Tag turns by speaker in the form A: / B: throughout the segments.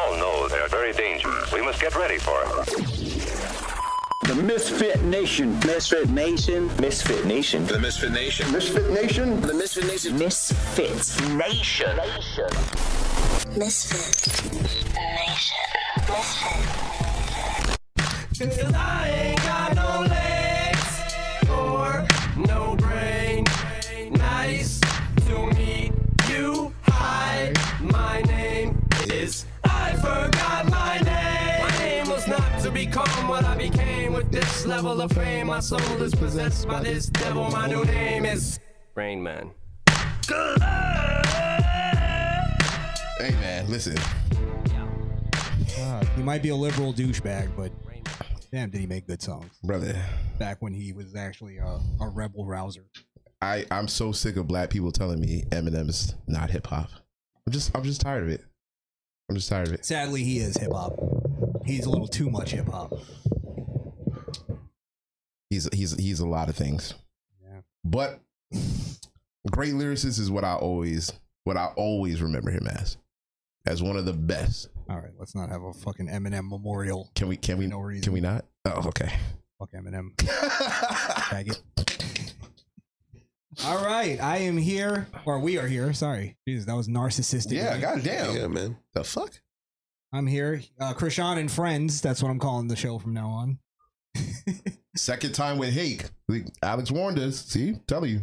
A: are very dangerous. We must get ready for it.
B: The Misfit Nation.
C: Misfit Nation.
D: Misfit Nation.
E: The Misfit Nation.
F: Misfit Nation.
G: The Misfit Nation.
D: Misfit Nation. Nation.
H: Misfit Nation. Misfit.
I: Cause I ain't got no legs or no brain. Nice to meet you. Hi, my name is. I forgot my name. My name was not to become what I became with this level of fame. My soul is possessed by this devil. My new name is Rain Man.
E: Hey man, listen.
J: Uh, he might be a liberal douchebag, but damn, did he make good songs,
E: brother?
J: Back when he was actually a, a rebel rouser.
E: I I'm so sick of black people telling me Eminem is not hip hop. I'm just I'm just tired of it. I'm just tired of it.
J: Sadly, he is hip hop. He's a little too much hip hop.
E: He's he's he's a lot of things. Yeah. But great lyricist is what I always what I always remember him as. As one of the best.
J: All right, let's not have a fucking Eminem memorial.
E: Can we can we
J: no reason.
E: can we not? Oh, okay.
J: Fuck Eminem. Faggot. All right, I am here, or we are here. Sorry, Jesus, that was narcissistic.
E: Yeah, right? goddamn.
J: Yeah,
E: man. The fuck?
J: I'm here, uh, Krishan and friends. That's what I'm calling the show from now on.
E: Second time with Hake. Alex warned us. See, tell you,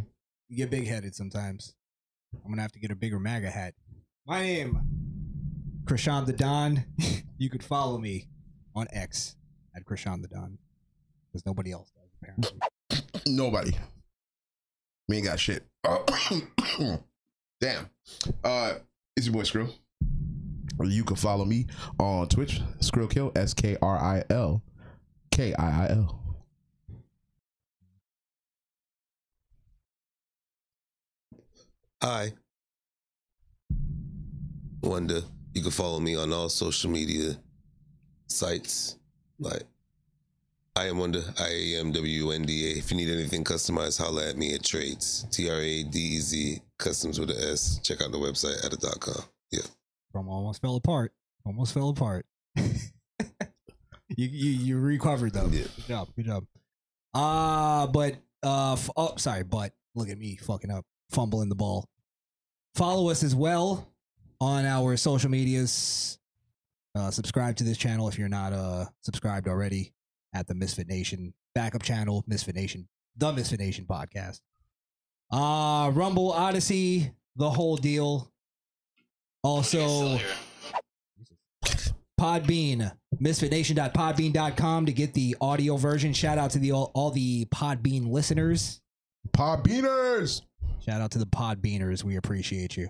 J: you get big headed sometimes. I'm gonna have to get a bigger MAGA hat. My name, Krishan the Don. you could follow me on X at Krishan the Don, because nobody else does apparently.
E: Nobody. We ain't got shit. Uh, damn. Uh, it's your boy Skrill. You can follow me on Twitch, Skrillkill, S K R I L K I I L.
K: Hi. Wonder. You can follow me on all social media sites like I am under I A M W N D A. If you need anything customized, holla at me at Trades T R A D E Z Customs with a S. Check out the website at a dot com. Yeah,
J: from almost fell apart. Almost fell apart. you, you you recovered though. Yeah. Good job. Good job. Uh but uh f- oh sorry, but look at me fucking up, fumbling the ball. Follow us as well on our social medias. Uh, subscribe to this channel if you're not uh subscribed already at the Misfit Nation backup channel, Misfit Nation, the Misfit Nation podcast. Uh Rumble Odyssey, the whole deal. Also Podbean, misfitnation.podbean.com to get the audio version. Shout out to the all, all the Podbean listeners.
E: Podbeaners.
J: Shout out to the Podbeaners. We appreciate you.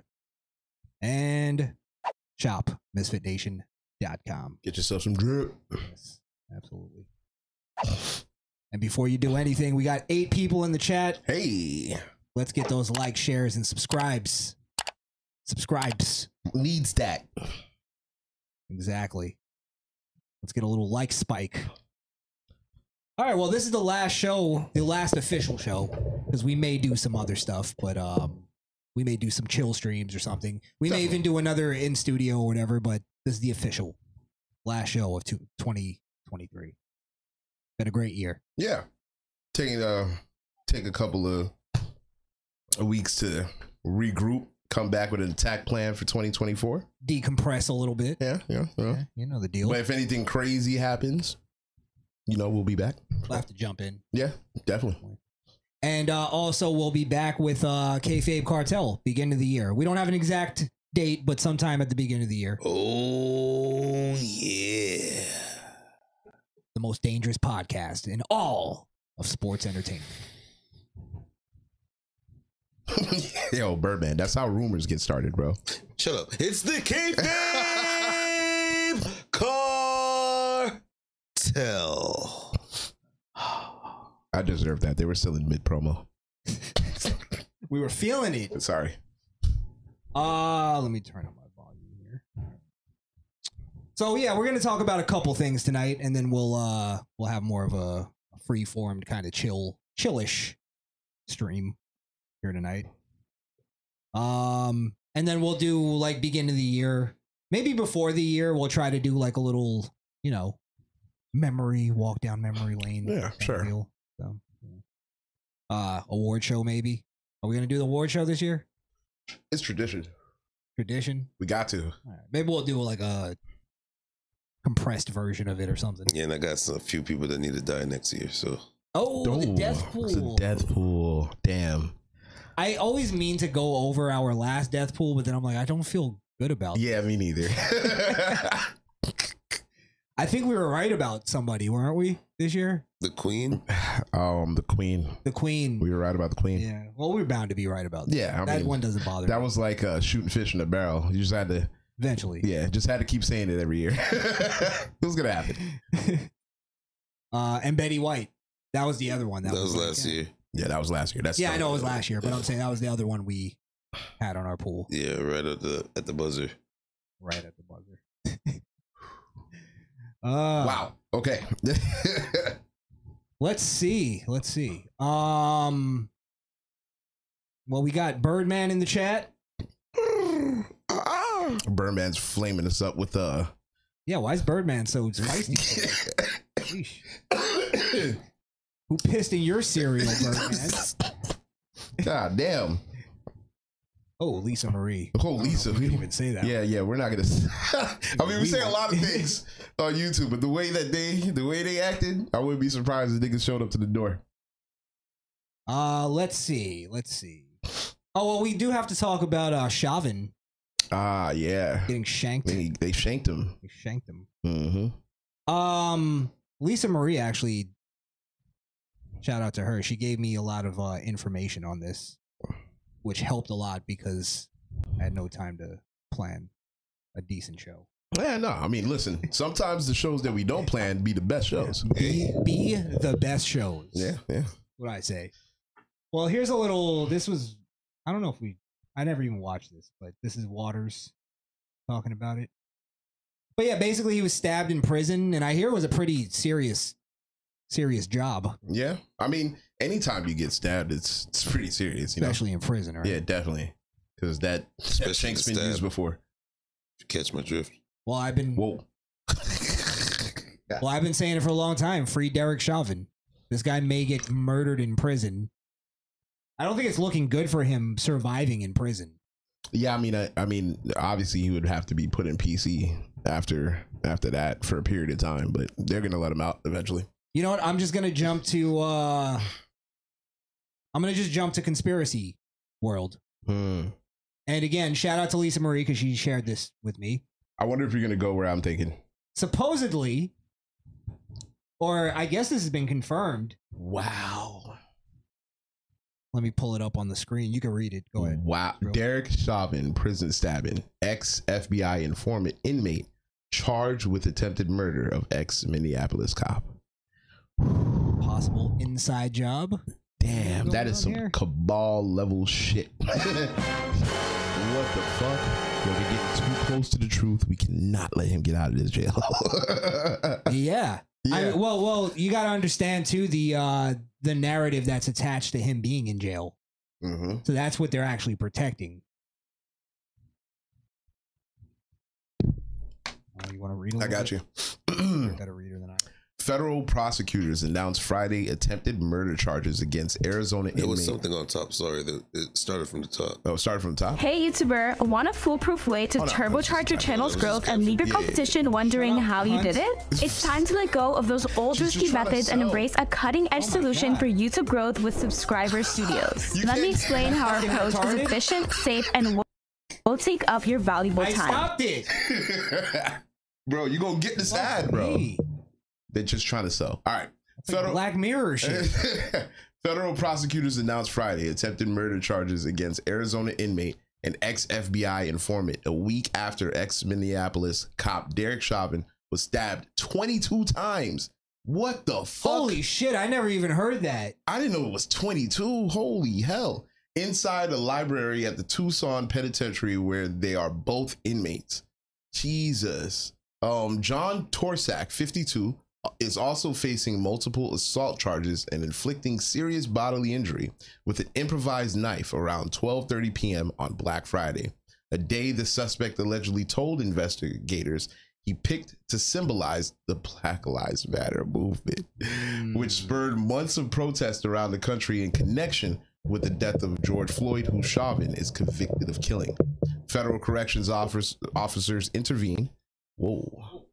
J: And shop misfitnation.com.
E: Get yourself some drip.
J: Yes, absolutely. And before you do anything, we got eight people in the chat.
E: Hey,
J: let's get those likes, shares, and subscribes. Subscribes
E: needs that.
J: Exactly. Let's get a little like spike. All right. Well, this is the last show, the last official show, because we may do some other stuff, but um, we may do some chill streams or something. We Definitely. may even do another in studio or whatever. But this is the official last show of two, 2023 been a great year.
E: Yeah, taking uh take a couple of weeks to regroup, come back with an attack plan for 2024,
J: decompress a little bit.
E: Yeah, yeah, yeah. yeah
J: you know the deal.
E: But if anything crazy happens, you know we'll be back.
J: We'll have to jump in.
E: Yeah, definitely.
J: And uh, also, we'll be back with uh, Kayfabe Cartel beginning of the year. We don't have an exact date, but sometime at the beginning of the year.
K: Oh yeah
J: the most dangerous podcast in all of sports entertainment.
E: Yo, Birdman, that's how rumors get started, bro.
K: Shut up. It's the K-Fave Cartel.
E: I deserve that. They were still in mid promo.
J: we were feeling it.
E: Sorry.
J: Uh, let me turn up my volume here. So yeah, we're gonna talk about a couple things tonight, and then we'll uh we'll have more of a free formed kind of chill chillish stream here tonight. Um, and then we'll do like beginning of the year, maybe before the year we'll try to do like a little, you know, memory walk down memory lane.
E: Yeah,
J: kind of
E: sure.
J: deal. So, yeah. uh, award show maybe. Are we gonna do the award show this year?
E: It's tradition.
J: Tradition.
E: We got to.
J: All right. Maybe we'll do like a compressed version of it or something.
K: Yeah, and I got some, a few people that need to die next year. So
J: Oh, the death
E: It's
J: pool.
E: a death pool. Damn.
J: I always mean to go over our last death pool, but then I'm like, I don't feel good about. it.
E: Yeah, me neither.
J: I think we were right about somebody, weren't we? This year,
K: the queen,
E: um, the queen.
J: the Queen.
E: We were right about the queen.
J: yeah. Well, we're bound to be right about that.
E: Yeah, I
J: that
E: mean,
J: one doesn't bother.
E: That
J: me.
E: was like uh, shooting fish in a barrel. You just had to,
J: eventually.
E: yeah, just had to keep saying it every year. it was gonna happen.
J: Uh, and Betty White. That was the other one.
K: that, was
J: like,
K: last
J: yeah.
K: year.
E: Yeah, that was last year. That's
J: Yeah, I know it was last year, but I'm saying that was the other one we had on our pool
K: Yeah, right at the at the buzzer.
J: right at the buzzer. uh,
E: Wow. Okay.
J: Let's see. Let's see. Um. Well, we got Birdman in the chat.
E: Birdman's flaming us up with uh
J: Oh. Yeah, why is Birdman so feisty? Sheesh. Who pissed in your cereal, Birdman?
E: God damn.
J: Oh, Lisa Marie.
E: Oh, Lisa.
J: You didn't even say that.
E: Yeah, yeah, we're not gonna. I mean, we say a lot of things on YouTube, but the way that they, the way they acted, I wouldn't be surprised if niggas showed up to the door.
J: Uh, let's see. Let's see. Oh well, we do have to talk about uh Chauvin
E: Ah, yeah,
J: getting shanked.
E: they, they shanked him.
J: They shanked him.
E: Mm-hmm.
J: Um, Lisa Marie actually. Shout out to her. She gave me a lot of uh, information on this, which helped a lot because I had no time to plan a decent show.
E: Yeah, no, I mean, listen. Sometimes the shows that we don't plan be the best shows.
J: Be, be the best shows.
E: Yeah, yeah.
J: What I say. Well, here's a little. This was. I don't know if we. I never even watched this, but this is Waters talking about it. But yeah, basically, he was stabbed in prison, and I hear it was a pretty serious, serious job,
E: Yeah. I mean, anytime you get stabbed, it's it's pretty serious, you know.
J: especially in prison, right?
E: Yeah, definitely. Because that
K: Especially
E: shank's been
K: stabbed.
E: used before.
K: Catch my drift.
J: Well, I've been
E: Whoa.
J: well, I've been saying it for a long time. Free Derek Chauvin. This guy may get murdered in prison. I don't think it's looking good for him surviving in prison.
E: Yeah, I mean, I, I mean, obviously he would have to be put in PC after after that for a period of time, but they're gonna let him out eventually.
J: You know what? I'm just gonna jump to. uh I'm gonna just jump to conspiracy world.
E: Hmm.
J: And again, shout out to Lisa Marie because she shared this with me.
E: I wonder if you're gonna go where I'm thinking.
J: Supposedly, or I guess this has been confirmed.
E: Wow.
J: Let me pull it up on the screen. You can read it. Go ahead.
E: Wow. Derek Chauvin, prison stabbing, ex FBI informant inmate charged with attempted murder of ex Minneapolis cop.
J: Possible inside job.
E: Damn,
J: What's
E: that
J: going
E: is
J: on
E: some
J: here?
E: cabal level shit. what the fuck? Yo, we're getting too close to the truth. We cannot let him get out of this jail.
J: yeah. I
E: Yeah.
J: mean, well, well, you got to understand too the uh, the narrative that's attached to him being in jail.
E: mm-hmm.
J: So that's what they're actually protecting. Uh, you want to read? A
E: I
J: little
E: got
J: bit?
E: you.
J: You're a better reader than I. am.
E: Federal prosecutors announced Friday attempted murder charges against Arizona
K: There was
E: inmate.
K: something on top. Sorry, that it started from the top.
E: oh, start from the top.
C: Hey YouTuber, want a foolproof way to
E: Hold on, let's
C: turbocharge
E: just-
C: your channel's
K: let's just
C: growth
K: catch
C: and
K: it.
C: leave your
E: Yeah.
C: competition wondering
J: Shut up,
C: how you did
J: cunt.
C: it? It's time to let go of those old
E: She's just
C: risky
E: trying to
C: methods and
E: sell.
C: embrace a cutting-edge
J: Oh my
C: solution
J: God.
C: for YouTube growth with Subscriber Studios.
E: You
C: Let me
E: can't-
C: explain how our
J: Fucking
C: approach is
J: retarded.
C: efficient, safe, and wo- will take up your valuable
J: I
C: time.
J: stopped it.
E: bro, you gonna get this ad, bro.
J: Hey,
E: They're just trying to sell. All right. Federal
J: Black Mirror shit.
E: Federal prosecutors announced Friday attempted murder charges against Arizona inmate and ex FBI informant a week after ex Minneapolis cop Derek Chauvin was stabbed 22 times. What the fuck?
J: Holy shit! I never even heard that.
E: I didn't know it was 22. Holy hell. Inside a library at the Tucson Penitentiary where they are both inmates. Jesus. Um, John Torsak, 52, is also facing multiple assault charges and inflicting serious bodily injury with an improvised knife around 12:30 p.m. on Black Friday. a day the suspect allegedly told investigators he picked to symbolize the Black Lives Matter movement, which spurred months of protest around the country in connection with the death of George Floyd, who Chauvin is convicted of killing. Federal corrections office, officers intervene. Whoa.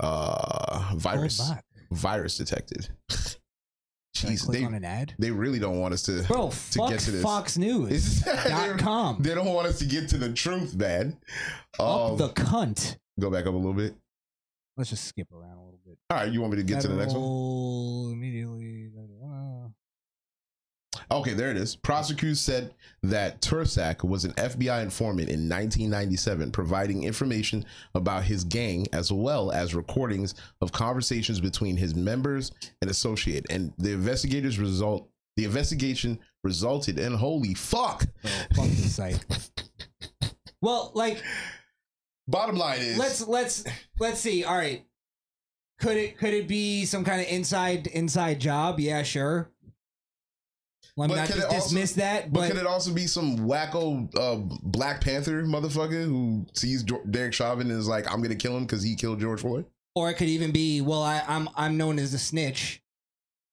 J: Oh
E: Uh, virus.
J: back.
E: Virus detected.
J: Should I
E: Jeez,
J: click
E: they,
J: on an ad?
E: they really don't want us to,
J: Bro,
E: to
J: fuck
E: get to this.
J: Fox News. dot com.
E: They don't want us to get to the truth, man.
J: Up
E: Um,
J: the cunt.
E: go back up a little bit.
J: Let's just skip around a little bit.
E: All right, you want me to get to the next one?
J: Federal Immediately. uh,
E: Okay, there it is. Prosecutors said that Tursak was an FBI informant in 1997, providing information about his gang as well as recordings of conversations between his members and associate. And the investigators result the investigation resulted in holy fuck.
J: bro, Oh, fuck this site. Well, like
E: Bottom line is,
J: let's let's let's see. All right. Could it could it be some kind of inside inside job? Yeah, sure. Let me
E: But
J: not
E: could
J: just
E: it also-
J: dismiss that,
E: But,
J: but,
E: could it also be some wacko uh, Black Panther motherfucker who sees Jo- Derek Chauvin and is like, "I'm gonna kill him because he killed George Floyd"?
J: or it could even be, well, I, I'm I'm known as a snitch,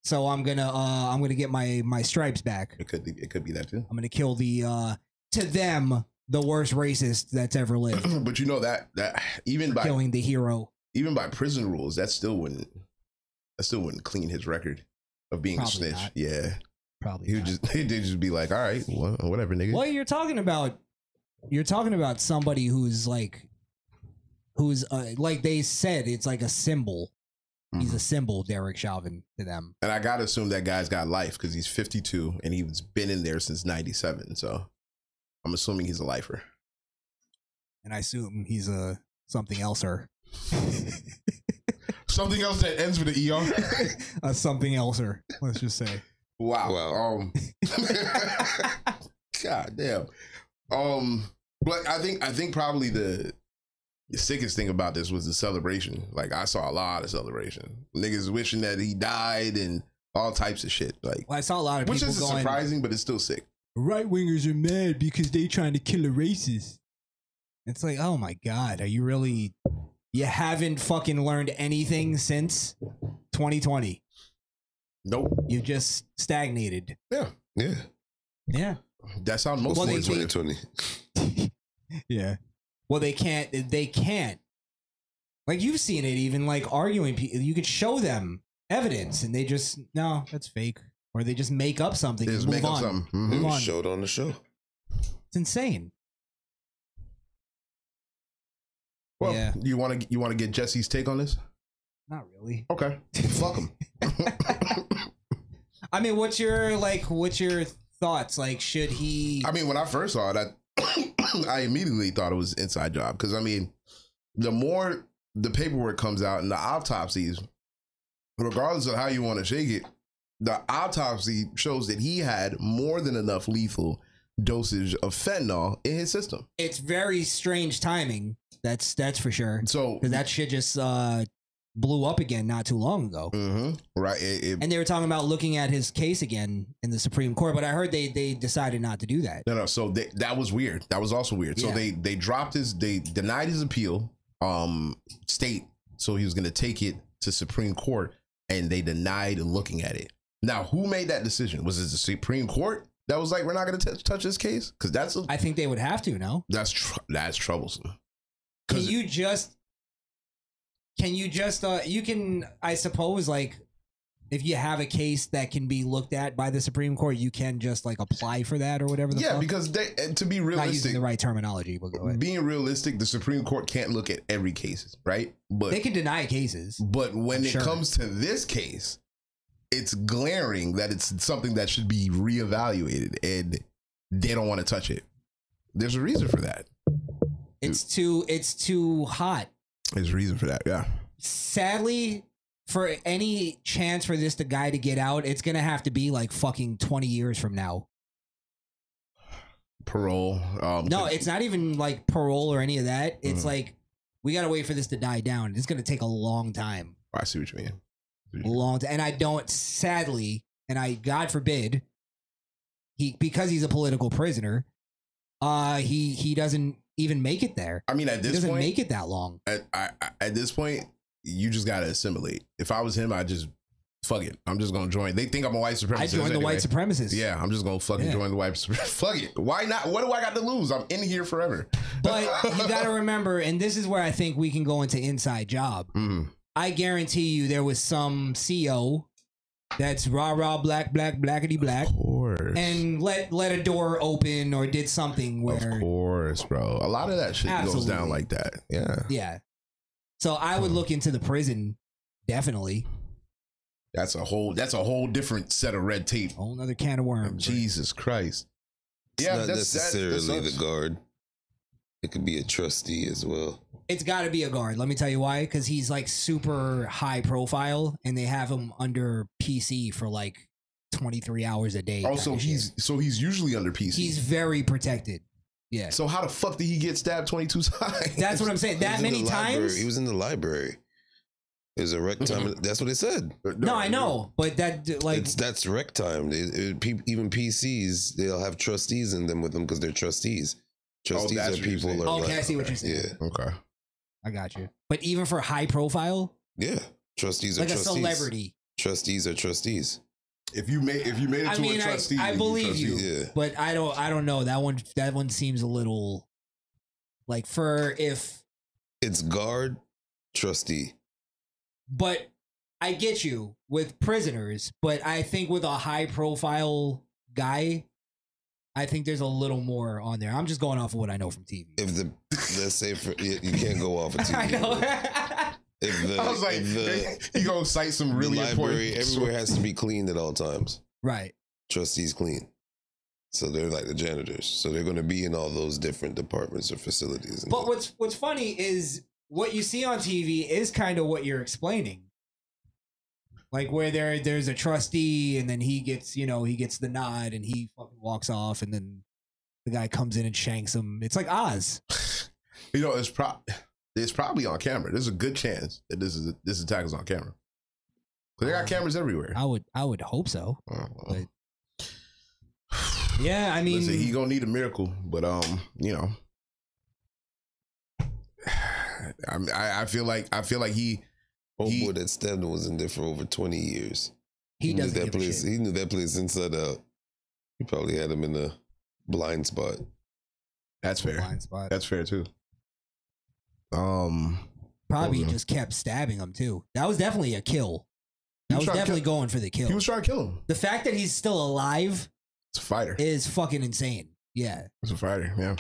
J: so I'm gonna uh I'm gonna get my my stripes back.
E: It could be. It could be that too.
J: I'm gonna kill the uh to them the worst racist that's ever lived,
E: but you know that that even by
J: killing the hero.
E: even by prison rules, that still wouldn't that still wouldn't clean his record of being
J: Probably
E: a snitch.
J: not.
E: Yeah,
J: Probably.
E: he would
J: not.
E: just he'd just be like, "All right, well, whatever, nigga."
J: Well, you're talking about you're talking about somebody who's like who's uh, like they said it's like a symbol. He's
E: Mm-hmm.
J: a symbol, Derek Chauvin, to them.
E: And I gotta assume that guy's got life because he's 52 and he's been in there since '97. So I'm assuming he's a lifer.
J: And I assume he's a something elser,
E: Something else that ends with an er.
J: a something elser. Let's just say.
E: Wow.
K: Wow.
E: Um, God damn. Um, but I think I think probably the, the sickest thing about this was the celebration. Like I saw a lot of celebration. Niggas wishing that he died and all types of shit. Like,
J: Well, I saw a lot of
E: which
J: people
E: is
J: going.
E: surprising, but it's still sick.
J: Right wingers are mad because they trying to kill a racist. It's like, oh my god, are you really? You haven't fucking learned anything since 2020.
E: Nope.
J: You just stagnated.
E: Yeah.
K: Yeah.
J: Yeah.
E: That's how most
J: Well,
E: well,
J: they-
K: Before
J: they-
K: 2020.
J: Yeah. Well, they can't. They can't. Like you've seen it, even like arguing. pe- You could show them evidence, and they just no, that's fake, or they just make up something.
E: is
J: and move
E: make up
J: on.
E: something. Mhm.
J: Move
K: It
J: on.
K: was showed on the show.
J: It's insane.
E: Well,
J: Yeah.
E: you want to you want to get Jesse's take on this?
J: Not really.
E: Okay. Fuck him.
J: I mean, what's your like? What's your thoughts? Like, should he?
E: I mean, when I first saw it, I, I immediately thought it was inside job because I mean, the more the paperwork comes out and the autopsies, regardless of how you want to shake it, the autopsy shows that he had more than enough lethal dosage of fentanyl in his system.
J: It's very strange timing. That's that's for sure.
E: So,
J: 'Cause that shit just uh blew up again not too long ago.
E: Mhm. right, it- it-
J: And they were talking about looking at his case again in the Supreme Court, but I heard they they decided not to do that.
E: No, no. So they, that was weird. That was also weird. So
J: Yeah.
E: they they dropped his. They denied his appeal. Um, state. So he was going to take it to Supreme Court, and they denied looking at it. Now, who made that decision? Was it the Supreme Court that was like, "We're not going to touch this case"? Because that's a,
J: I think they would have to. No,
E: that's tr- that's troublesome.
J: can
E: 'Cause-
J: you just can you just uh you can I suppose like if you have a case that can be looked at by the Supreme Court, you can just like apply for that or whatever. The
E: Yeah,
J: fuck?
E: because they and to be
J: not using
E: realistic,
J: the right terminology, but go ahead.
E: being realistic, the Supreme Court can't look at every case, right? But
J: They can deny cases.
E: But when
J: I'm
E: it
J: sure.
E: comes to this case, it's glaring that it's something that should be reevaluated and they don't want to touch it. There's a reason for that.
J: It's too it's too hot.
E: There's a reason for that. Yeah.
J: Sadly, for any chance for this the guy to get out, it's gonna have to be like fucking twenty years from now.
E: Parole. Um,
J: No,
E: con-
J: it's not even like parole or any of that. It's
E: Mm.
J: like we gotta wait for this to die down. It's gonna take a long time,
E: I see what you mean.
J: long time. And I don't, sadly, and I, God forbid, he because he's a political prisoner. Uh, he he doesn't even make it there.
E: I mean, at
J: He
E: this
J: doesn't
E: point-
J: make it that long.
E: At, I, I- at this point, you just gotta assimilate. If I was him, I just fuck it. I'm just gonna join. They think I'm a white supremacist.
J: I joined the
E: anyway.
J: white supremacists.
E: Yeah, I'm just gonna fucking
J: Yeah.
E: join the white supremacist. Fuck it. Why not? What do I got to lose? I'm in here forever.
J: But you got to remember, and this is where I think we can go into inside job.
E: Mm-hmm.
J: I guarantee you there was some CO that's rah rah black black blackety black
E: course.
J: and let let a door open or did something
E: Of
J: where
E: course, bro. A lot of that shit goes down
J: Absolutely.
E: like that. Yeah.
J: yeah. So I
E: Hmm.
J: would look into the prison definitely.
E: That's a whole that's a whole different set of red tape.
J: Whole another can of worms.
E: Jesus Christ.
K: It's
E: Yeah,
K: not
E: that's- that- that
K: necessarily
E: sucks.
K: the guard. It could be a trustee as well.
J: It's got to be a guard. Let me tell you why. Because he's like super high profile, and they have him under PC for like twenty three hours a day.
E: Also,
J: kinda
E: he's so he's usually under PC.
J: shit. he's very protected. Yeah.
E: so how the fuck did he get stabbed 22 times?
J: That's what I'm saying.
K: He was
J: That
K: in
J: many
K: the library.
J: times.
K: He was in the library. It was a wreck time.
E: Mm-hmm.
K: that's what it said.
J: no, I know, but that like
K: It's that's rec time. They- it- pe- even PCs, they'll have trustees in them with them because they're trustees. Trustees
E: Oh, that's
K: are
E: what you're
K: people.
E: saying.
K: Are
J: Okay, I see what you're saying.
K: Yeah,
E: Okay.
J: I got you. But even for high profile,
K: yeah. Trustees are
J: like a
K: trustees.
J: celebrity,
K: Trustees are trustees.
E: If you made if you made it
J: I
E: to
J: mean,
E: a
J: I,
E: trustee,
J: I
E: then you
J: believe you,
E: trustee.
K: Yeah.
J: but I don't. I don't know that one. That one seems a little like for if,
K: It's guard, trustee.
J: but I get you with prisoners. But I think with a high profile guy, I think there's a little more on there. I'm just going off of what I know from TV.
K: If the let's say for you, you can't go off of TV.
J: I know.
K: If the,
E: I was like,
K: if the,
E: you gonna cite some really
K: the library
E: important
K: everywhere has to be cleaned at all times.
J: right.
K: Trustees clean. So they're like the janitors. So they're going to be in all those different departments or facilities. and
J: But what's what's funny is what you see on TV is kind of what you're explaining. Like where there there's a trustee and then he gets, you know, he gets the nod and he fucking walks off and then the guy comes in and shanks him. It's like Oz.
E: You know, it's pro it's probably on camera. There's a good chance that this is this attack is on camera. 'Cause they
J: Oh.
E: got cameras everywhere.
J: I would I would hope so.
E: Oh, well.
J: But- Yeah, I mean
E: Listen, he gonna need a miracle, but um, you know, I mean, I, I feel like I feel like he
K: Homeboy
E: He-
K: Oh, that stabbed him was in there for over 20 years.
J: he
K: knew
J: doesn't
K: that
J: give a
K: place.
J: shit.
K: He knew that place inside out. He probably had him in a blind spot.
E: that's fair.
J: Blind spot.
E: That's fair too. Um,
J: Probably
E: Hold on.
J: just kept stabbing him too. That was definitely a kill.
E: He
J: That
E: was
J: was
E: trying to
J: definitely
E: kill-
J: going for the kill.
E: he was trying to kill him.
J: the fact that he's still alive
E: It's a fighter.
J: is fucking insane. Yeah.
E: It's a fighter. Yeah.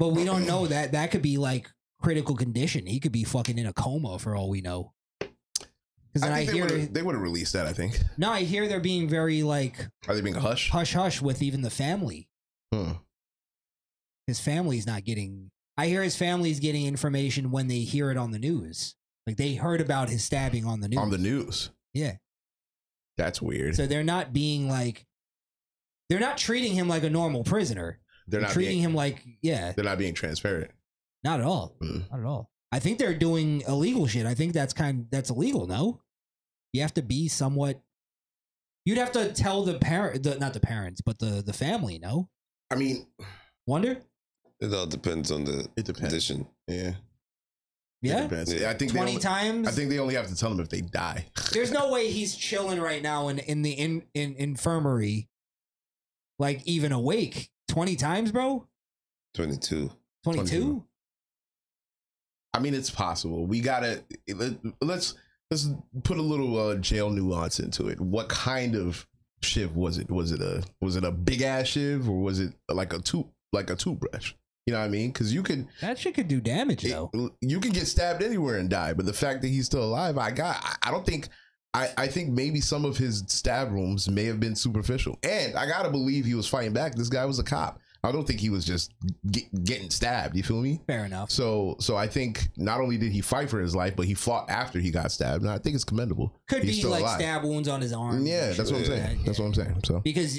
J: But we don't know that that could be like critical condition. He could be fucking in a coma for all we know. Because I,
E: I think
J: hear
E: they would they would have released that. I think.
J: no, I hear they're being very like
E: Are they being a hush?
J: hush hush with even the family.
E: Hmm.
J: His family's not getting. I hear his family's getting information when they hear it on the news. Like they heard about his stabbing on the news.
E: On the news.
J: yeah.
E: That's weird.
J: So they're not being like, they're not treating him like a normal prisoner.
E: they're not
J: treating
E: being,
J: him like yeah,
E: They're not being transparent.
J: not at all.
E: Hmm.
J: Not at all. I think they're doing illegal shit. I think that's kind that's illegal. No, you have to be somewhat. You'd have to tell the parent, the, not the parents, but the the family. No
E: I mean,
J: wonder.
K: It all depends on the
E: It depends.
K: condition.
E: yeah. It
J: Yeah,
E: depends.
K: Yeah.
E: I think they
J: twenty
E: only,
J: times.
E: I think they only have to tell him if they die.
J: There's no way he's chilling right now in in the in, in infirmary, like even awake. Twenty times, bro.
K: 22.
J: Twenty
E: 22.
J: two.
E: I mean, it's possible. We gotta let- let's let's put a little uh, jail nuance into it. What kind of shiv was it? Was it a was it a big ass shiv or was it like a tooth like a toothbrush? You know what I mean? Because you could
J: That shit could do damage
E: it-
J: though.
E: you could get stabbed anywhere and die, but the fact that he's still alive, I got. I- I don't think. I, I think maybe some of his stab wounds may have been superficial, and I gotta believe he was fighting back. This guy was a cop. I don't think he was just get, getting stabbed. You feel me?
J: Fair enough.
E: So, so I think not only did he fight for his life, but he fought after he got stabbed. And I think it's commendable.
J: Could
E: He's
J: be
E: still
J: like
E: alive.
J: stab wounds on his arm.
E: Yeah, that's what I'm saying. That's what I'm saying. So,
J: because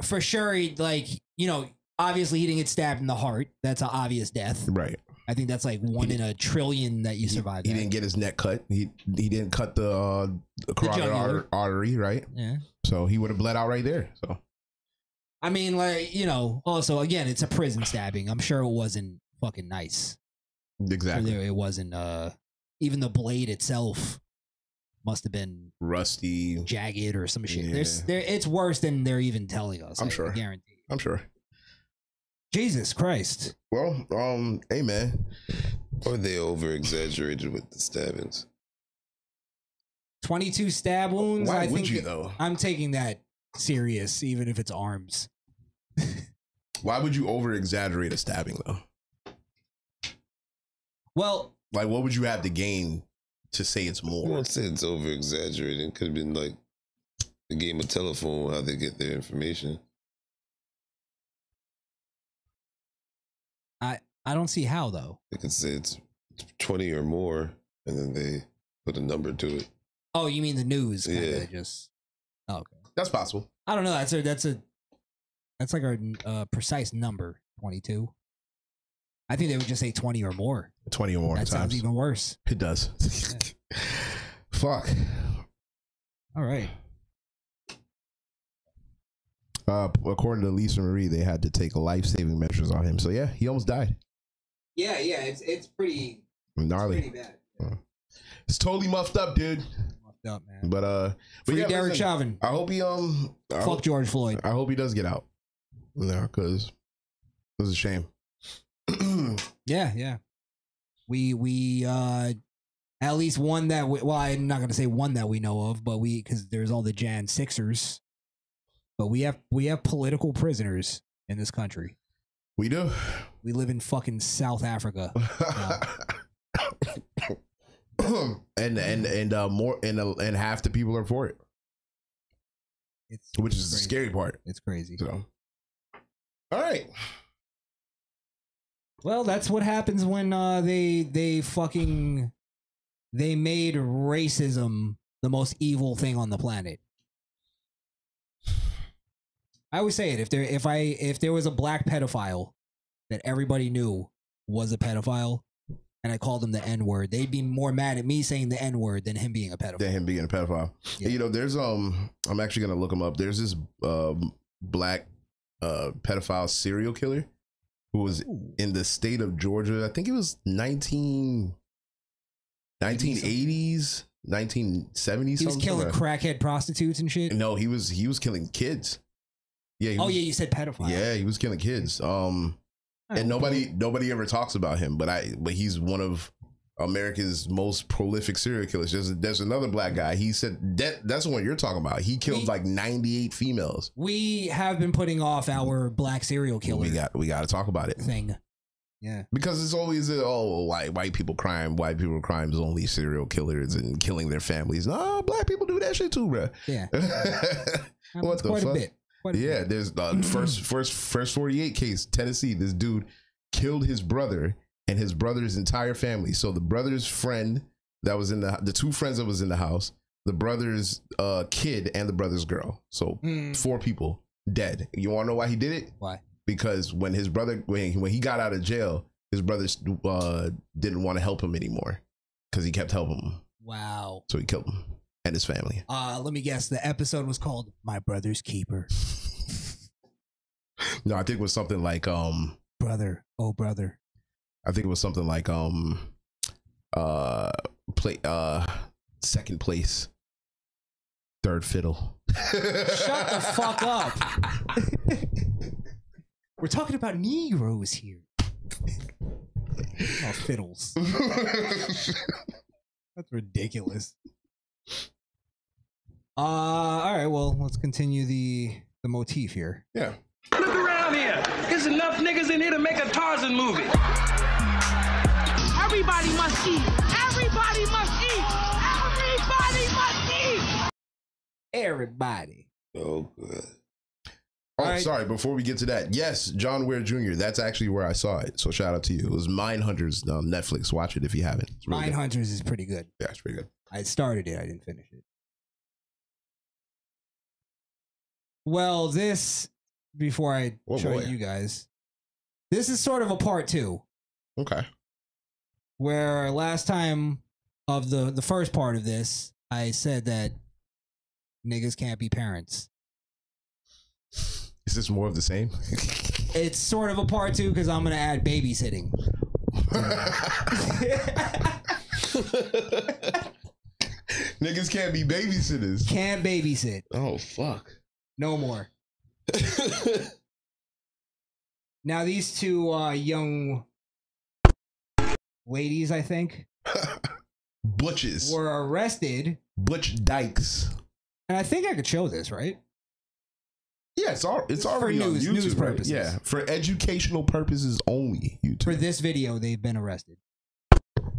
J: for sure, he'd like you know, obviously he didn't get stabbed in the heart. That's an obvious death.
E: right,
J: I think that's like one in a trillion that you
E: he,
J: survive.
E: he
J: that.
E: didn't get his neck cut. He he didn't cut the, uh, carotid
J: jugular.
E: ar- artery, right?
J: Yeah,
E: So he would have bled out right there. So
J: I mean, like you know. Also, again, it's a prison stabbing. I'm sure it wasn't fucking nice.
E: Exactly.
J: It wasn't. Uh, even the blade itself must have been
E: Rusty.
J: jagged or some shit. There's, there, it's worse than they're even telling us.
E: I'm
J: I
E: sure.
J: Guarantee.
E: I'm sure.
J: Jesus Christ.
E: Well, um, hey man,
K: Or they over exaggerated with the stabbings.
J: 22 stab wounds.
E: Why
J: I
E: would
J: think
E: you, though?
J: I'm taking that serious, even if it's arms.
E: why would you over exaggerate a stabbing though?
J: Well,
E: Like, what would you have to gain to say it's
K: I
E: more?
K: won't say it's over exaggerated. It could have been like a game of telephone, how they get their information.
J: I I don't see how though.
K: They could say it's 20 or more, and then they put a number to it.
J: Oh, you mean the news? Kinda
K: Yeah.
J: Just. Oh, okay.
E: That's possible.
J: I don't know. That's a that's a that's like our uh, precise number twenty two. I think they would just say twenty or more.
E: Twenty or more
J: that sounds
E: times.
J: even worse.
E: It does. Fuck.
J: All right.
E: Uh, according to Lisa Marie, they had to take life saving measures on him. So yeah, he almost died.
J: Yeah, yeah. It's it's pretty
E: Gnarly.
J: bad.
E: It's totally muffed up, dude.
J: Fucked up, man.
E: But uh, but
J: Free
E: yeah,
J: Derek
E: listen,
J: Chauvin.
E: I hope he um. I
J: Fuck
E: hope,
J: George Floyd.
E: I hope he does get out. No, because it was a shame.
J: Yeah, yeah. We we uh at least one that we, well I'm not gonna say one that we know of, but we because there's all the Jan Sixers, but we have we have political prisoners in this country.
E: we do.
J: We live in fucking South Africa.
E: and and
J: Mm.
E: and uh, more and uh, and half the people are for it,
J: It's
E: which is the
J: crazy.
E: scary part.
J: It's crazy.
E: So, all right,
J: Well, that's what happens when uh, they they fucking they made racism the most evil thing on the planet. I always say it if there if I if there was a black pedophile that everybody knew was a pedophile, and I called him the N word, they'd be more mad at me saying the N word than him being a pedophile.
E: than him being a pedophile.
J: Yeah.
E: You know, there's um, I'm actually gonna look him up. There's this um black uh pedophile serial killer who was in the state of Georgia. I think it was 19, 1980s, 1970s.
J: He was killing crackhead prostitutes and shit.
E: No, he was he was killing kids. Yeah. He
J: Oh
E: was,
J: yeah, you said pedophile.
E: Yeah, he was killing kids. Um, and nobody nobody ever talks about him, but I but he's one of America's most prolific serial killers. There's there's another
J: Hmm.
E: black guy. He said that that's the one you're talking about. He killed
J: Me-
E: like 98 females.
J: We have been putting off our black serial killer
E: We got we got to talk about it
J: thing. Yeah.
E: because it's always uh, oh white white people crime white people crimes only serial killers and killing their families. No, black people do that shit too, bruh.
J: Yeah.
E: What
J: Happens
E: the
J: quite
E: fuck?
J: a bit. Quite a
E: Yeah,
J: bit.
E: there's uh, first first first 48 case Tennessee. This dude killed his brother and his brother's entire family. So the brother's friend that was in the the two friends that was in the house, the brother's uh, kid and the brother's girl. So
J: Mm.
E: four people dead. You want to know why he did it?
J: Why?
E: Because when his brother when he, when he got out of jail, his brother uh, didn't want to help him anymore because he kept helping him,
J: Wow.
E: so he killed him and his family.
J: Uh, let me guess. The episode was called "My Brother's Keeper."
E: No, I think it was something like um.
J: Brother, oh brother.
E: I think it was something like um uh play uh second place third fiddle.
J: Shut the fuck up. We're talking about Negroes here. Oh, fiddles. That's ridiculous. Uh, all right. Well, let's continue the the motif here.
E: yeah.
I: Look around here. There's enough niggas in here to make a Tarzan movie.
F: Everybody must eat. Everybody must eat. Everybody must eat.
J: Everybody.
K: Oh, good.
E: Oh,
J: Alright.
E: sorry, before we get to that. Yes, John Ware Jr. That's actually where I saw it. So shout out to you. It was Mindhunters on Netflix. Watch it if you haven't. It's really
J: Mine
E: good.
J: Hunters is pretty good.
E: Yeah, it's pretty good.
J: I started it. I didn't finish it. Well, this before I
E: Oh,
J: show
E: boy.
J: you guys, this is sort of a part two
E: Okay.
J: where last time of the the first part of this, I said that niggas can't be parents.
E: Is this more of the same?
J: It's sort of a part two because I'm gonna add babysitting.
E: Niggas can't be babysitters.
J: Can't babysit.
E: Oh fuck.
J: No more. now these two uh, young ladies, I think,
E: Butches.
J: were arrested,
E: Butch Dykes.
J: and I think I could show this, right?
E: Yeah, it's all it's already
J: news-
E: on YouTube.
J: news
E: right?
J: purposes.
E: Yeah, for educational purposes only. YouTube.
J: For this video, they've been arrested.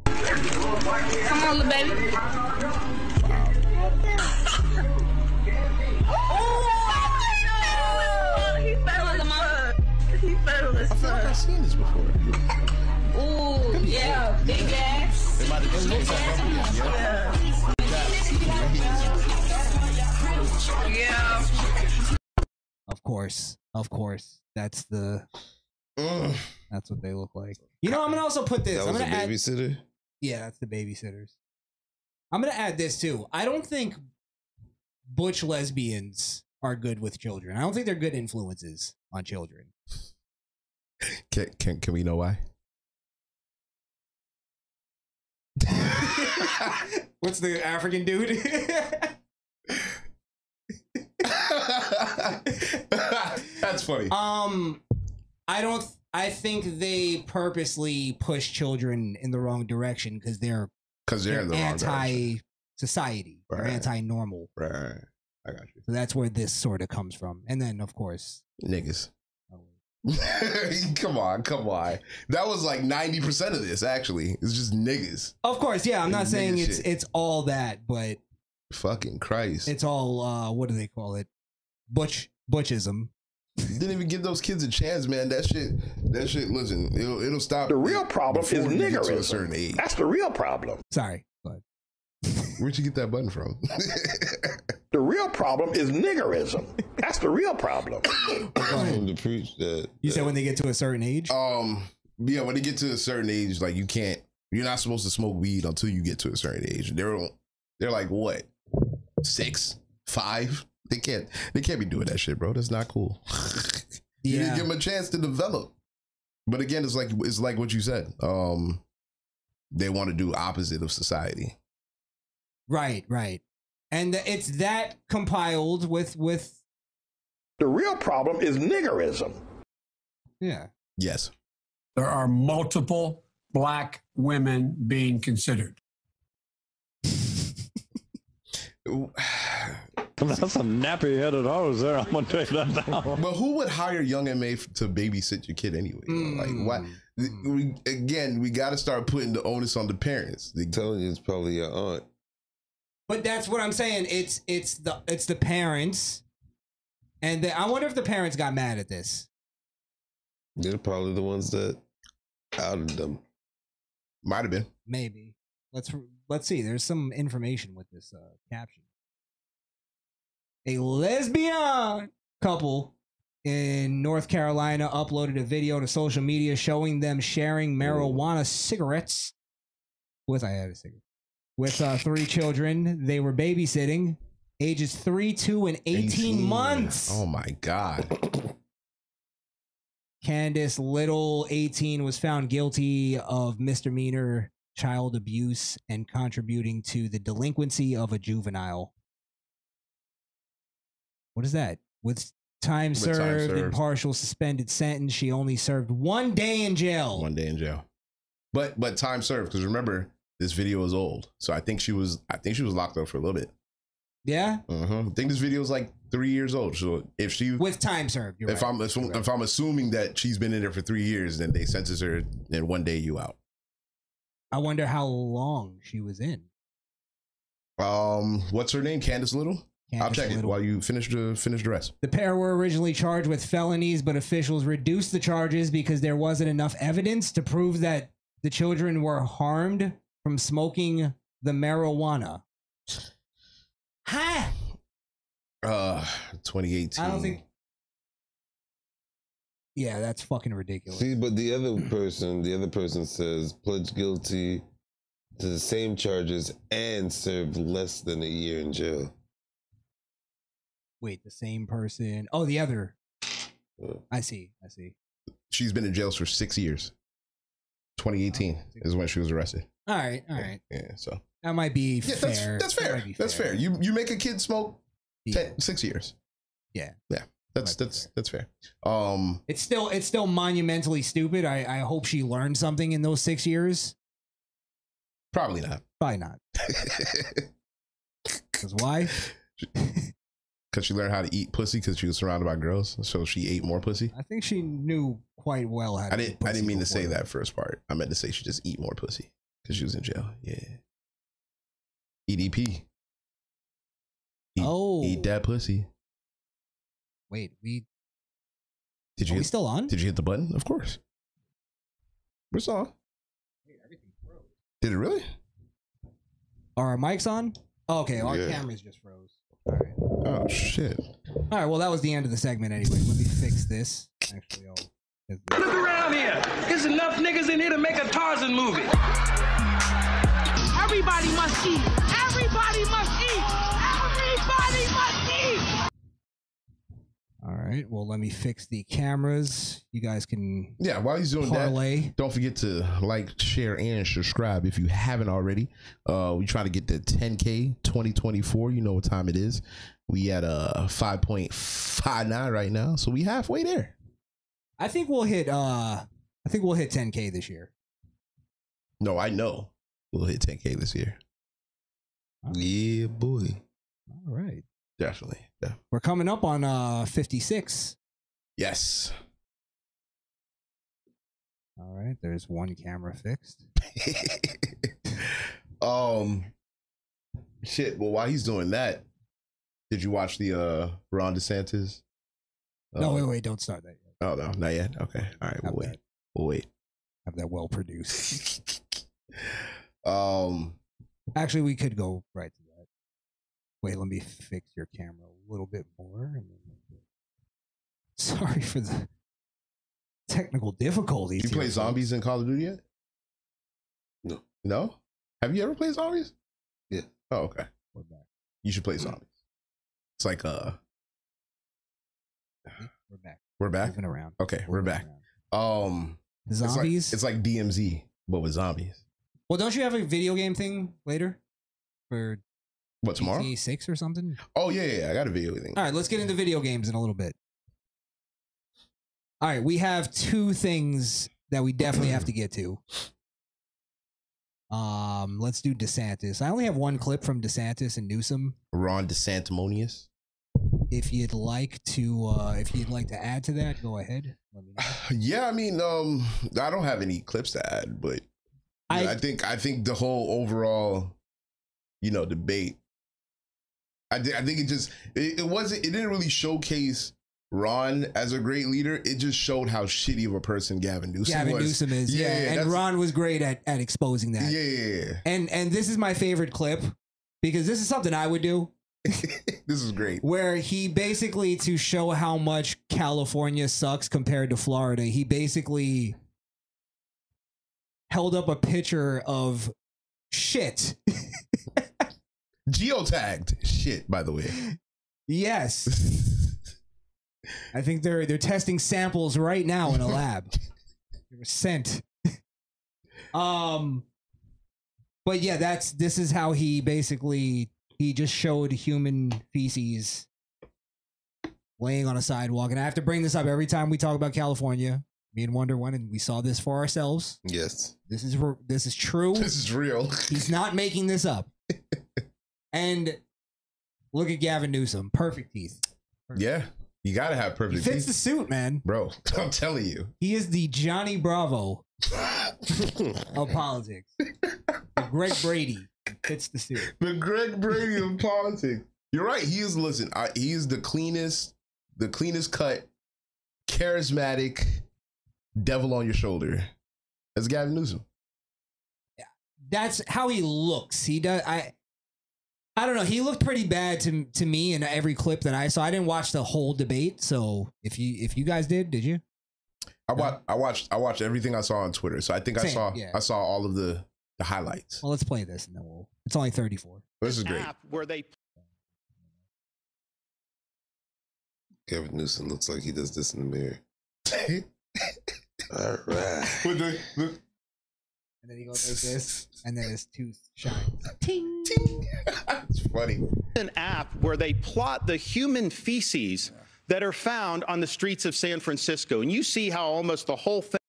F: Come on, little baby. Oh,
E: Oh,
F: He's better than mama. He's better than
E: I feel like I've seen this before.
F: Ooh, yeah, big ass. Yeah.
J: Of course, of course, that's the
E: Ugh.
J: that's what they look like. You know, I'm gonna also put this.
K: That
J: I'm
K: was a
J: gonna add
K: babysitter.
J: Yeah, that's the babysitters. I'm gonna add this too. I don't think butch lesbians are good with children. I don't think they're good influences on children.
E: Can, can can we know why?
J: What's the African dude?
E: That's funny.
J: um, I don't. I think they purposely push children in the wrong direction because they're
E: Because they're in the wrong direction.
J: anti-society, or
E: Right.
J: anti-normal.
E: Right, right, right. I got you.
J: So that's where this sort of comes from. And then, of course,
E: Niggas.
J: Oh,
E: come on, come on. That was like 90% of this, actually. It's just niggas.
J: of course, yeah. I'm not
E: Nigga
J: saying it's
E: shit.
J: it's all that, but
E: Fucking Christ.
J: it's all uh what do they call it butch butchism
E: Didn't even give those kids a chance, man. That shit, that shit, listen, it'll, it'll stop.
G: The real problem is
E: before you get To a
G: niggerism.
E: certain age.
G: That's the real problem.
J: sorry but
E: Where'd you get that button from?
G: The real problem is niggerism. That's the real problem.
K: I told him to preach that.
J: you said when they get to a certain age
E: um, yeah, when they get to a certain age, like you can't, you're not supposed to smoke weed until you get to a certain age. They're, they're like what, six, five? They can't, they can't be doing that shit, bro. That's not cool. You didn't
J: yeah
E: give them a chance to develop. But again, it's like it's like what you said. Um, they want to do opposite of society.
J: right right and it's that compiled with with
G: The real problem is niggerism.
J: yeah
E: Yes.
L: there are multiple black women being considered.
M: That's a nappy headed hose there. I'm gonna take that down.
E: But who would hire Young MA f- to babysit your kid anyway?
J: Hmm.
E: Like why? th- We, again, we got to start putting the onus on the parents. The-
K: Telling you it's probably your aunt.
J: but that's what i'm saying it's it's the it's the parents and the, i wonder if the parents got mad at this
K: They're probably the ones that outed them.
E: Might have been.
J: maybe let's let's see there's some information with this uh caption a lesbian couple in North Carolina uploaded a video to social media showing them sharing marijuana cigarettes with I had a cigarette with uh, three children they were babysitting ages 3 2 and 18, months
E: Oh my god.
J: Candace Little, 18, was found guilty of misdemeanor child abuse and contributing to the delinquency of a juvenile. What is that? With time
E: With time
J: served, and
E: served.
J: partial suspended sentence, she only served one day in jail.
E: One day in jail. But but time served because remember this video is old, so I think she was I think she was locked up for a little bit.
J: Yeah?
E: Uh-huh. I think this video is like three years old. So if she
J: With time served. You're
E: if
J: right.
E: I'm assum- if I'm assuming that she's been in there for three years, then they sentence her, and one day you out.
J: I wonder how long she was in.
E: Um, what's her name? Candace Little. I'll
J: Candace
E: check it
J: Little.
E: while you finish the finish the rest.
J: The pair were originally charged with felonies, but officials reduced the charges because there wasn't enough evidence to prove that the children were harmed from smoking the marijuana. Ha!
E: Uh, 2018.
J: I don't think. Yeah, that's fucking ridiculous.
K: See, but the other person, the other person says pledge guilty to the same charges and served less than a year in jail.
J: Wait, the same person. Oh, the other. I see. I see.
E: She's been in jail for six years. 2018 is when she was arrested.
J: All right. All right.
E: Yeah, so
J: That might be
E: Yeah,
J: fair.
E: that's- that's
J: That
E: fair.
J: might be
E: That's fair. You you make a kid smoke ten, six years.
J: Yeah.
E: Yeah, that's that's that's fair. Um,
J: it's still it's still monumentally stupid. I I hope she learned something in those six years.
E: Probably not.
J: Probably not. Because why?
E: Because she learned how to eat pussy because she was surrounded by girls, so she ate more pussy.
J: I think she knew quite well how to.
E: I didn't. I didn't mean to say
J: before.
E: that first part. I meant to say she just eat more pussy because she was in jail. Yeah. EDP. Eat,
J: oh.
E: Eat that pussy.
J: Wait, we
E: Did you?
J: Are we
E: hit-
J: still on?
E: Did you hit the button? Of course. We're still on. Did it really?
J: are our mics on? Oh, okay, our
E: Yeah.
J: cameras just froze.
E: Oh shit.
J: All right, well that was the end of the segment anyway. Let me fix this. Actually, I'll
F: Look around here. There's enough niggas in here to make a Tarzan movie.
D: Everybody must eat.
F: Everybody must eat. Everybody must eat.
J: All right. Well, let me fix the cameras. You guys can.
E: Yeah, while he's doing
J: that,
E: don't forget to like, share, and subscribe if you haven't already. Uh, we trying to get to 10k 2024. You know what time it is. We at uh 5.59 right now, so we halfway there.
J: I think we'll hit. Uh, I think we'll hit 10k this year.
E: No, I know we'll hit 10k this year. Yeah, boy,
J: All right.
E: definitely. Yeah.
J: We're coming up on uh 56.
E: Yes.
J: All right. There's one camera fixed.
E: Um, shit. Well, while he's doing that, did you watch the uh Ron DeSantis?
J: no,
E: uh,
J: wait, wait. Don't start that.
E: Oh no, not yet. Okay, all right, we'll wait. We'll wait.
J: Have that well produced.
E: Um,
J: Actually, we could go right to that. Wait, let me fix your camera a little bit more. and then- Sorry for the technical difficulties.
E: You
J: here,
E: play
J: folks.
E: zombies in Call of Duty yet?
K: No.
E: No? Have you ever played zombies?
K: Yeah. Mm-hmm.
E: Oh, okay.
J: We're back.
E: You should play zombies. It's like uh
J: We're back.
E: we're back.
J: Moving around.
E: Okay, we're, back. Um it's like-
J: Zombies?
E: It's like, DMZ, but with zombies.
J: Well, don't you have a video game thing later for
E: What tomorrow?
J: GTA Six or something?
E: Oh yeah, yeah, yeah, I got a video thing.
J: All right, let's get into video games in a little bit. All right, we have two things that we definitely have to get to. Um, let's do DeSantis. I only have one clip from DeSantis and Newsom.
E: Ron DeSantimonious.
J: If you'd like to, uh, if you'd like to add to that, go ahead.
E: Yeah, I mean, um, I don't have any clips to add, but I, think I think the whole overall, you know, debate. I thi- I think it just it, it wasn't it didn't really showcase Ron as a great leader. It just showed how shitty of a person Gavin Newsom
J: Gavin
E: was.
J: Newsom is, yeah, and
E: that's-
J: Ron was great at at exposing that.
E: yeah, yeah, yeah.
J: And and this is my favorite clip because this is something I would do.
E: this is great.
J: Where he basically to show how much California sucks compared to Florida, he basically held up a picture of shit.
E: Geotagged shit, by the way.
J: Yes. I think they're they're testing samples right now in a lab. they were sent. um but yeah, that's this is how he basically he just showed human feces laying on a sidewalk. And I have to bring this up every time we talk about California. Me and Wonder went and we saw this for ourselves.
K: Yes.
J: This is re- this is true. This
E: is real.
J: He's not making this up. and look at Gavin Newsom, perfect teeth.
E: Yeah, you gotta have perfect.
J: He fits
E: teeth.
J: the suit, man.
E: bro. I'm telling you,
J: He is the Johnny Bravo of politics. The Greg Brady fits the suit.
E: the Greg Brady of politics. You're right. He is. Listen, I, he is the cleanest, the cleanest cut, charismatic, devil on your shoulder. That's Gavin Newsom.
J: That's how he looks. He does. I. I don't know. He looked pretty bad to to me in every clip that I saw. I didn't watch the whole debate, so if you if you guys did, did you?
E: I watched. I watched. I watched everything I saw on Twitter. So I think I
J: Same,
E: saw.
J: yeah.
E: I saw all of the the highlights.
J: Well, let's play this, and then we'll. It's only thirty four.
E: This is great.
N: app where they
K: Gavin Newsom looks like he does this in the mirror. All right.
E: With the, the
J: And then he goes like this, and then his tooth shines.
E: ting ting. it's funny.
N: An app where they plot the human feces that are found on the streets of San Francisco, and you see how almost the whole thing.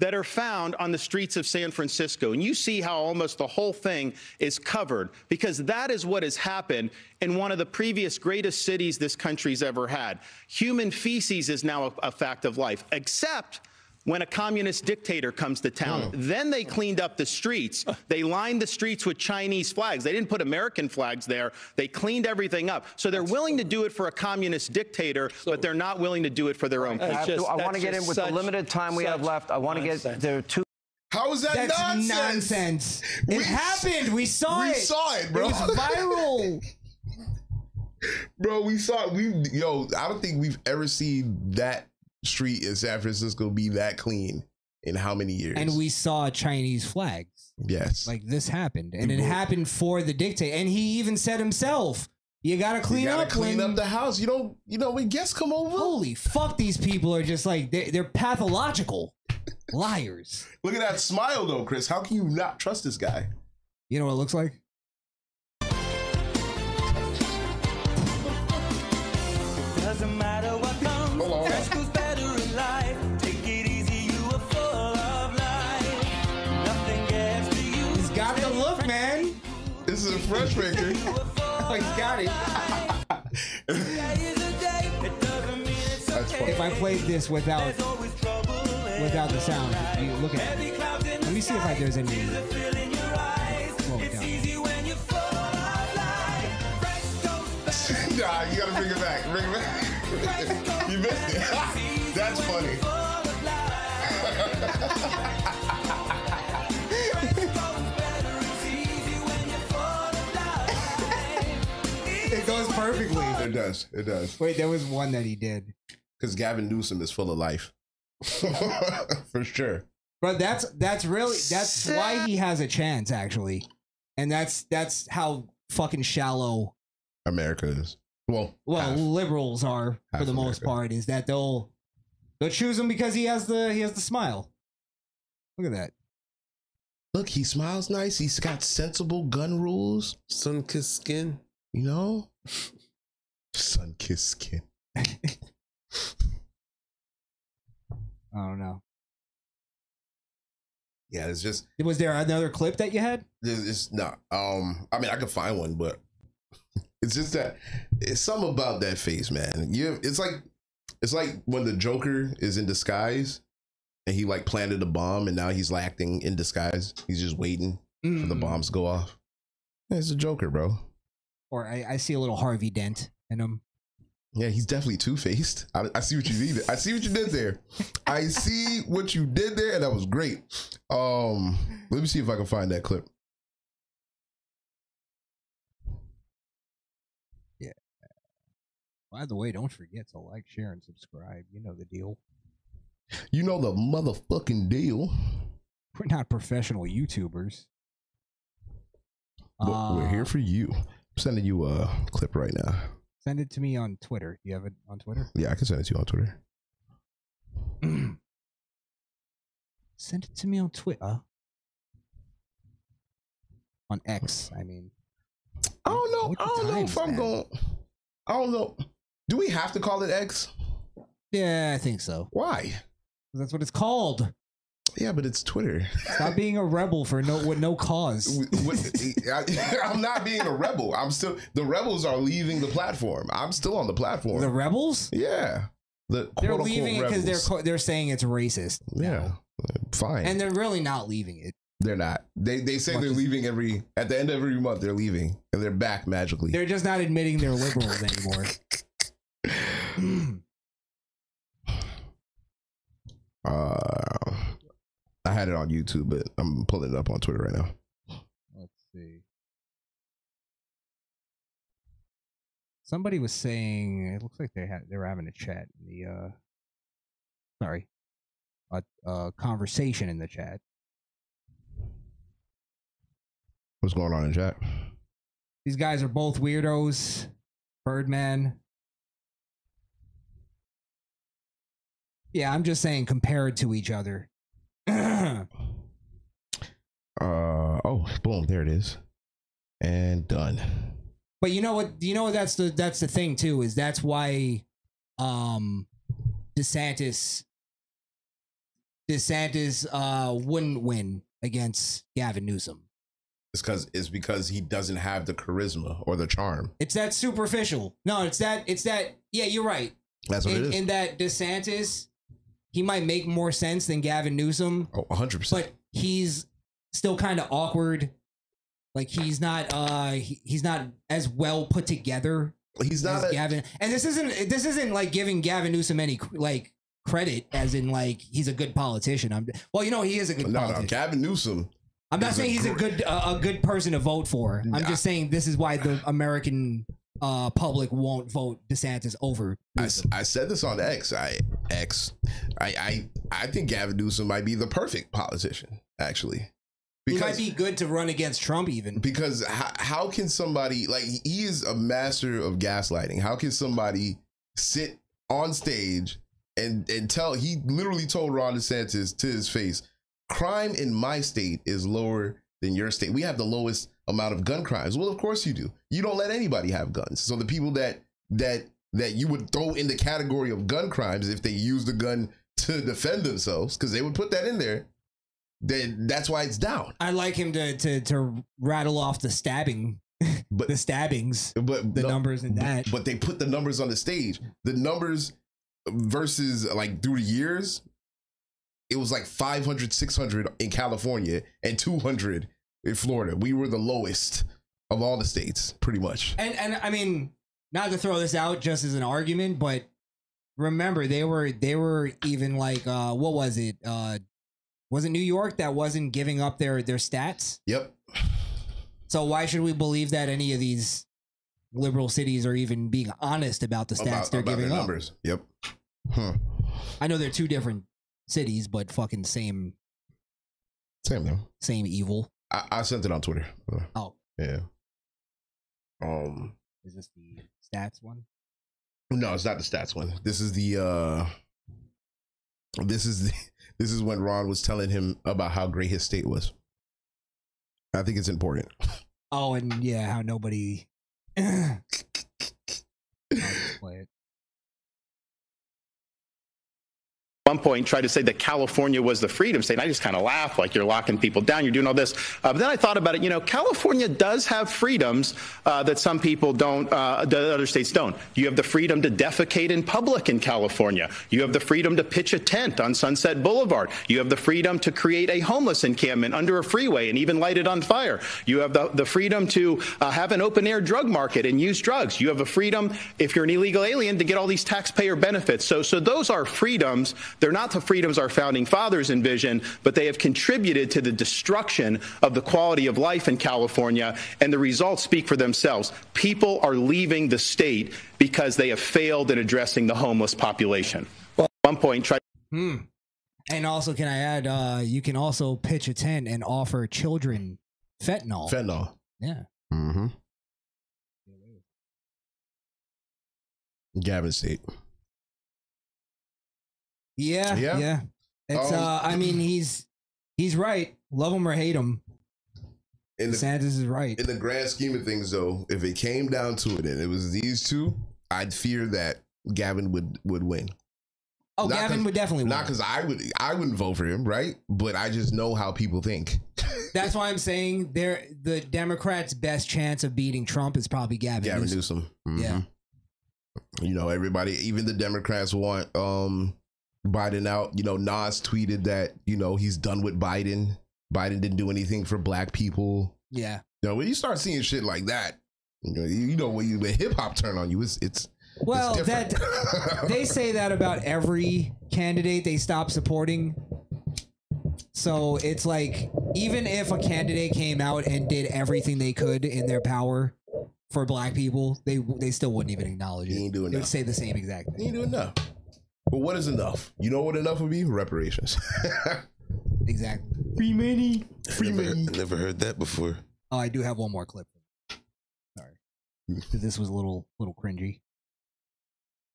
N: That are found on the streets of San Francisco. And you see how almost the whole thing is covered because that is what has happened in one of the previous greatest cities this country's ever had. Human feces is now a, a fact of life, except when a communist dictator comes to town. Then they cleaned up the streets. They lined the streets with Chinese flags. They didn't put American flags there. They cleaned everything up. So they're willing to do it for a communist dictator, but they're not willing to do it for their own
O: I, have
N: people.
O: to- I want to get in with the limited time we have left. I want to get there are two.
E: How is that
J: That's
E: nonsense?
J: nonsense. It happened. We saw
E: we
J: it.
E: saw it, bro.
J: It was viral.
E: bro, we saw it. We yo, I don't think we've ever seen that street in San Francisco be that clean in how many years?
J: and we saw Chinese flags.
E: Yes.
J: Like this happened, and
E: We
J: it
E: were-
J: happened for the dictator. And he even said himself, "You gotta clean
E: gotta
J: up,
E: clean
J: when-
E: up the house. You don't, you know, when guests come over.
J: Holy fuck! These people are just like they're, they're pathological liars.
E: Look at that smile though, Chris. How can you not trust this guy?
J: You know what it looks like?
P: Doesn't matter what comes, fresh food's better in life. Take it easy, you are full of life. Nothing gets to you.
J: He's got the look, man.
E: This is a fresh record.
J: oh, he's got it. If I played this without without the sound, you look at it. Let me see if I, there's any. Slow it down.
E: nah, you gotta bring it back. Bring it back. you missed it. That's funny.
J: It goes perfectly.
E: It does. It does.
J: Wait, there was one that he did.
E: Because Gavin Newsom is full of life. For sure.
J: But that's that's really that's why he has a chance actually, and that's that's how fucking shallow
E: America is. Well,
J: well liberals are for
E: Half
J: the most part is that they'll they'll choose him because he has the he has the smile. Look at that.
E: Look, he smiles nice. He's got sensible gun rules.
K: Sun kissed skin.
E: You know? Sun kissed skin.
J: I don't know.
E: Yeah, it's just
J: Was there another clip that you had?
E: It's, it's not. Um, I mean, I could find one, but it's just that it's something about that face, man. You, it's like it's like when the Joker is in disguise and he like planted a bomb, and now he's like, acting in disguise. He's just waiting for
J: Mm.
E: the bombs to go off. Yeah, it's a Joker, bro.
J: Or I, I see a little Harvey Dent in him.
E: Yeah, he's definitely two faced. I, I see what you did. I see what you did there. I see what you did there, and that was great. Um, let me see if I can find that clip.
J: By the way, don't forget to like, share, and subscribe. You know the deal.
E: You know the motherfucking deal.
J: We're not professional YouTubers.
E: But we're here for you. I'm sending you a clip right now.
J: Send it to me on Twitter. You have it on Twitter?
E: Yeah, I can send it to you on Twitter.
J: Send it to me on Twitter. On X, I mean.
E: I don't know. I don't know if I'm going. I don't know. Do we have to call it X?
J: Yeah, I think so.
E: Why?
J: That's what it's called.
E: Yeah, but it's Twitter.
J: Stop being a rebel for no with no cause.
E: What- I, I'm not being a rebel. I'm still the rebels are leaving the platform. I'm still on the platform.
J: The rebels?
E: Yeah. The
J: They're
E: quote unquote
J: leaving it because they're
E: rebels.
J: co- they're saying it's racist,
E: yeah. Fine.
J: and they're really not leaving it.
E: they're not. They they say they're leaving every at the end of every month. They're leaving and they're back magically.
J: They're just not admitting they're liberals anymore.
E: Uh, I had it on YouTube, but I'm pulling it up on Twitter right now.
J: Let's see. Somebody was saying it looks like they had they were having a chat in the uh sorry. A, a conversation in the chat.
E: What's going on in chat?
J: These guys are both weirdos. Birdman. Yeah, I'm just saying compared to each other.
E: Uh oh, boom, there it is. And done.
J: But you know what? You know what? That's the that's the thing too. Is that's why, um, DeSantis, DeSantis, uh, wouldn't win against Gavin Newsom.
E: It's cause it's because he doesn't have the charisma or the charm.
J: It's that superficial. No, it's that. It's that. Yeah, you're right.
E: That's what
J: in,
E: it is.
J: In that DeSantis, he might make more sense than Gavin Newsom.
E: Oh, 100%.
J: But he's still kind of awkward. Like he's not. Uh, he, he's not as well put together.
E: He's not
J: as
E: a-
J: Gavin. And this isn't. This isn't like giving Gavin Newsom any like credit, as in like he's a good politician. I'm. Well, you know he is a good
E: No, no,
J: politician.
E: Gavin Newsom.
J: I'm not
E: is
J: saying he's a
E: gr-
J: good uh, a good person to vote for. I'm just saying this is why the American uh, public won't vote DeSantis over.
E: I, s- I said this on X. I X. I I I think Gavin Newsom might be the perfect politician, actually. Because
J: he might be good to run against Trump, even.
E: Because how, how can somebody like he is a master of gaslighting? How can somebody sit on stage and and tell he literally told Ron DeSantis to his face, crime in my state is lower than your state. We have the lowest amount of gun crimes. Well, of course you do. You don't let anybody have guns. So the people that that that you would throw in the category of gun crimes if they used a gun to defend themselves, because they would put that in there, then that's why it's down.
J: I'd like him to to to rattle off the stabbing,
E: but
J: the stabbings,
E: but
J: the numbers and
E: but-
J: that.
E: But, they put the numbers on the stage. The numbers versus like through the years, it was like 500, 600 in California and 200 in Florida. We were the lowest of all the states, pretty much.
J: And and I mean, not to throw this out just as an argument, but remember they were they were even like uh, what was it? Uh, was it New York that wasn't giving up their their stats?
E: Yep.
J: So why should we believe that any of these liberal cities are even being honest about the stats
E: About-
J: they're
E: about
J: giving
E: their
J: up?
E: numbers. Yep. Huh.
J: I know they're two different cities, but fucking same
E: Same thing.
J: same evil.
E: I, I sent it on Twitter.
J: Oh.
E: Yeah. Um
J: Is this the stats one?
E: No, it's not the stats one. This is the uh this is the, this is when Ron was telling him about how great his state was. I think it's important.
J: Oh, and yeah, how nobody. I'll just play it.
N: one point tried to say that California was the freedom state. And I just kind of laughed, like you're locking people down, you're doing all this. Uh, but then I thought about it. You know, California does have freedoms uh, that some people don't, uh, that other states don't. You have the freedom to defecate in public in California. You have the freedom to pitch a tent on Sunset Boulevard. You have the freedom to create a homeless encampment under a freeway and even light it on fire. You have the, the freedom to uh, have an open air drug market and use drugs. You have a freedom, if you're an illegal alien, to get all these taxpayer benefits. So, so those are freedoms. They're not the freedoms our founding fathers envisioned, but they have contributed to the destruction of the quality of life in California, and the results speak for themselves. People are leaving the state because they have failed in addressing the homeless population. At one point, tried.
J: Hmm. And also, can I add? Uh, you can also pitch a tent and offer children fentanyl.
E: Fentanyl.
J: Yeah.
E: Mm-hmm. Gavin State.
J: Yeah.
E: Yeah.
J: Yeah. It's.
E: Um,
J: uh, I mean, he's he's right. Love him or hate him.
E: In the,
J: Sanders is right.
E: In the grand scheme of things, though, if it came down to it and it was these two, I'd fear that Gavin would would win.
J: Oh, Gavin would definitely
E: not because I would I wouldn't vote for him, right? But I just know how people think.
J: That's why I'm saying they're the Democrats' best chance of beating Trump is probably Gavin.
E: Gavin
J: Newsom.
E: Newsom.
J: Yeah.
E: Mm-hmm. You know, everybody, even the Democrats want um Biden out. You know, Nas tweeted that, you know, he's done with Biden. Biden didn't do anything for black people.
J: Yeah.
E: You know, when you start seeing shit like that, you know, you you know when you when hip hop turn on you, it's it's
J: Well, that they say that about every candidate they stop supporting. So it's like even if a candidate came out and did everything they could in their power for black people, they they still wouldn't even acknowledge it.
E: do
J: They would say the same exact thing.
E: You do enough. But what is enough? You know what enough would be? Reparations.
J: exactly. Free money.
K: I never, I never heard that before.
J: Oh, I do have one more clip. 'cause this was a little little cringy.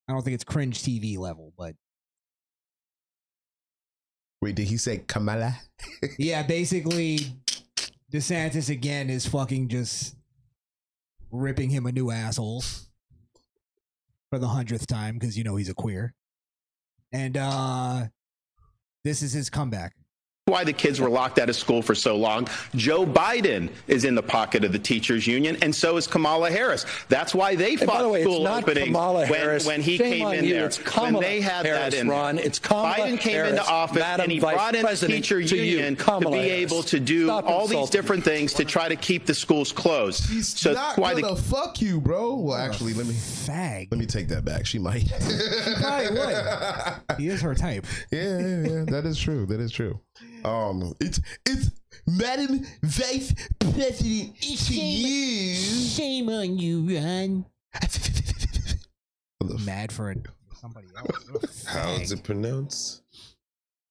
J: I don't think it's cringe TV level, but
E: Wait, did he say Kamala?
J: yeah, basically, DeSantis again is fucking just ripping him a new asshole for the hundredth time because you know he's a queer, and uh this is his comeback.
N: why the kids were locked out of school for so long. Joe Biden is in the pocket of the teachers union, and so is Kamala Harris. That's why they
G: And by
N: fought
G: the way,
N: school
G: it's not
N: openings
G: Kamala
N: when,
G: Harris.
N: when he
G: Shame
N: came
G: on
N: in
G: you.
N: there.
G: It's Kamala
N: when they had
G: Harris,
N: that in
G: Ron.
N: there.
G: It's Kamala
N: Biden came
G: Harris,
N: into office
G: Madam
N: and he
G: Vice
N: brought in
G: President,
N: teacher
G: to you,
N: union to
G: Kamala
N: be
G: Harris.
N: able to do
G: Stop
N: all these
G: insulting
N: different things to try to keep the schools closed. so
E: Not
N: that's why the
E: gonna fuck you, bro. Well, actually, let me
J: fag.
E: Let me take that back. She might.
J: Probably would. He is her type.
E: yeah, yeah, yeah. That is true. That is true. Um, it's it's Madam Vice President. It's you.
J: Shame on you, Ron. Mad for it. Somebody else.
K: How is it pronounced?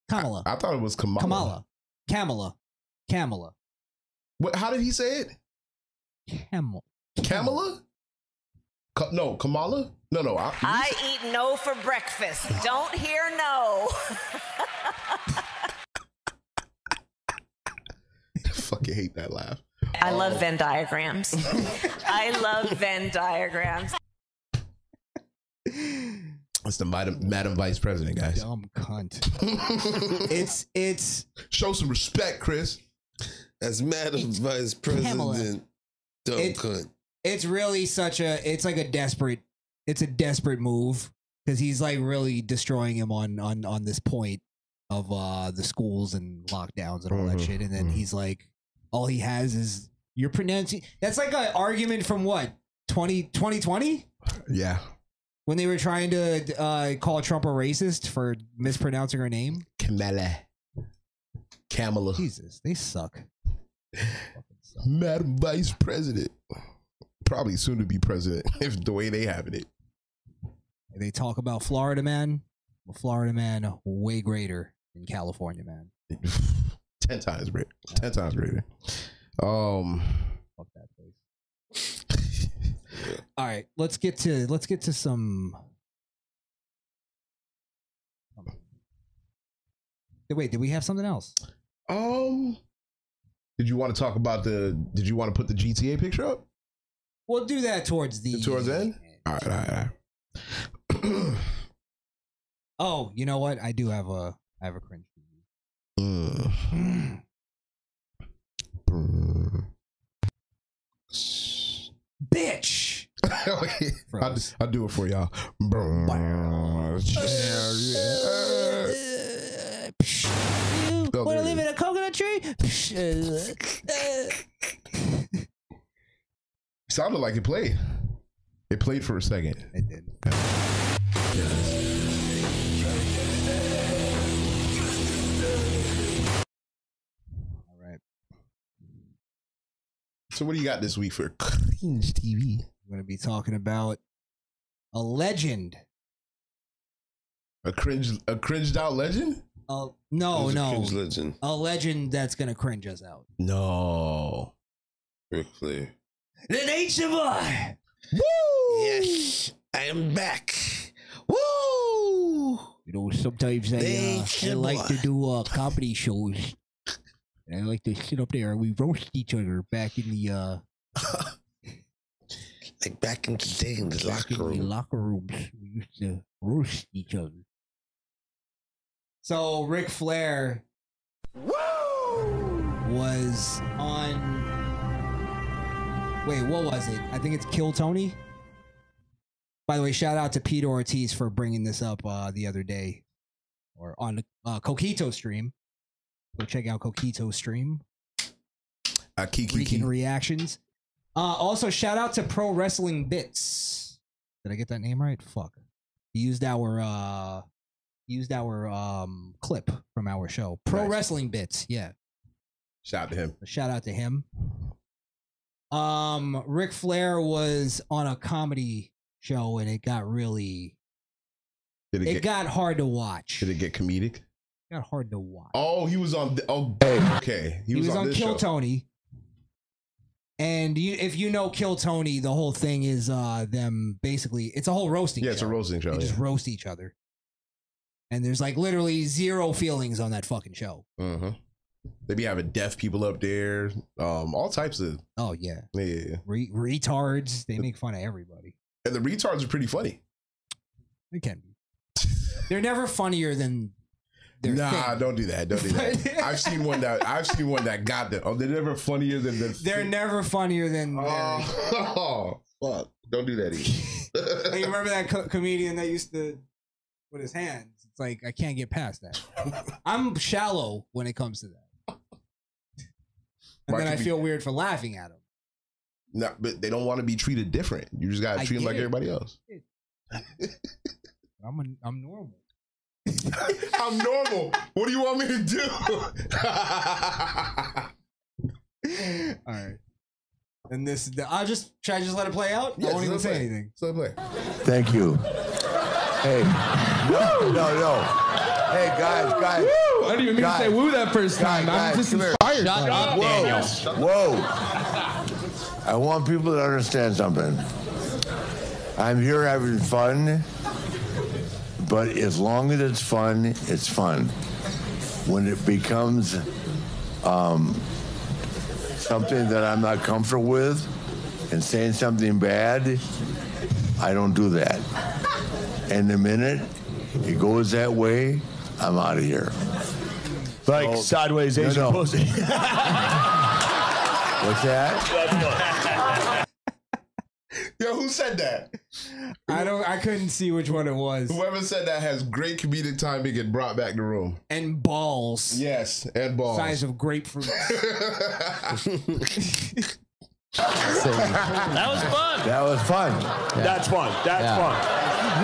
J: Kamala.
E: I thought it was Kamala.
J: Kamala. Kamala. Kamala.
E: What? How did he say it?
J: Camel.
E: Kamala. Ka- no, Kamala. No, no. I,
Q: I eat no for breakfast. Don't hear no.
E: fucking hate that laugh.
Q: I love Venn diagrams. I love Venn diagrams.
E: It's the Madam, Madam Vice President, guys.
J: Dumb cunt. it's it's.
E: Show some respect, Chris.
K: As Madam Vice
J: Kamala.
K: President, dumb
J: It-
K: cunt.
J: It's really such a. It's like a desperate. It's a desperate move because he's like really destroying him on on on this point of uh the schools and lockdowns and all
E: Mm-hmm,
J: that shit, and then he's like, all he has is you're pronouncing. That's like an argument from what 20, 2020?
E: Yeah.
J: when they were trying to uh, call Trump a racist for mispronouncing her name?
E: Kamala. Kamala.
J: Jesus, they suck.
E: Madam Vice President. Probably soon to be president if the way they having it.
J: They talk about Florida man. Well, Florida man, way greater than California man.
E: Ten times greater. Ten times greater. Um
J: Fuck that place. All right, let's get to let's get to some. Wait, did we have something else?
E: Um Did you want to talk about the did you want to put the GTA picture up?
J: We'll do that towards the
E: towards the end? Alright, alright, alright.
J: Oh, you know what? I do have a I have a cringe.
E: Mm.
J: Bitch.
E: I'll, do- I'll do it for y'all.
J: You
E: Go
J: want
E: get
J: to live
E: it.
J: in a coconut tree?
E: Sounded like it played. It played for a second.
J: It did. All right.
E: So what do you got this week for cringe TV?
J: I'm going to be talking about a legend.
E: A cringe a cringed out legend?
J: Uh, no,
K: Who's a
J: no.
K: cringe legend?
J: A legend that's going to cringe us out.
E: No.
K: Ric Flair.
J: The nature of I.
E: Woo!
K: Yes, I am back.
J: Woo! You know, sometimes I, uh, I
K: Nature
J: like
K: boy.
J: to do uh, comedy shows. And I like to sit up there and we roast each other back in the uh,
K: Like back in the day in the
J: back in
K: locker
J: the
K: room.
J: locker rooms. We used to roast each other. So Ric Flair was on. Wait, what was it? I think it's Kill Tony. By the way, shout out to Peter Ortiz for bringing this up uh, the other day, or on the uh, Coquito stream. Go check out Coquito stream.
E: Uh,
J: Freaking reactions. Uh, also, shout out to Pro Wrestling Bits. Did I get that name right? Fuck. He used our uh, used our um clip from our show. Pro Wrestling Bits. Yeah.
E: Shout out to him.
J: Shout out to him. Um, Ric Flair was on a comedy show and it got really
E: Did
J: it, got hard to watch.
E: Did it get comedic?
J: got hard to watch.
E: Oh, he was on. th- oh, okay.
J: He was, on,
E: this
J: Kill
E: show.
J: Tony. And you, if you know Kill Tony, the whole thing is uh them basically it's a whole roasting.
E: Yeah, it's a
J: show.
E: roasting show,
J: They just
E: yeah.
J: roast each other, and there's like literally zero feelings on that fucking show.
E: Uh-huh. They be having deaf people up there, um, all types of.
J: Oh yeah,
E: yeah.
J: Re- retards, they make fun of everybody.
E: And the retards are pretty funny.
J: They can be. They're never funnier than their
E: nah,
J: thing.
E: don't do that. Don't do that. I've seen one that I've seen one that got them. Oh, they're never funnier than the.
J: They're never funnier than. their-
E: Oh, fuck! Don't do that. Either.
J: Like, you remember that co- comedian that used to with his hands? It's like I can't get past that. I'm shallow when it comes to that, and
E: Why
J: then I
E: should we-
J: feel weird for laughing at him.
E: Nah, but they don't want to be treated different. You just gotta
J: I
E: treat them like
J: get it.
E: everybody else.
J: I'm a, I'm normal.
E: I'm normal. What do you want me to do?
J: All right. And this, I'll just should I just let it play out? I won't even say anything.
E: So play.
R: Thank you. Hey. No, no, no. Hey, guys, guys.
S: Woo! I didn't even mean to say woo that first
R: Guys,
S: time. I'm
R: guys,
S: just
R: come here.
S: inspired. by it.
R: Whoa. Whoa. I want people to understand something. I'm here having fun, but as long as it's fun, it's fun. When it becomes um, something that I'm not comfortable with and saying something bad, I don't do that. And the minute it goes that way, I'm out of here. Like sideways Asian pussy. What's that?
E: Yo, who said that?
J: I don't. I couldn't see which one it was.
E: Whoever said that has great comedic timing and brought back the room
J: and balls.
E: Yes, and balls.
J: Size of grapefruit.
S: That was fun.
R: That was fun.
S: That's fun. That's fun.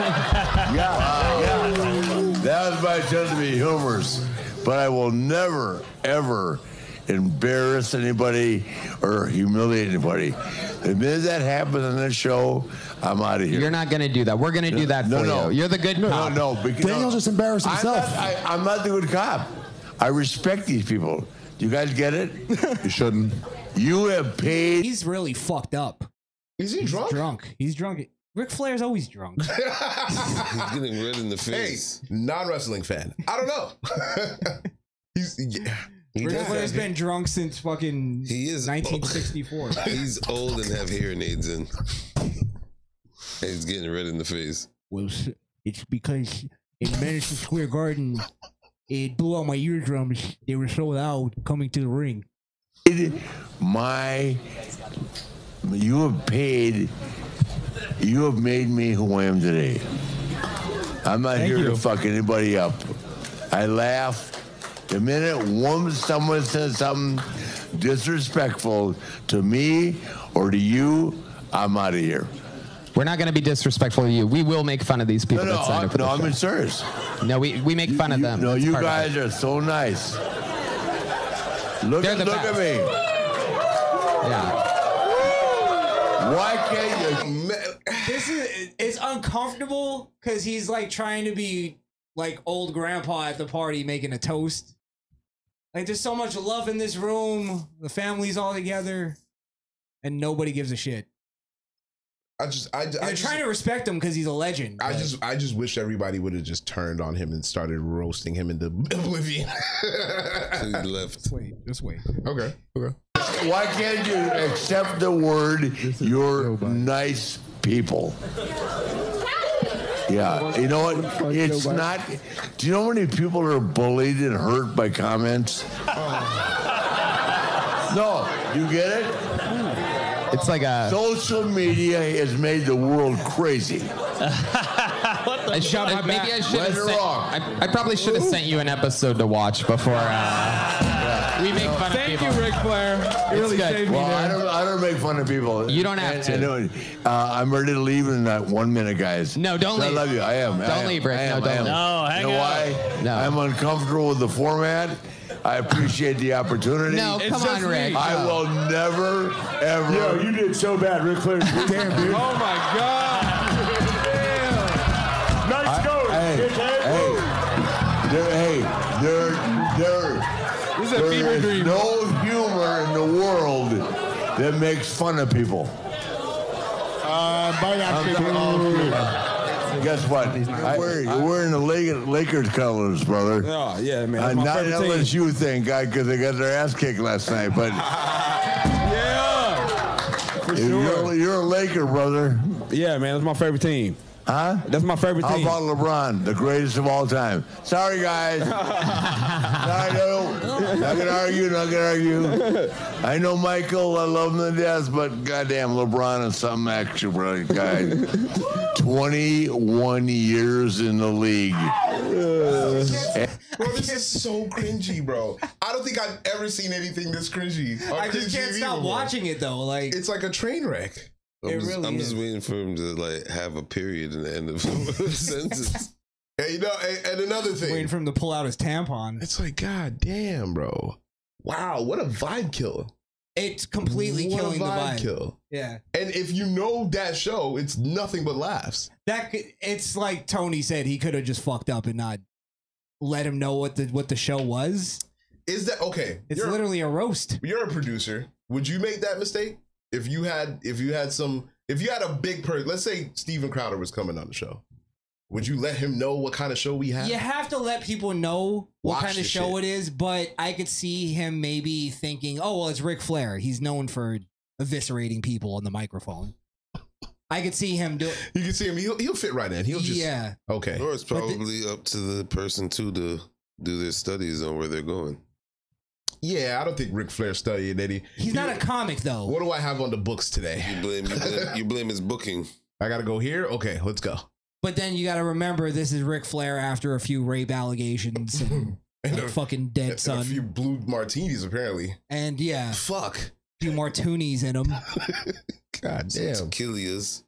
R: That was my attempt to be humorous, but I will never, ever embarrass anybody or humiliate anybody. The minute that happens on this show, I'm out of here.
T: You're not gonna do that. We're gonna do that
R: no,
T: for
R: no.
T: you. You're the good
R: no,
T: cop.
R: No, no, because
T: Daniel just embarrassed himself.
R: I'm not, I, am not the good cop. I respect these people. Do you guys get it? you shouldn't. You have paid.
J: He's really fucked up.
E: Is he drunk?
J: Drunk. He's drunk. Ric Flair's always drunk.
E: He's getting red in the face. Hey, non wrestling fan. I don't know. He's yeah. He
J: Ric
E: does
J: Flair's
E: that.
J: been drunk since fucking he is 1964.
K: He's old and have hearing aids in. And he's getting red in the face.
J: Well, s- it's because in Madison Square Garden, it blew out my eardrums. They were so loud coming to the ring.
R: my you have paid you have made me who I am today. I'm not
S: Thank
R: here
S: you.
R: to fuck anybody up. I laugh. The minute one someone says something disrespectful to me or to you, I'm out of here.
T: We're not gonna be disrespectful to you. We will make fun of these people
R: No, no,
T: that signed
R: I,
T: up for
R: no,
T: the
R: I'm
T: show.
R: in serious.
T: No, we, we make fun of them.
R: No,
T: It's
R: you
T: part of it.
R: guys are so nice. Look,
T: They're
R: at
T: the
R: look at
T: best.
R: me.
T: Yeah.
R: Why can't you?
J: This is it's uncomfortable because he's like trying to be like old grandpa at the party making a toast. Like there's so much love in this room. The family's all together, and nobody gives a shit.
E: I just I, I
J: And they're
E: just-
J: trying to respect him because he's a legend.
E: I
J: but-
E: just I just wish everybody would have just turned on him and started roasting him into oblivion.
K: He left.
J: Wait, just wait.
E: Okay. Okay.
R: Why can't you accept the word you're nice people? Yeah, you know what? It's not. Do you know how many people are bullied and hurt by comments? No, you get it?
T: It's like a.
R: Social media has made the world crazy.
T: I should,
R: fuck?
T: I- maybe I should
R: Right
T: have
R: or
T: sent,
R: wrong?
T: I, I probably should have sent you an episode to watch before uh, we make fun of
S: Thank
T: people.
S: you, Ric Flair. You really saved me
R: well, I
S: there.
R: don't, I don't make fun of people.
T: You don't have
R: And-
T: to.
R: and, uh, I'm ready to leave in that one minute, guys.
T: No, don't
R: I
T: leave.
R: love you. I am. I
T: Don't
R: am.
T: leave, Rick.
R: I am.
T: No,
R: I am.
T: don't leave. No, hang
R: you know
T: out.
R: why?
T: No.
R: I'm uncomfortable with the format. I appreciate the opportunity.
T: No, It's come just on, me. Rick.
R: I
T: No.
R: will never, ever. Yo, you did so bad, Rick Flair. Damn, dude.
S: Oh my God.
R: Nice go, hey, hey, there, hey, there, there.
S: This is a
R: there
S: fever
R: is
S: dream.
R: no humor in the world that makes fun of people.
U: Uh, bye,
R: I'm Oh,
U: Africa.
R: talking all through. Guess what? I, I, we're in the Lake- Lakers colors, brother.
V: Oh, yeah, man.
R: Uh,
V: That's my
R: not
V: favorite team.
R: LSU thing, guy, because they got their ass kicked last night. But
V: For
R: If
V: sure.
R: You're, you're a Laker, brother.
V: Yeah, man, that's my favorite team.
R: Huh?
V: That's my favorite
R: how
V: team.
R: about LeBron, the greatest of all time? Sorry, guys. Sorry, no, not gonna argue. Not gonna argue. I know Michael. I love him to death, but goddamn, LeBron is something extra, brother. Guy, 21 years in the league. Eh.
E: Bro, this is so cringy, bro. I don't think I've ever seen anything this cringy. on
J: I just
E: cringy
J: can't
E: TV
J: stop
E: before.
J: watching it though. Like
E: it's like a train wreck.
K: I'm,
J: It
K: just,
J: really
K: I'm
J: is.
K: just waiting for him to like have a period in the end of the sentence.
E: Hey, you know, and, and another thing.
J: Waiting for him to pull out his tampon.
E: It's like, god damn, bro. Wow, what a vibe killer.
J: It's completely
E: What a
J: killing the vibe.
E: kill.
J: Yeah.
E: And if you know that show, it's nothing but laughs.
J: That could, it's like Tony said he could have just fucked up and not let him know what the what the show was.
E: Is that okay?
J: It's
E: you're-
J: literally a roast.
E: You're a producer. Would you make that mistake if you had if you had some if you had a big person? Let's say Steven Crowder was coming on the show. Would you let him know what kind of show we have?
J: You have to let people know what
E: Watch
J: kind of
E: the
J: show
E: shit.
J: it is, but I could see him maybe thinking, "Oh, well, it's Ric Flair. He's known for eviscerating people on the microphone." I could see him do.
E: You can see him. He'll, he'll fit right in. He'll just
J: Yeah.
E: Okay.
K: Or it's probably up to the person too to do their studies on where they're going.
E: Yeah, I don't think Ric Flair studied any.
J: He's not a comic though.
E: What do I have on the books today?
K: You blame you blame, you blame his booking.
E: I gotta go here. Okay, let's go.
J: But then you got to remember, this is Ric Flair after a few rape allegations and,
E: And
J: a
E: a-
J: fucking dead
E: And
J: son,
E: A few blue martinis, apparently.
J: and yeah,
E: fuck,
J: few martinis in him.
E: God damn.
K: Killias.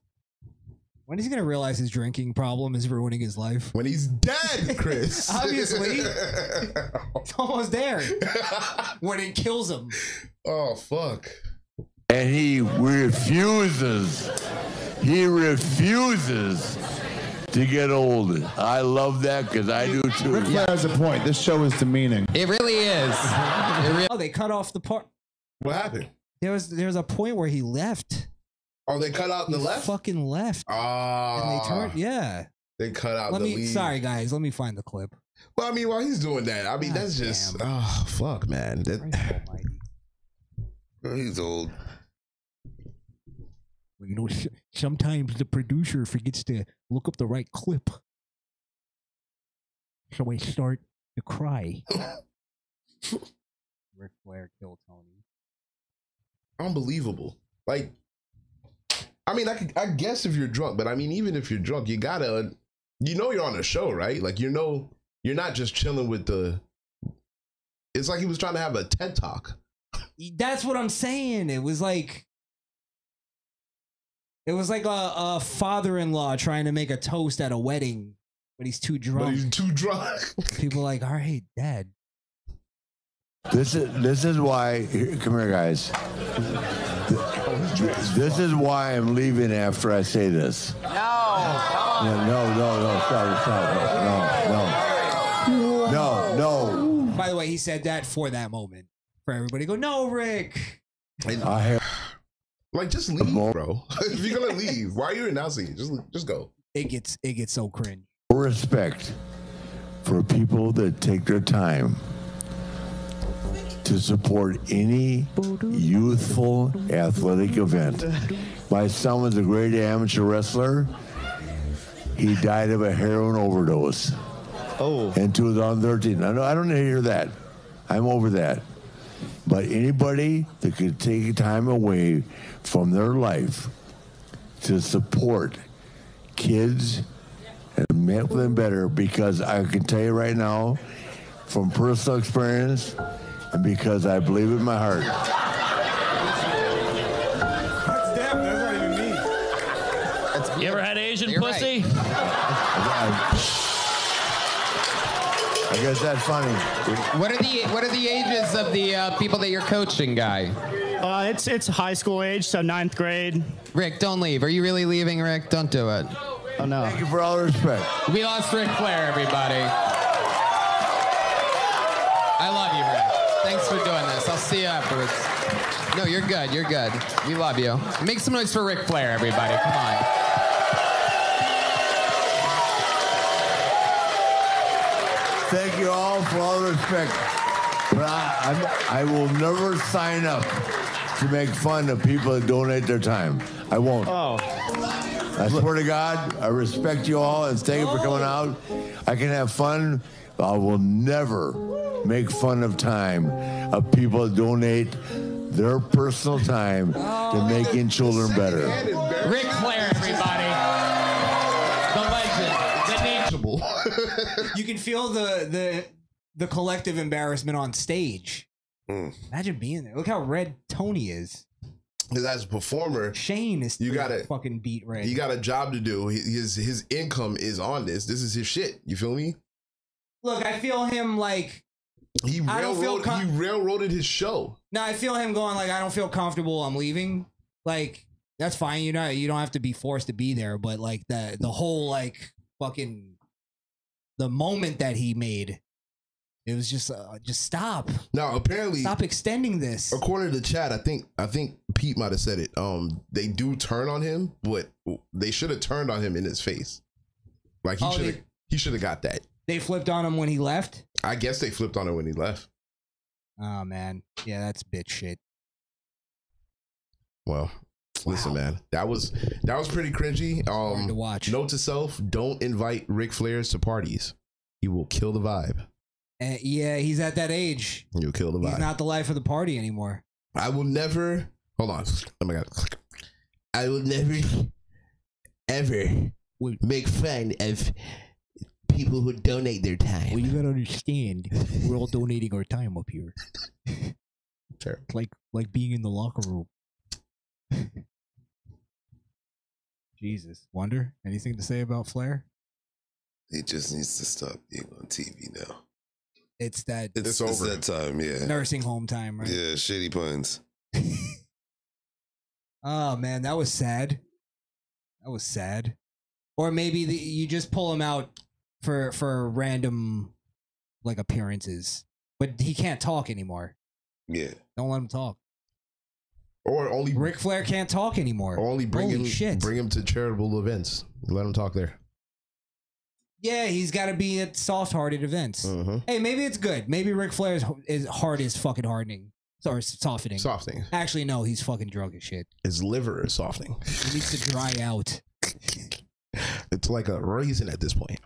J: When is he gonna realize his drinking problem is ruining his life?
E: When he's dead, Chris.
J: Obviously. it's almost there. when it kills him.
E: Oh fuck.
R: and he refuses. He refuses to get old. I love that because I do too.
U: Ric Flair has a point. This show is demeaning.
J: It really is. oh, they cut off the part.
E: What happened?
J: There was there was a point where he left.
E: Oh, they cut out the
J: He
E: left.
J: Fucking left.
E: Ah.
J: and they turned. Yeah.
E: They cut out
J: Let
E: the
J: me.
E: lead.
J: Sorry, guys. Let me find the clip.
E: Well, I mean, while he's doing that, I mean, that's just oh fuck, man. That,
K: He's old.
J: You know, s- sometimes the producer forgets to look up the right clip, so I start to cry. Ric Flair killed Tony.
E: unbelievable. Like, I mean, I could, I guess if you're drunk, but I mean, even if you're drunk, you gotta, you know, you're on a show, right? Like, you know, you're not just chilling with the. It's like he was trying to have a TED talk.
J: E, That's what I'm saying. It was like it was like a, a father-in-law trying to make a toast at a wedding, but he's too drunk.
E: But he's too drunk.
J: People like, all right, dad.
R: This is this is why. Here, come here, guys. This is why I'm leaving after I say this. No, no, no, no, no, stop, stop, no, no, no, no.
J: By the way, he said that for that moment. For everybody to go, no, Rick.
R: I have
E: like just leave, bro. if you're gonna leave, why are you announcing it? Just just go.
J: It gets it gets so cringe.
R: respect for people that take their time to support any youthful athletic event. My son was a great amateur wrestler. He died of a heroin overdose. Oh. In 2013. I don't, I don't hear that. I'm over that. But anybody that could take time away from their life to support kids and make them better because I can tell you right now, from personal experience, and because I believe in my heart.
S: You ever had Asian
R: You're
S: pussy?
R: I guess that's funny.
T: What are the What are the ages of the uh, people that you're coaching, guy?
W: Uh, it's it's high school age, so ninth grade.
T: Rick, don't leave. Are you really leaving, Rick? Don't do it.
W: Oh no. Thank
R: you for all the respect.
T: We lost Rick Flair, everybody. I love you, Rick. Thanks for doing this. I'll I'll see you afterwards. No, you're good. You're good. We love you. Make some noise for Ric Flair, everybody. Come on.
R: Thank you all for all the respect. But I, I'm, I will never sign up to make fun of people that donate their time. I won't. Oh. I swear to God, I respect you all and thank you for coming out. I can have fun. but I will never make fun of time of people that donate their personal time to making children better.
T: Ric Flair, everybody. The legend. The nature.
J: you can feel the the the collective embarrassment on stage.
E: Mm.
J: Imagine being there. Look how red Tony is.
E: Because as a performer,
J: Shane is
E: you got to
J: fucking beat red.
E: You got a job to do. His his income is on this. This is his shit. You feel me?
J: Look, I feel him like
E: he
J: I don't feel
E: railroaded.
J: com-
E: he railroaded his show.
J: no, I feel him going like I don't feel comfortable. I'm leaving. Like that's fine. You know, you don't have to be forced to be there. But like the the whole like fucking the moment that he made, it was just uh, just stop.
E: Now, apparently,
J: stop extending this.
E: According to Chad, I think I think Pete might have said it. Um, they do turn on him, but they should have turned on him in his face. Like he
J: Oh,
E: should have
J: they-
E: he should have got that.
J: They flipped on him when he left.
E: I guess they flipped on him when he left.
J: Oh man, yeah, that's bitch shit.
E: Well, listen, man, that was that was pretty cringy. Um, to
J: watch.
E: Note to self: Don't invite Ric Flairs to parties. You will kill the vibe.
J: And Eh, yeah, he's at that age.
E: You'll kill the vibe.
J: He's not the life of the party anymore.
E: I will never. Hold on. Oh my god. I will never, ever make fun of people who donate their time.
J: Well, you gotta understand, we're all donating our time up here.
E: Terrible.
J: Like like being in the locker room. Jesus, wonder anything to say about Flair?
K: He just needs to stop being on TV now.
J: It's that
K: It's, it's that time, yeah.
J: nursing home time, right?
K: Yeah, shitty puns.
J: Oh man, that was sad. That was sad. Or maybe the, you just pull him out for for random like appearances, but he can't talk anymore.
K: Yeah.
J: Don't let him talk.
E: Or only
J: Ric Flair can't talk anymore.
E: Only bring
J: Holy
E: him,
J: shit.
E: bring him to charitable events. Let him talk there.
J: Yeah, he's got to be at soft-hearted events.
E: Mhm.
J: Hey, maybe it's good. Maybe Ric Flair is, is hard as fucking hardening. Sorry, softening.
E: Softening.
J: Actually, no, he's fucking drunk as shit.
E: His liver is softening.
J: He needs to dry out.
E: It's like a raisin at this point.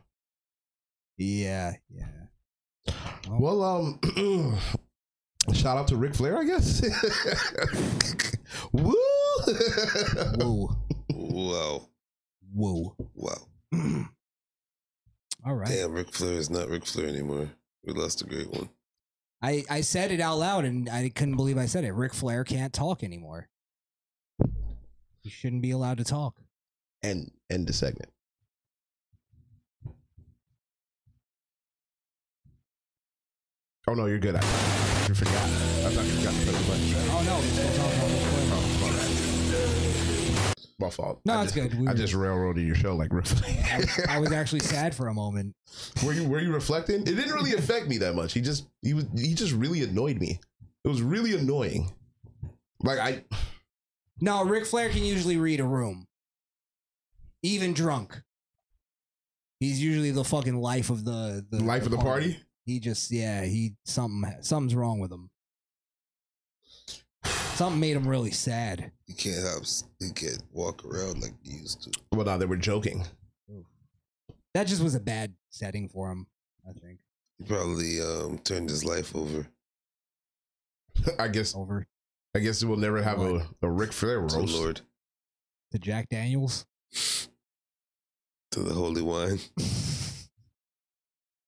J: Yeah, yeah.
E: Well, um, shout out to Ric Flair, I guess. Woo!
J: Whoa!
K: Wow.
J: Whoa.
K: Wow.
J: All right.
K: Damn, Ric Flair is not Ric Flair anymore. We lost a great one.
J: I, I said it out loud and I couldn't believe I said it. Ric Flair can't talk anymore. He shouldn't be allowed to talk.
E: And end the segment. Oh no, you're good. I, you forgot. I thought you forgot to press the button.
J: Oh no, he's still talking.
E: My fault.
J: No,
E: I
J: it's
E: just,
J: good. We
E: I
J: were-
E: just railroaded your show like Ric Flair.
J: I was- I was actually sad for a moment.
E: Were you were you reflecting? It didn't really affect me that much. He just he was he just really annoyed me. It was really annoying. Like I
J: No, Ric Flair can usually read a room. Even drunk. He's usually the fucking life of the, the
E: Life of the party?
J: He just yeah, he something something's wrong with him. Something made him really sad.
K: He can't have, he can't walk around like he used to.
E: well no, they were joking.
J: That just was a bad setting for him, I think.
K: He probably um, turned his life over.
E: I guess
J: over.
E: I guess we'll never have a, a Ric Flair roast.
K: To Lord,
J: To Jack Daniels.
K: to the holy wine.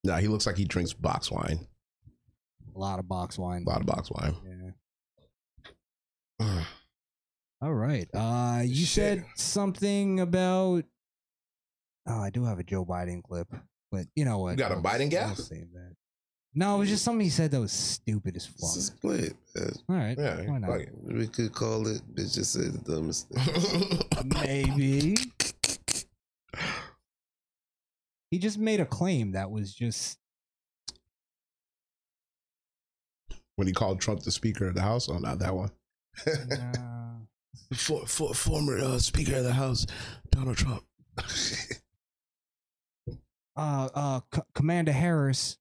E: Nah, he looks like he drinks box wine.
J: A lot of box wine.
E: A lot of box wine.
J: Yeah. All right. Uh, you said something about. Oh, I do have a Joe Biden clip, but you know what?
E: You got a
J: I'll-
E: Biden gap?
J: I'll save that. No, it was just something he said that was stupid as fuck.
K: Just play it. man.
J: All right.
K: Yeah,
J: why not?
K: fuck it. We could call it. Bitch, just say the dumbest
E: thing.
J: Maybe. He just made a claim that was just
E: when he called Trump the Speaker of the House. Oh, not that one. for, for, former uh, Speaker of the House, Donald Trump.
J: Uh, uh, C- Commander Harris.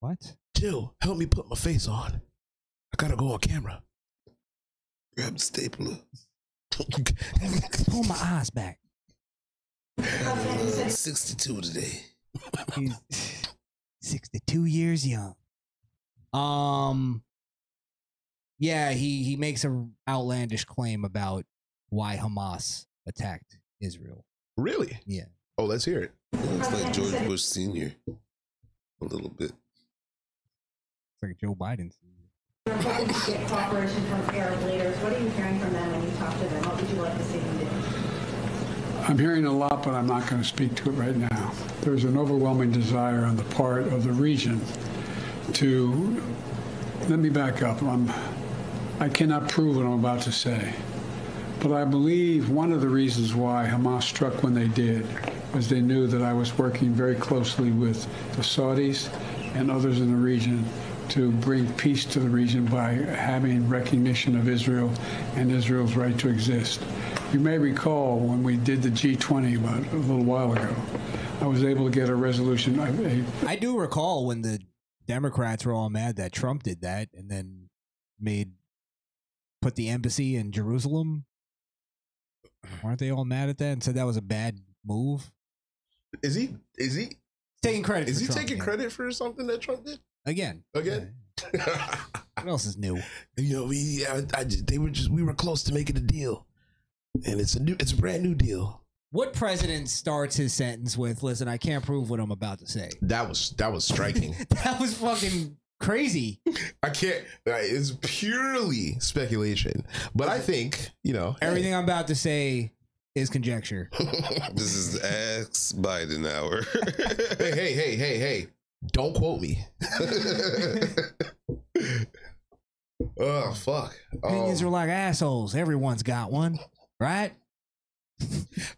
J: What?
E: Jill, help me put my face on. I gotta go on camera.
K: Grab the stapler.
J: Pull my eyes back.
K: 62 today.
J: He's 62 years young. Um yeah, he he makes an outlandish claim about why Hamas attacked Israel.
E: Really?
J: Yeah.
E: Oh, let's hear it.
K: Looks like George Bush Senior. A little bit.
J: It's like Joe Biden.
A: Republicans get cooperation from Arab leaders. What are you hearing from them when you talk to them? What would you like to see them do?
L: I'm hearing a lot, but I'm not going to speak to it right now. There's an overwhelming desire on the part of the region to. Let me back up. I'm, I cannot prove what I'm about to say. But I believe one of the reasons why Hamas struck when they did was they knew that I was working very closely with the Saudis and others in the region to bring peace to the region by having recognition of Israel and Israel's right to exist. You may recall when we did the G20 about a little while ago, I was able to get a resolution, a, a
J: I do recall when the Democrats were all mad that Trump did that and then made put the embassy in Jerusalem. Aren't they all mad at that and said that was a bad move?
E: Is he? Is he
J: taking credit?
E: Is
J: for
E: he
J: Trump,
E: taking
J: yeah.
E: credit for something that Trump did?
J: again?
E: Again?
J: What else is new?
E: You know, we I, I just, they were just we were close to making a deal, and it's a new it's a brand new deal.
J: What president starts his sentence with, "Listen, I can't prove what I'm about to say."
E: That was that was striking.
J: that was fucking crazy.
E: I can't. like, It's purely speculation, but I think you know
J: Everything I'm about to say is conjecture.
K: This is ex Biden hour.
E: hey, hey, hey, hey, hey! Don't quote me. oh fuck!
J: Opinions are like assholes. Everyone's got one, right?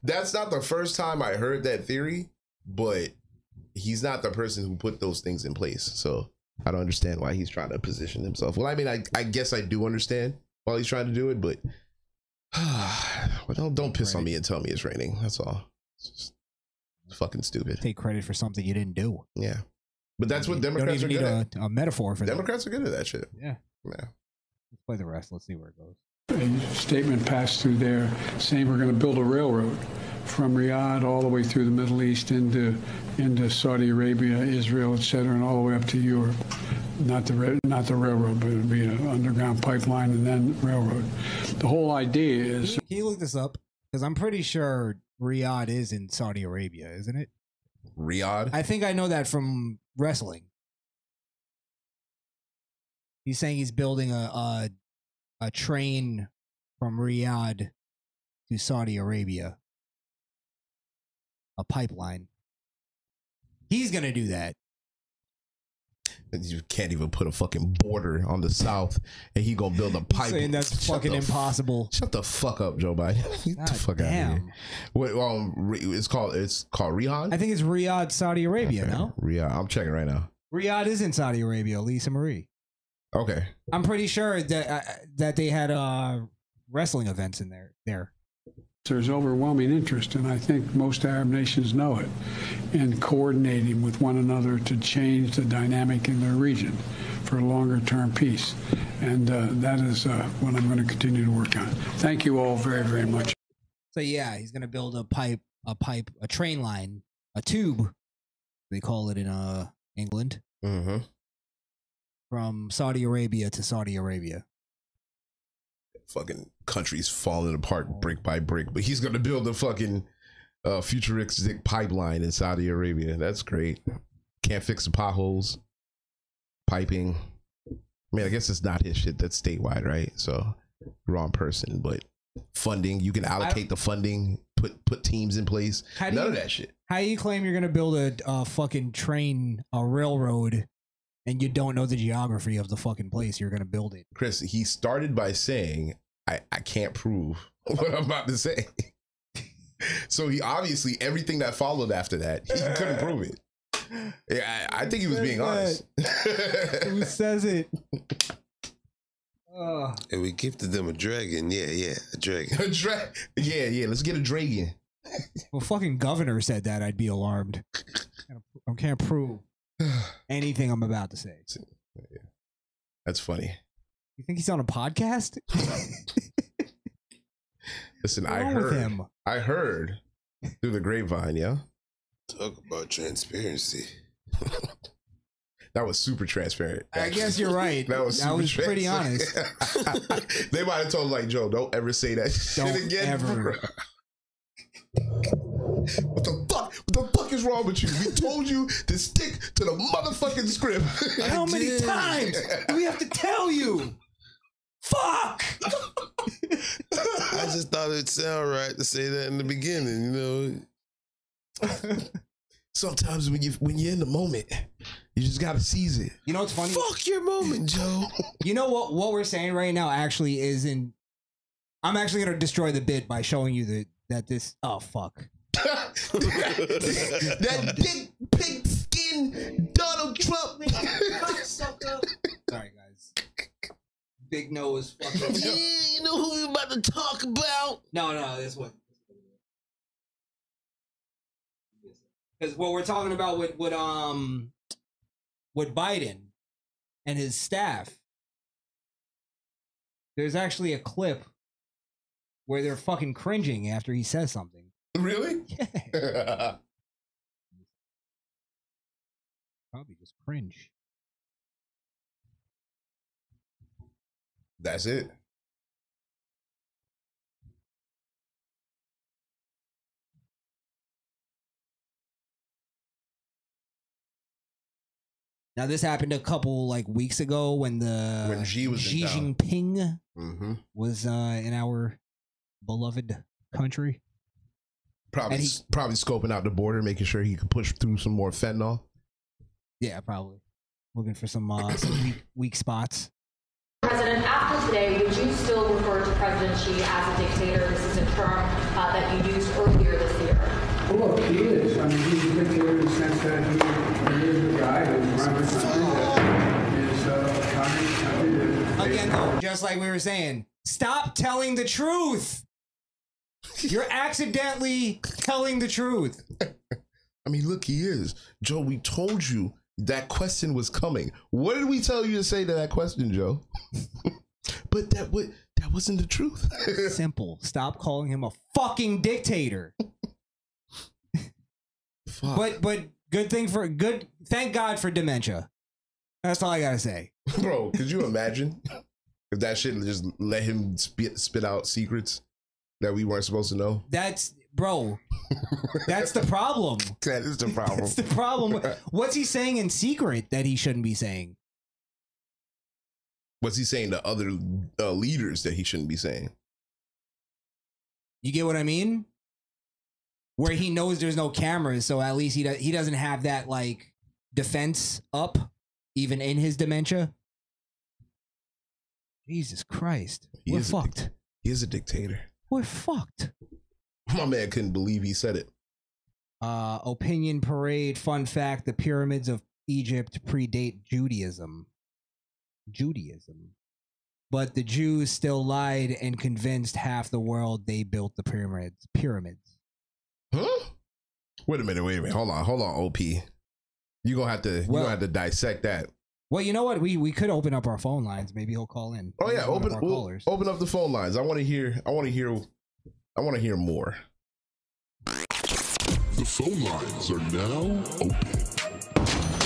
E: That's not the first time I heard that theory, but he's not the person who put those things in place. So I don't understand why he's trying to position himself. Well, I mean, I, I guess I do understand while he's trying to do it, but well, don't, don't piss on me and tell me it's raining. That's all. It's just fucking stupid.
J: Take credit for something you didn't do.
E: Yeah. But that's what
J: Don't
E: Democrats are
J: even
E: good at.
J: need a, a metaphor for that.
E: Democrats are good at that shit.
J: Yeah.
E: Yeah.
J: Let's play the rest. Let's see where it goes.
L: a statement passed through there saying we're going to build a railroad from Riyadh all the way through the Middle East into into Saudi Arabia, Israel, et cetera, and all the way up to Europe. Not the ra- not the railroad, but it'd be an underground pipeline and then railroad. The whole idea is
J: Can you look this up? Because I'm pretty sure Riyadh is in Saudi Arabia, isn't it?
E: Riyadh.
J: I think I know that from wrestling. He's saying he's building a a, a train from Riyadh to Saudi Arabia, a pipeline. He's gonna do that.
E: You can't even put a fucking border on the South, and he gonna build a pipe.
J: saying that's fucking
E: the f-
J: impossible.
E: shut the fuck up, Joe Biden. Get the fuck out of
J: damn.
E: here. Wait, well, Re- it's called it's called Riyadh.
J: I think it's Riyadh, Saudi Arabia. No,
E: Riyadh. I'm checking right now.
J: Riyadh is in Saudi Arabia. Lisa Marie.
E: Okay,
J: I'm pretty sure that uh, that they had uh, wrestling events in there. There,
L: there's overwhelming interest, and I think most Arab nations know it, in coordinating with one another to change the dynamic in their region for longer term peace. And uh, that is uh, what I'm going to continue to work on. Thank you all very, very much.
J: so yeah, he's gonna build a pipe, a pipe, a train line, a tube. They call it in uh England
E: mm-hmm.
J: from Saudi Arabia to Saudi Arabia.
E: fucking country's falling apart brick by brick, but he's gonna build a fucking uh, futuristic pipeline in Saudi Arabia. That's great. Can't fix the potholes, piping. I mean, I guess it's not his shit. That's statewide, right? So wrong person, but funding. You can allocate the funding. Put put teams in place.
J: How
E: None
J: do
E: of
J: you-
E: that shit.
J: How you claim you're gonna build a, a fucking train, a railroad, and you don't know the geography of the fucking place you're gonna build it?
E: Chris, he started by saying, I, I can't prove what I'm about to say. so he obviously, everything that followed after that, he couldn't prove it. Yeah, I, I think he was being honest.
J: Who says it?
K: And we gifted them a dragon. Yeah, yeah, a dragon.
E: A dra- yeah, yeah. Let's get a dragon.
J: Well, fucking governor said that. I'd be alarmed. I can't prove anything I'm about to say.
E: That's funny.
J: You think he's on a podcast?
E: Listen, I
J: wrong with
E: heard.
J: him?
E: I heard through the grapevine. Yeah,
K: Talk about transparency.
E: that was super transparent.
J: I guess you're right.
E: That was
J: I
E: super
J: was pretty honest.
E: transparent. they might have told him, like Joe, don't ever say that
J: Don't
E: shit again.
J: ever.
E: bro." What the fuck? What the fuck is wrong with you? We told you to stick to the motherfucking script.
J: How many times do we have to tell you? Fuck!
K: I just thought it'd sound right to say that in the beginning, you know.
E: Sometimes when you when you're in the moment, you just gotta seize it.
J: You know what's funny?
K: Fuck your moment, Joe.
J: You know what? What we're saying right now actually is in. I'm actually gonna destroy the bit by showing you that that this. Oh fuck!
E: that big pig skin Donald Trump.
J: Sorry, guys. Big nose. Fucking.
K: you know who we about to talk about?
J: No, no, this one. Because what we're talking about with with um with Biden and his staff, there's actually a clip where they're fucking cringing after he says something.
E: Really?
J: Probably just cringe.
E: That's it.
J: Now this happened a couple like weeks ago when the
E: When Xi was in
J: Xi
E: town.
J: Jinping
E: Mm-hmm.
J: was uh, in our beloved country.
E: Probably
J: And he-
E: s probably scoping out the border, making sure he could push through some more fentanyl.
J: Yeah, probably looking for some uh, some weak, weak spots.
B: President, after today, would you still refer to President Xi as a dictator? This is a term uh, that you used earlier this year.
L: Well, look, he is. I mean, he's a dictator in the sense that he, he is a guy who's run the country that is uh, communist country that
J: Again, though, just like we were saying, stop telling the truth. You're accidentally telling the truth.
E: I mean, look, he is. Joe, we told you that question was coming. What did we tell you to say to that question, Joe? but that would that wasn't the truth.
J: Simple. Stop calling him a fucking dictator. But but good thing for good. Thank God for dementia. That's all I gotta say.
E: Bro, could you imagine if that shit just let him spit spit out secrets that we weren't supposed to know?
J: That's bro. That's the problem.
E: That is the problem.
J: That's the problem. What's he saying in secret that he shouldn't be saying?
E: What's he saying to other uh, leaders that he shouldn't be saying?
J: You get what I mean? Where he knows there's no cameras, so at least he do- he doesn't have that like defense up, even in his dementia. Jesus Christ,
E: He
J: we're
E: is a
J: fucked.
E: dic- he is a dictator.
J: We're fucked.
E: My man couldn't believe he said it.
J: Uh, opinion parade. Fun fact: the pyramids of Egypt predate Judaism. Judaism, but the Jews still lied and convinced half the world they built the pyramids. Pyramids.
E: Huh? Wait a minute, wait a minute. Hold on, hold on, OP. You gonna have to you
J: Well-
E: gonna have to dissect that.
J: Well, you know what? We we could open up our phone lines. Maybe he'll call in.
E: Oh yeah,
J: He's one of
E: open
J: our
E: we'll
J: callers.
E: open up the phone lines. I want to hear. I want to hear. I want to hear more.
C: The phone lines are now open.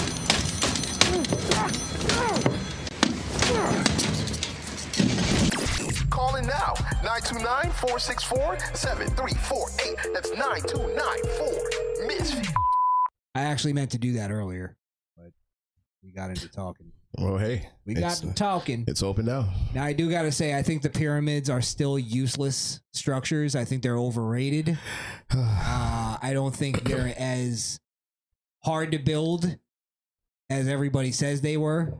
E: Call in now 929-464-7348. That's 9294 Miss.
J: I actually meant to do that earlier, but we got into talking.
E: Well, hey,
J: We got
E: it's-
J: talking.
E: It's open now.
J: Now I do gotta say, I think the pyramids are still useless structures. I think they're overrated. uh, I don't think they're as hard to build as everybody says they were.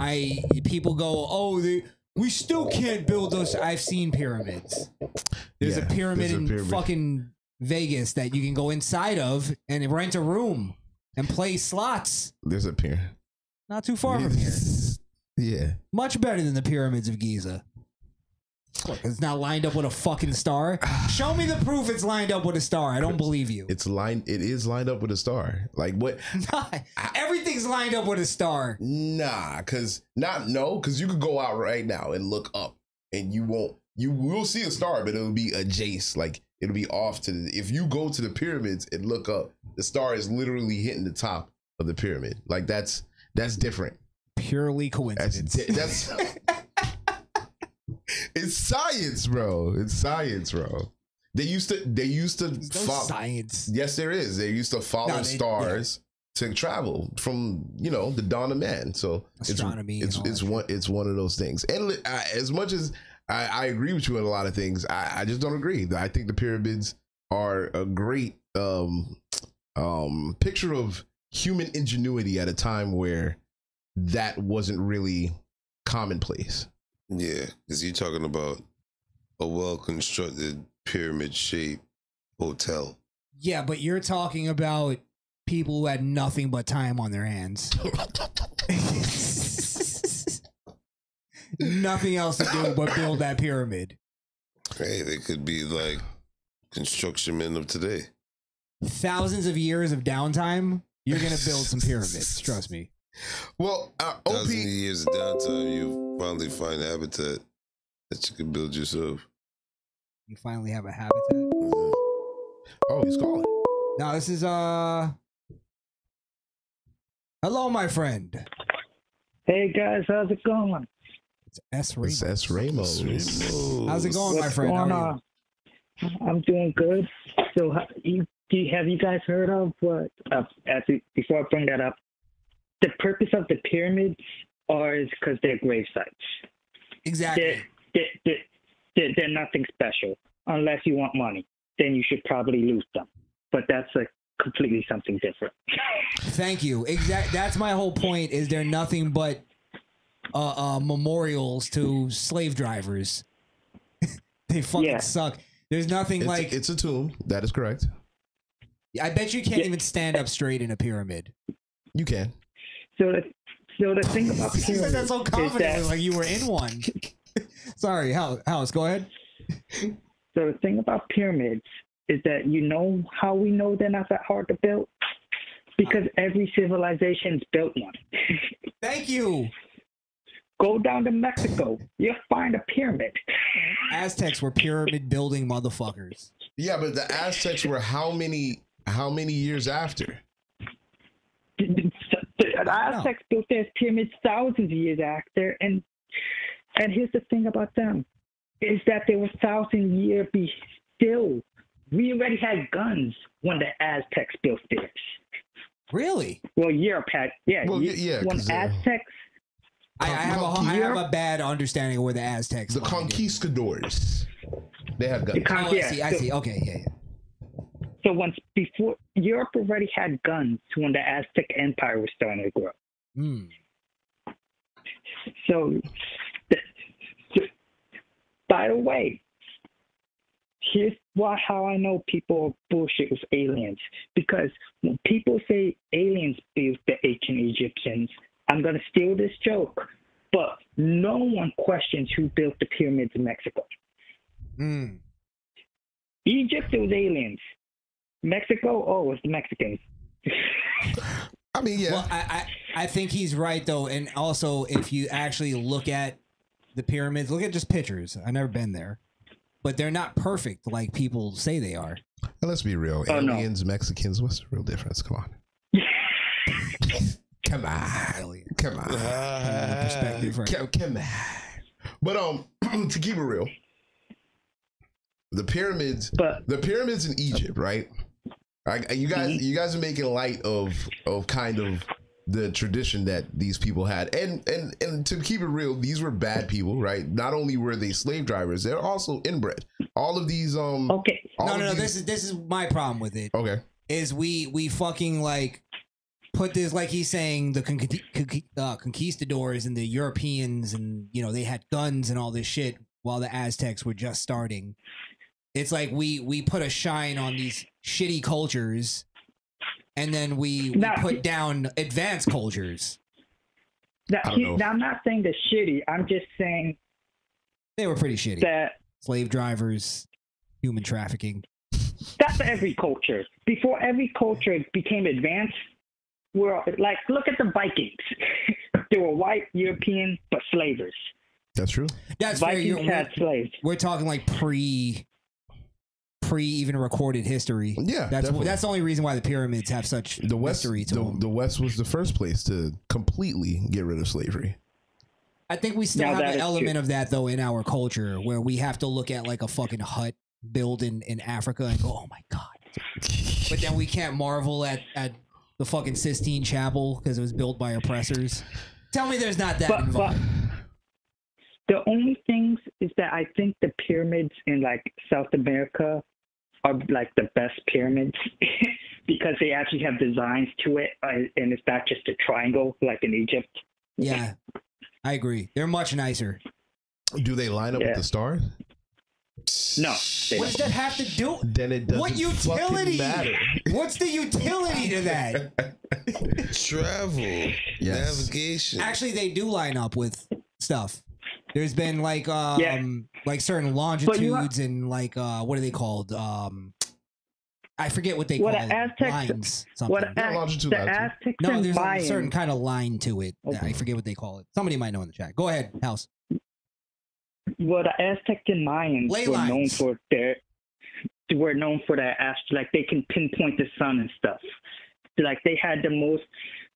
J: I people go, oh, they, we still can't build those. I've seen pyramids. There's
E: Yeah,
J: a pyramid
E: there's a
J: in
E: pyramid.
J: fucking Vegas that you can go inside of and rent a room and play slots.
E: There's a pier.
J: Not too far from here.
E: Yeah.
J: Much better than the pyramids of Giza. Look, it's not lined up with a fucking star. Show me the proof it's lined up with a star. I don't believe you.
E: It's lined. It is lined up with a star. Like what?
J: Everything's lined up with a star.
E: Nah, cause not no, cause you could go out right now and look up, and you won't. You will see a star, but it'll be adjacent. Like it'll be off to the. If you go to the pyramids and look up, the star is literally hitting the top of the pyramid. Like that's that's different.
J: Purely coincidence.
E: That's, it's science, bro. It's science, bro. They used to. They used to follow
J: science.
E: Yes, there is. They used to follow
J: No, they-
E: stars to travel from you know the dawn of man. So it's-
J: Astronomy and
E: It's
J: all
E: it's, one it's one of those things. And li- I, as much as I, I agree with you on a lot of things, I, I just don't agree. I think the pyramids are a great um um picture of human ingenuity at a time where that wasn't really commonplace.
K: Yeah, because you're talking about a well constructed pyramid shaped hotel.
J: Yeah, but you're talking about people who had nothing but time on their hands. nothing else to do but build that pyramid.
K: Hey, they could be like construction men of today.
J: Thousands of years of downtime, you're going to build some pyramids. Trust me.
E: Well,
K: Thousands of years of downtime, you finally find habitat that you can build yourself.
J: You finally have a habitat.
E: Oh, he's calling.
J: No, this is uh Hello, my friend.
H: Hey guys, how's it going?
J: S Ramos.
E: S Ramos.
J: How's it going, my
H: What's
J: friend?
H: going
J: How are you?
H: on? I'm doing good. So, ha- you, do you, have you guys heard of what? Uh, as we- before I bring that up, the purpose of the pyramids are is because they're grave sites.
J: Exactly.
H: They're, they're, they're, they're, they're nothing special unless you want money. Then you should probably lose them. But that's like completely something different.
J: Thank you. Exact. That's my whole point. Is there nothing but uh, uh, memorials to slave drivers? they fucking suck. There's nothing
E: It's-
J: like.
E: it's a tomb. That is correct.
J: I bet you can't even stand up straight in a pyramid.
E: You can.
H: So, the, so the thing about
J: you said that
H: pyramids
J: so
H: is
J: confidently,
H: that-
J: like you were in one. Sorry, House. House, go ahead.
H: So the thing about pyramids is that you know how we know they're not that hard to build? Because every civilization's built one.
J: Thank you.
H: Go down to Mexico. You'll find a pyramid.
J: Aztecs were pyramid building motherfuckers.
E: Yeah, but the Aztecs were how many how many years after?
H: The Aztecs built their pyramids thousands of years after and and here's the thing about them is that they were thousand year be still. We already had guns when the Aztecs built theirs.
J: Really?
H: Well Europe had yeah,
J: Well,
H: you-
J: yeah, 'cause
H: when
J: they're-
H: Aztecs
J: I, I have a
H: Con-
J: I have a bad understanding of where the Aztecs. The
E: conquistadors. They had guns.
H: The con-
J: oh, I
H: yeah,
J: see. I
H: so-
J: see. Okay. Yeah. yeah.
H: So once before Europe already had guns when the Aztec Empire was starting to grow.
J: Mm.
H: So, th- so by the way, here's why how I know people are bullshit with aliens because when people say aliens built the ancient Egyptians, I'm gonna steal this joke, but no one questions who built the pyramids in Mexico.
J: Mm.
H: Egypt it was aliens. Mexico, oh, it's the Mexicans.
E: I mean, yeah.
J: Well, I, I I think he's right though, and also if you actually look at the pyramids, look at just pictures. I've never been there, but they're not perfect like people say they are.
E: And let's be real.
J: Oh, no.
E: Aliens, Mexicans, what's the real difference? Come on. come on. Come on.
J: perspective, right?
E: Come, come on. But um to keep it real, the pyramids the pyramids in Egypt, right? I, I- you guys you guys are making light of of kind of the tradition that these people had. And and and to keep it real, these were bad people, right? Not only were they slave drivers, they're also inbred. All of these um Okay.
J: No, no, no. This is this is my problem with it.
E: Okay,
J: is we we fucking like put this like he's saying the con- con- uh, conquistadors and the Europeans and you know they had guns and all this shit while the Aztecs were just starting. It's like we we put a shine on these shitty cultures, and then we, we put down advanced cultures.
H: Now,
J: I don't
H: he-
J: know.
H: now, I'm not saying the shitty. I'm just saying
J: They were pretty shitty.
H: that
J: Slave drivers, human trafficking.
H: that's every culture. Before every culture became advanced, we're like, look at the Vikings. they were white European, but slavers.
E: That's true.
J: That's fair.
H: Vikings
J: You're,
H: had
J: we're,
H: slaves.
J: we're talking like pre, pre even recorded history.
E: Yeah,
J: that's
E: definitely.
J: that's the only reason why the pyramids have such the
E: West,
J: history to
E: the,
J: them.
E: the West was the first place to completely get rid of slavery.
J: I think we still
E: Now that
J: have an
E: is
J: element
E: true.
J: of that though in our culture where we have to look at like a fucking hut built in, in Africa and go, oh my god. But then we can't marvel at at the fucking Sistine Chapel because it was built by oppressors. Tell me there's not that involved.
H: The only things is that I think the pyramids in like South America are like the best pyramids because they actually have designs to it, uh, and it's not just a triangle like in Egypt.
J: yeah, I agree. They're much nicer.
E: Do they line up with the stars?
H: No.
J: What does that have to do?
E: Then it doesn't
J: What
E: fucking
J: utility?
E: matter.
J: What's the utility to that?
K: Travel, navigation.
J: Actually, they do line up with stuff. There's been like um like certain
H: you are-
J: longitudes and like uh what are they called? Um I forget what they
H: What
J: call
H: a
J: them.
H: Aztecs-
J: lines. Something.
H: what a Yeah, Az- longitude, the latitude. Aztecs
J: No,
H: and
J: there's a
H: Mayans-
J: certain kind of line to it. I forget what they call it. Somebody might know in the chat. Go ahead, House.
H: Well, the Aztec and Mayans
J: Ley
H: were
J: lines.
H: known for their were known for their astro like they can pinpoint the sun and stuff. Like they had the most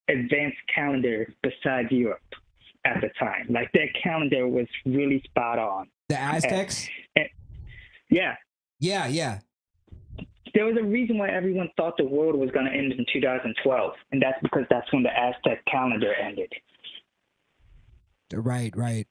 H: advanced calendar besides Europe at the time. Like their calendar was really spot on.
J: The Aztecs?
H: And- and- yeah.
J: Yeah, yeah.
H: There was a reason why everyone thought the world was going to end in 2012, and that's because that's when the Aztec calendar ended.
J: Right, right.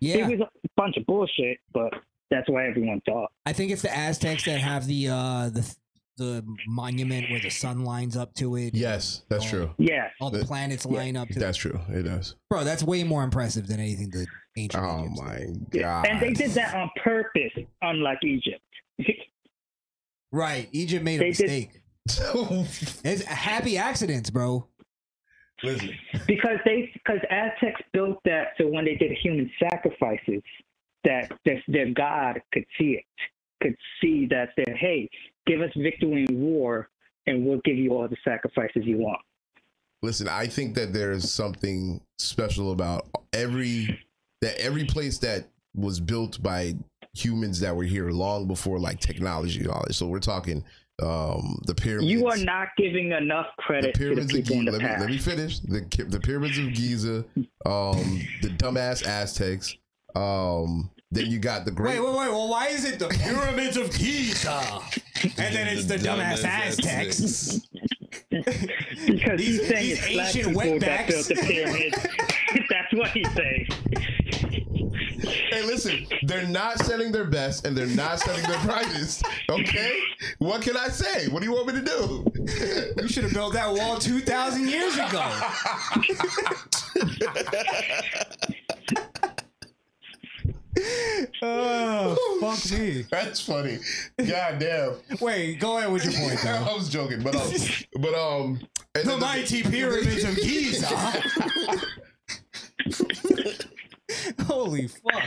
J: Yeah.
H: It was a bunch of bullshit, but that's why everyone thought.
J: I think it's the Aztecs that have the uh the the monument where the sun lines up to it.
E: Yes, that's true.
H: Yeah.
J: All the
E: That-
J: planets
E: yeah.
J: line up to
E: That's true. It does.
J: Bro, that's way more impressive than anything the ancient.
E: Oh my god.
H: And they did that on purpose, unlike Egypt.
J: Right. Egypt made a
H: They did-
J: mistake. it's happy accidents, bro.
E: Listen.
H: Because they because Aztecs built that so when they did human sacrifices, that their, their God could see it, could see that that hey, give us victory in war, and we'll give you all the sacrifices you want.
E: Listen, I think that there is something special about every that every place that was built by humans that were here long before like technology and all this. So we're talking um the pyramids.
H: You are not giving enough credit to the people in the
E: let, me,
H: past.
E: let me finish. The ki- the pyramids of Giza, um, the dumbass Aztecs. Um, then you got the
J: Wait,
E: great.
J: wait, wait. Well, why is it the pyramids of Giza? And then it's the dumbass Aztecs.
H: because
J: These-
H: he's saying
J: these
H: it's black
J: ancient
H: people that
J: wetbacks.
H: built the pyramids. That's what he's saying.
E: Hey, listen, they're not selling their best and they're not selling their prizes. Okay, what can I say? What do you want me to do?
J: We should have built that wall two thousand years ago. oh, fuck me.
E: That's funny. God damn.
J: Wait, go ahead with your point. Though.
E: I was joking, but um, but um, and
J: The
E: then
J: mighty pyramids of Giza. Holy fuck!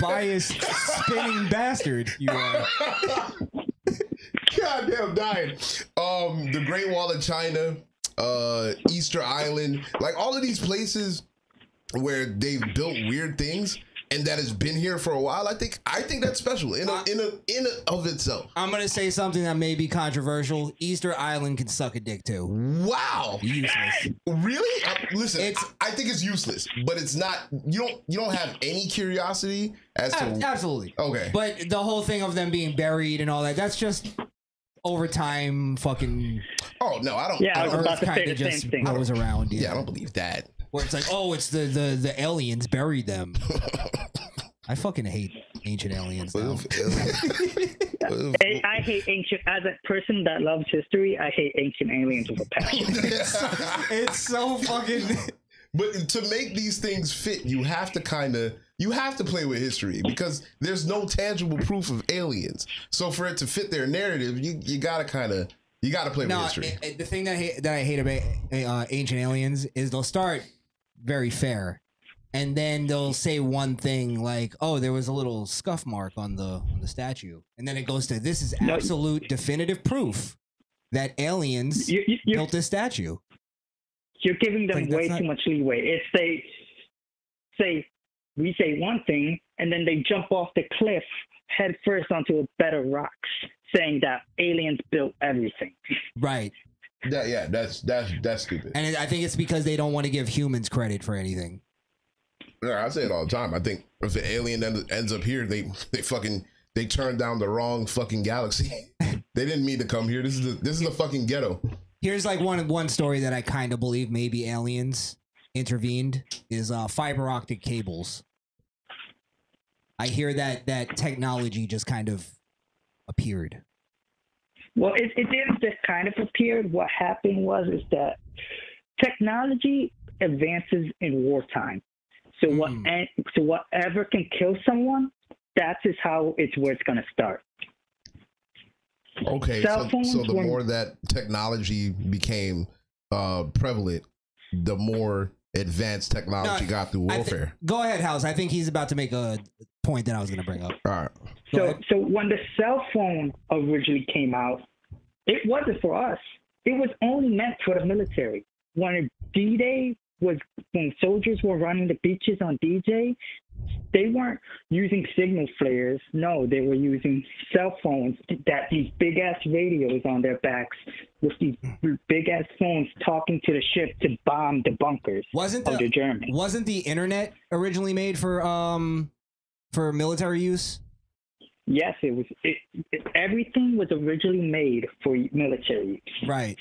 J: Biased spinning bastard you are.
E: God damn, dying. Um, the Great Wall of China, uh, Easter Island, like all of these places where they've built weird things and that has been here for a while. I think I think that's special in a, in a, in a, of itself.
J: I'm gonna say something that may be controversial. Easter Island can suck a dick too.
E: Wow,
J: useless.
E: Really? I, listen, I, I think it's useless, but it's not. You don't you don't have any curiosity as to
J: Ab- absolutely.
E: Okay,
J: But the whole thing of them being buried and all that—that's just overtime fucking.
E: Oh no, I don't.
J: Yeah, I was
E: don't-
J: about to say Kinda the same just thing. goes around, yeah.
E: Yeah, I don't believe that.
J: Where it's like, oh, it's the the the aliens buried them. I fucking hate ancient aliens. Now.
H: I, I hate ancient. As a person that loves history, I hate ancient aliens with a passion.
E: it's
J: so fucking.
E: But to make these things fit, you have to kind of You have to play with history because there's no tangible proof of aliens. So for it to fit their narrative, you you gotta kind of you gotta play
J: No,
E: with history.
J: eh, eh, the thing that I hate, that I hate about uh, Ancient Aliens is they'll start very fair, and then they'll say one thing like, "Oh, there was a little scuff mark on the on the statue," and then it goes to, "This is absolute definitive proof that aliens built this statue."
H: You're giving them
J: Like, that's
H: way
J: not-
H: too much leeway. If they say we say one thing and then they jump off the cliff head first onto a bed of rocks, saying that aliens built everything.
J: Right.
E: That, yeah, that's that's that's stupid.
J: And it, I think it's because they don't want to give humans credit for anything.
E: Yeah, I say it all the time. I think if an alien end, ends up here, they they fucking they turned down the wrong fucking galaxy. they didn't mean to come here. This is the, this is the fucking ghetto.
J: Here's like one one story that I kind of believe maybe aliens intervened is uh, fiber optic cables. I hear that that technology just kind of appeared.
H: Well, it, it didn't just kind of appeared. What happened was is that technology advances in wartime. So what?
J: Hmm.
H: and- So whatever can kill someone, that's is how it's where it's gonna start.
E: Okay,
H: Cell
E: so,
H: phones
E: so the
H: were-
E: more that technology became uh, prevalent, the more advanced technology
J: No,
E: got through
J: I thi-
E: warfare.
J: go ahead, House. I think he's about to make a point that I was going to bring up.
E: All right.
H: So, so when the cell phone originally came out, it wasn't for us. It was only meant for the military. When D-Day was, when soldiers were running the beaches on D-Day, they weren't using signal flares. No, they were using cell phones that these big ass radios on their backs with these big ass phones talking to the ship to bomb the bunkers
J: Wasn't the,
H: of the Germans.
J: Wasn't the internet originally made for um for military use?
H: Yes, it was. It, it, everything was originally made for military use.
J: Right.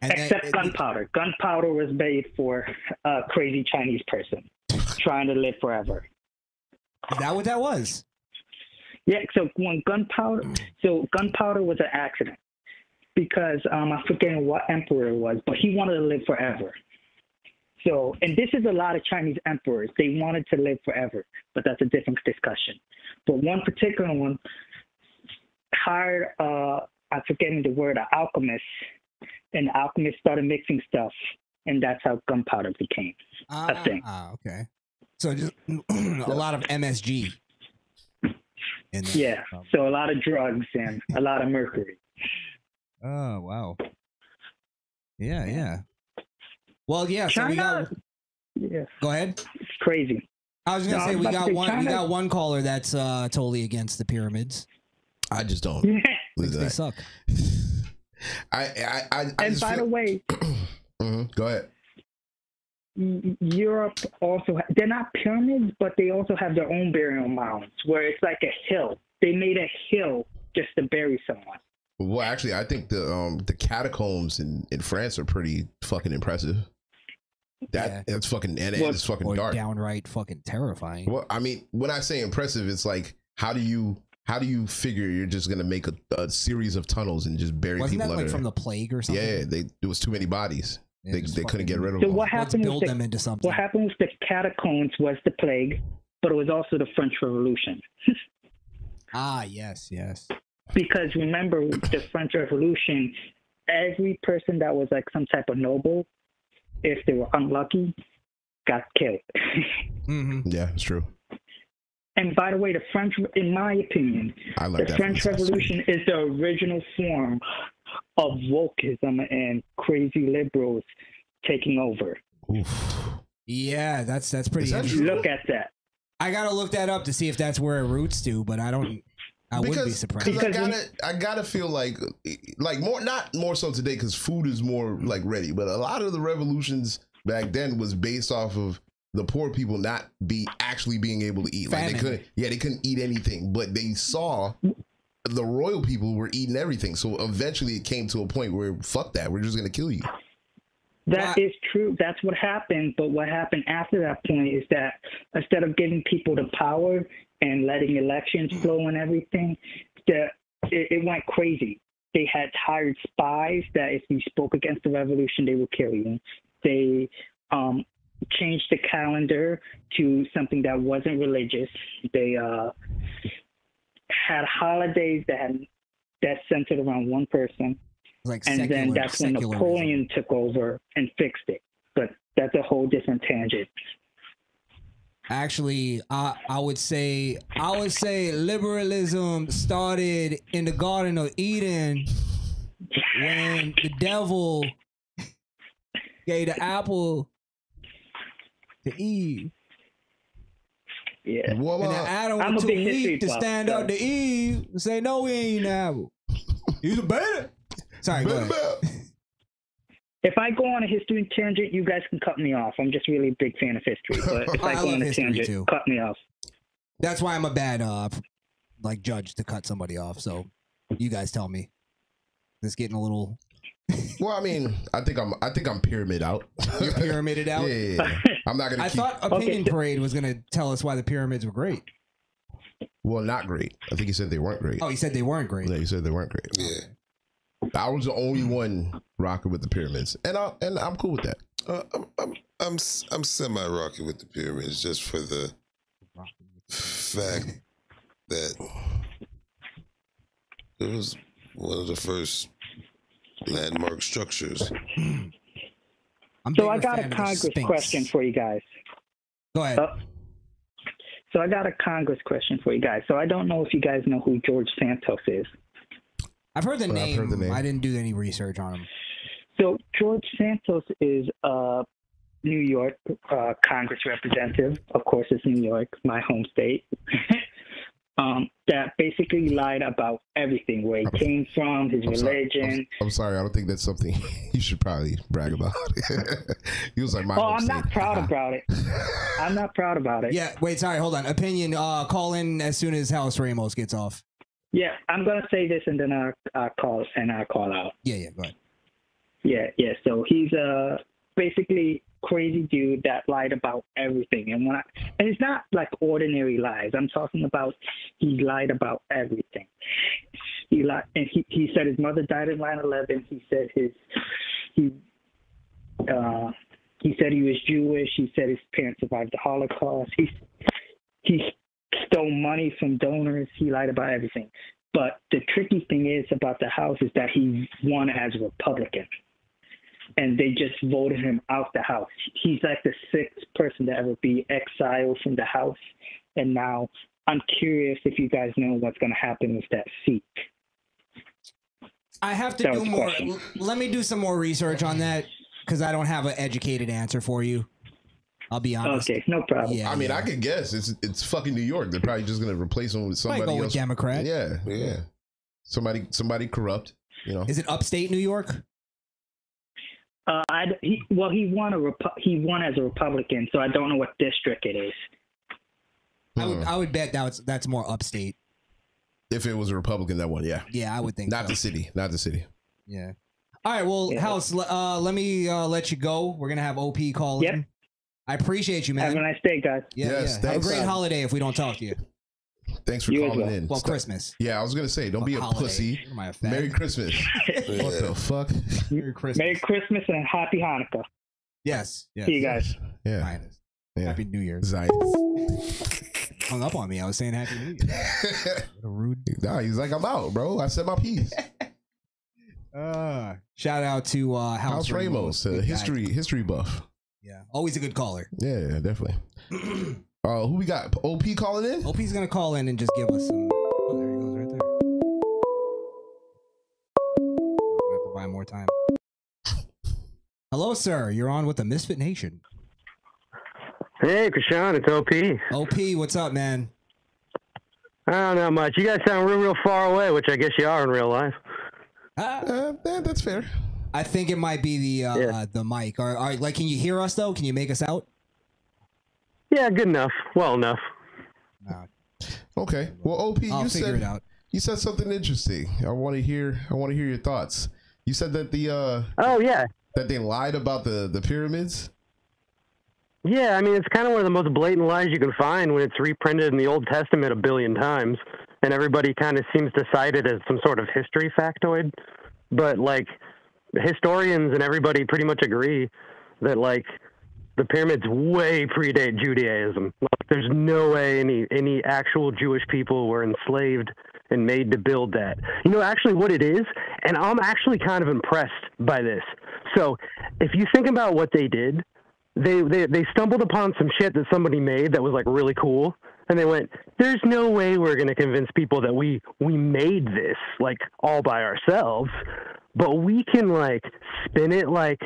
H: Except gunpowder. gunpowder was made for a crazy Chinese person trying to live forever.
J: Is that what that was?
H: Yeah. So when gunpowder, so gunpowder was an accident because um, I forget what emperor it was, but he wanted to live forever. So, and this is a lot of Chinese emperors. They wanted to live forever, but that's a different discussion. But one particular one hired, uh, I'm forgetting the word, an alchemist, and the alchemist started mixing stuff, and that's how gunpowder became a thing.
J: Ah, okay. So just a lot of MSG.
H: Yeah. So a lot of drugs and a lot of mercury.
J: Oh wow. Yeah, yeah. Well, yeah. So we got.
H: Yeah.
J: Go ahead.
H: It's crazy.
J: I was gonna
H: No, I
J: say
H: was
J: we
H: about to
J: got
H: say
J: one. We
H: China-
J: got one caller that's uh, totally against the pyramids.
E: I just don't.
J: Thinks they suck.
E: I I I, I
H: and
E: just
H: by
E: feel-
H: the way,
E: Mhm, go ahead.
H: Y- Europe also ha- they're not pyramids, but they also have their own burial mounds where it's like a hill. They made a hill just to bury someone.
E: Well, actually, I think the um the catacombs in in France are pretty fucking impressive. That that's fucking and
J: Well,
E: it's fucking
J: or
E: dark.
J: downright fucking terrifying.
E: Well, I mean, when I say impressive, it's like how do you how do you figure you're just gonna make a, a series of tunnels and just bury
J: Wasn't
E: people
J: that
E: under
J: like
E: there?
J: from the plague or something?
E: Yeah, they there was too many bodies. they they couldn't get rid of
H: So
E: them.
H: what happened? with the, What happened with the catacombs was the plague, but it was also the French Revolution.
J: Ah, yes, yes.
H: Because remember with the French Revolution, every person that was like some type of noble, if they were unlucky, got killed.
J: Mm-hmm.
E: Yeah, it's true.
H: And by the way, the French, in my opinion,
E: I like
H: the
E: that
H: French
E: from the South.
H: Revolution is the original form of wokeism and crazy liberals taking over.
J: Yeah, that's that's pretty.
H: Is that
J: interesting.
H: true? Look at that.
J: I gotta look that up to see if that's where it roots to, but I don't. I wouldn't be surprised.
E: Because I gotta, I gotta feel like, like more, not more so today, because food is more like ready. But a lot of the revolutions back then was based off of the poor people not be actually being able to eat. Like they
J: Famine.
E: couldn't, yeah, they couldn't eat anything. But they saw the royal people were eating everything. So eventually, it came to a point where fuck that, we're just gonna kill you.
H: That is true. That's what happened. But what happened after that point is that instead of giving people the power and letting elections flow and everything, the, it, it went crazy. They had hired spies that if you spoke against the revolution, they would kill you. They um, changed the calendar to something that wasn't religious. They uh, had holidays that had, that centered around one person,
J: Like
H: and then
J: secular-
H: that's when
J: secularism.
H: Napoleon took over and fixed it. But that's a whole different tangent.
J: Actually, I I would say I would say liberalism started in the Garden of Eden when the devil gave the apple to Eve.
H: Yeah.
E: Well, uh,
J: and then Adam
H: I'm
J: was
H: a
J: too
H: big history
J: weak to
H: buff,
J: stand
H: so-
J: up to Eve and say, "No, we ain't eating the apple." Oh. He's a better. Sorry, go ahead.
H: If I go on a history tangent, you guys can cut me off. I'm just really a big fan of history. But if
J: I
H: I go
J: love
H: on a
J: history,
H: tangent,
J: too.
H: cut me off.
J: That's why I'm a bad uh like judge to cut somebody off. So you guys tell me. It's getting a little
E: Well, I mean, I think I'm I think I'm pyramid out.
J: You're pyramided out.
E: Yeah, yeah, yeah. I'm not gonna.
J: I
E: keep,
J: thought Opinion Parade was gonna tell us why the pyramids were great.
E: Well, not great. I think he said they weren't great.
J: Oh, he said they weren't great.
E: Yeah, he said they weren't great. Yeah. I was the only one rocking with the pyramids, and I and I'm cool with that.
K: Uh, I'm, I'm, I'm, s- I'm semi rocky with the pyramids just for the fact that it was one of the first landmark structures.
H: so I got a Congress question for you guys. Oh.
J: Go ahead.
H: so I got a Congress question for you guys. So I don't know if you guys know who George Santos is.
J: I've heard the,
H: Well, I've
J: name.
H: heard the name.
J: I didn't do any research on him.
H: So George Santos is a New York uh, Congress representative. Of course, it's New York, my home state. um, that basically lied about everything, where he came from, his
E: I'm sorry.
H: religion.
E: I'm, I'm sorry. I don't think that's something you should probably brag about. he was like, "My."
H: oh,
E: home
H: I'm not
E: state.
H: proud
E: Uh-huh.
H: about it. I'm not proud about it.
J: Yeah, wait, sorry, hold on. Opinion, uh call in as soon as House Ramos gets off.
H: Yeah, I'm gonna say this and then I'll, I'll call and I'll call out.
J: Yeah, yeah, go ahead.
H: Yeah, yeah. So he's a basically crazy dude that lied about everything, and when I and it's not like ordinary lies. I'm talking about he lied about everything. He lied, and he he said his mother died in 9/11. He said his he uh he said he was Jewish. He said his parents survived the Holocaust. He he stole money from donors. He lied about everything. But the tricky thing is about the House is that he won as a Republican, and they just voted him out the House. He's like the sixth person to ever be exiled from the House, and now I'm curious if you guys know what's going to happen with that seat.
J: I have to
H: That
J: do
H: was a
J: more.
H: question.
J: l- Let me do some more research on that because I don't have an educated answer for you. I'll be honest. Yeah,
E: I mean, I
J: yeah.
E: could guess. It's it's fucking New York. They're probably just gonna replace them with
J: Might
E: somebody
J: go with
E: else.
J: Democrat.
E: Yeah, yeah. Somebody somebody corrupt. You know.
J: Is it upstate New York?
H: Uh, I he, well, he won a Repu- he won as a Republican, so I don't know what district it is.
J: I
E: Hmm.
J: would I would bet that's that's more upstate.
E: If it was a Republican, that one, yeah.
J: Yeah, I would think.
E: Not the city. Not the city.
J: Yeah. All right. Well, House, l- uh, let me uh, let you go. We're gonna have OP call in. I appreciate you, man.
H: Have a nice day, guys.
J: Yeah,
E: Yes,
J: yeah. Have a
E: thanks,
J: great
E: man.
J: holiday if we don't talk to you.
E: Thanks for
J: You as
E: calling
J: well.
E: in.
J: Well,
E: Stop-
J: Christmas.
E: Yeah, I was gonna say, don't
J: Fuck
E: be a
J: holiday.
E: pussy.
J: Am I a fag?
E: Merry Christmas. What the fuck?
J: Merry Christmas.
H: Merry Christmas and happy Hanukkah.
J: Yes. yes.
H: See you guys.
E: Yeah.
J: Zionist. Happy New Year. Hung up on me. I was saying Happy New Year. rude.
E: Nah, he's like, I'm out, bro. I said my piece.
J: Uh, shout out to uh, House,
E: House Ramos, uh,
J: Good guy.
E: history history buff.
J: Yeah, always a good caller.
E: Yeah, definitely. uh, who we got? OP calling in.
J: OP's gonna call in and just give us some. Oh, there he goes, right there. We're gonna have to buy more time. Hello, sir. You're on with the Misfit Nation.
D: Hey, Kashawn, it's OP.
J: OP, what's up, man?
D: I don't know much. You guys sound real, real far away, which I guess you are in real life.
E: Uh, that's fair.
J: Ah. I think it might be the uh, the mic. All right, all right, like, can you hear us though? Can you make us out?
D: Yeah, good enough. Well enough.
E: Okay. Well, OP,
J: I'll
E: you
J: figure
E: said
J: it out.
E: you said something interesting. I want to hear. I want to hear your thoughts. You said that the uh
D: oh yeah
E: that they lied about the the pyramids.
D: Yeah, I mean, it's kind of one of the most blatant lies you can find when it's reprinted in the Old Testament a billion times, and everybody kind of seems to cite it as some sort of history factoid. But, like, historians and everybody pretty much agree that, like, the pyramids way predate Judaism. Like, there's no way any any actual Jewish people were enslaved and made to build that. You know, actually, what it is, and I'm actually kind of impressed by this. So, if you think about what they did, they they, they stumbled upon some shit that somebody made that was like really cool. And they went, there's no way we're going to convince people that we we made this like all by ourselves, but we can like spin it like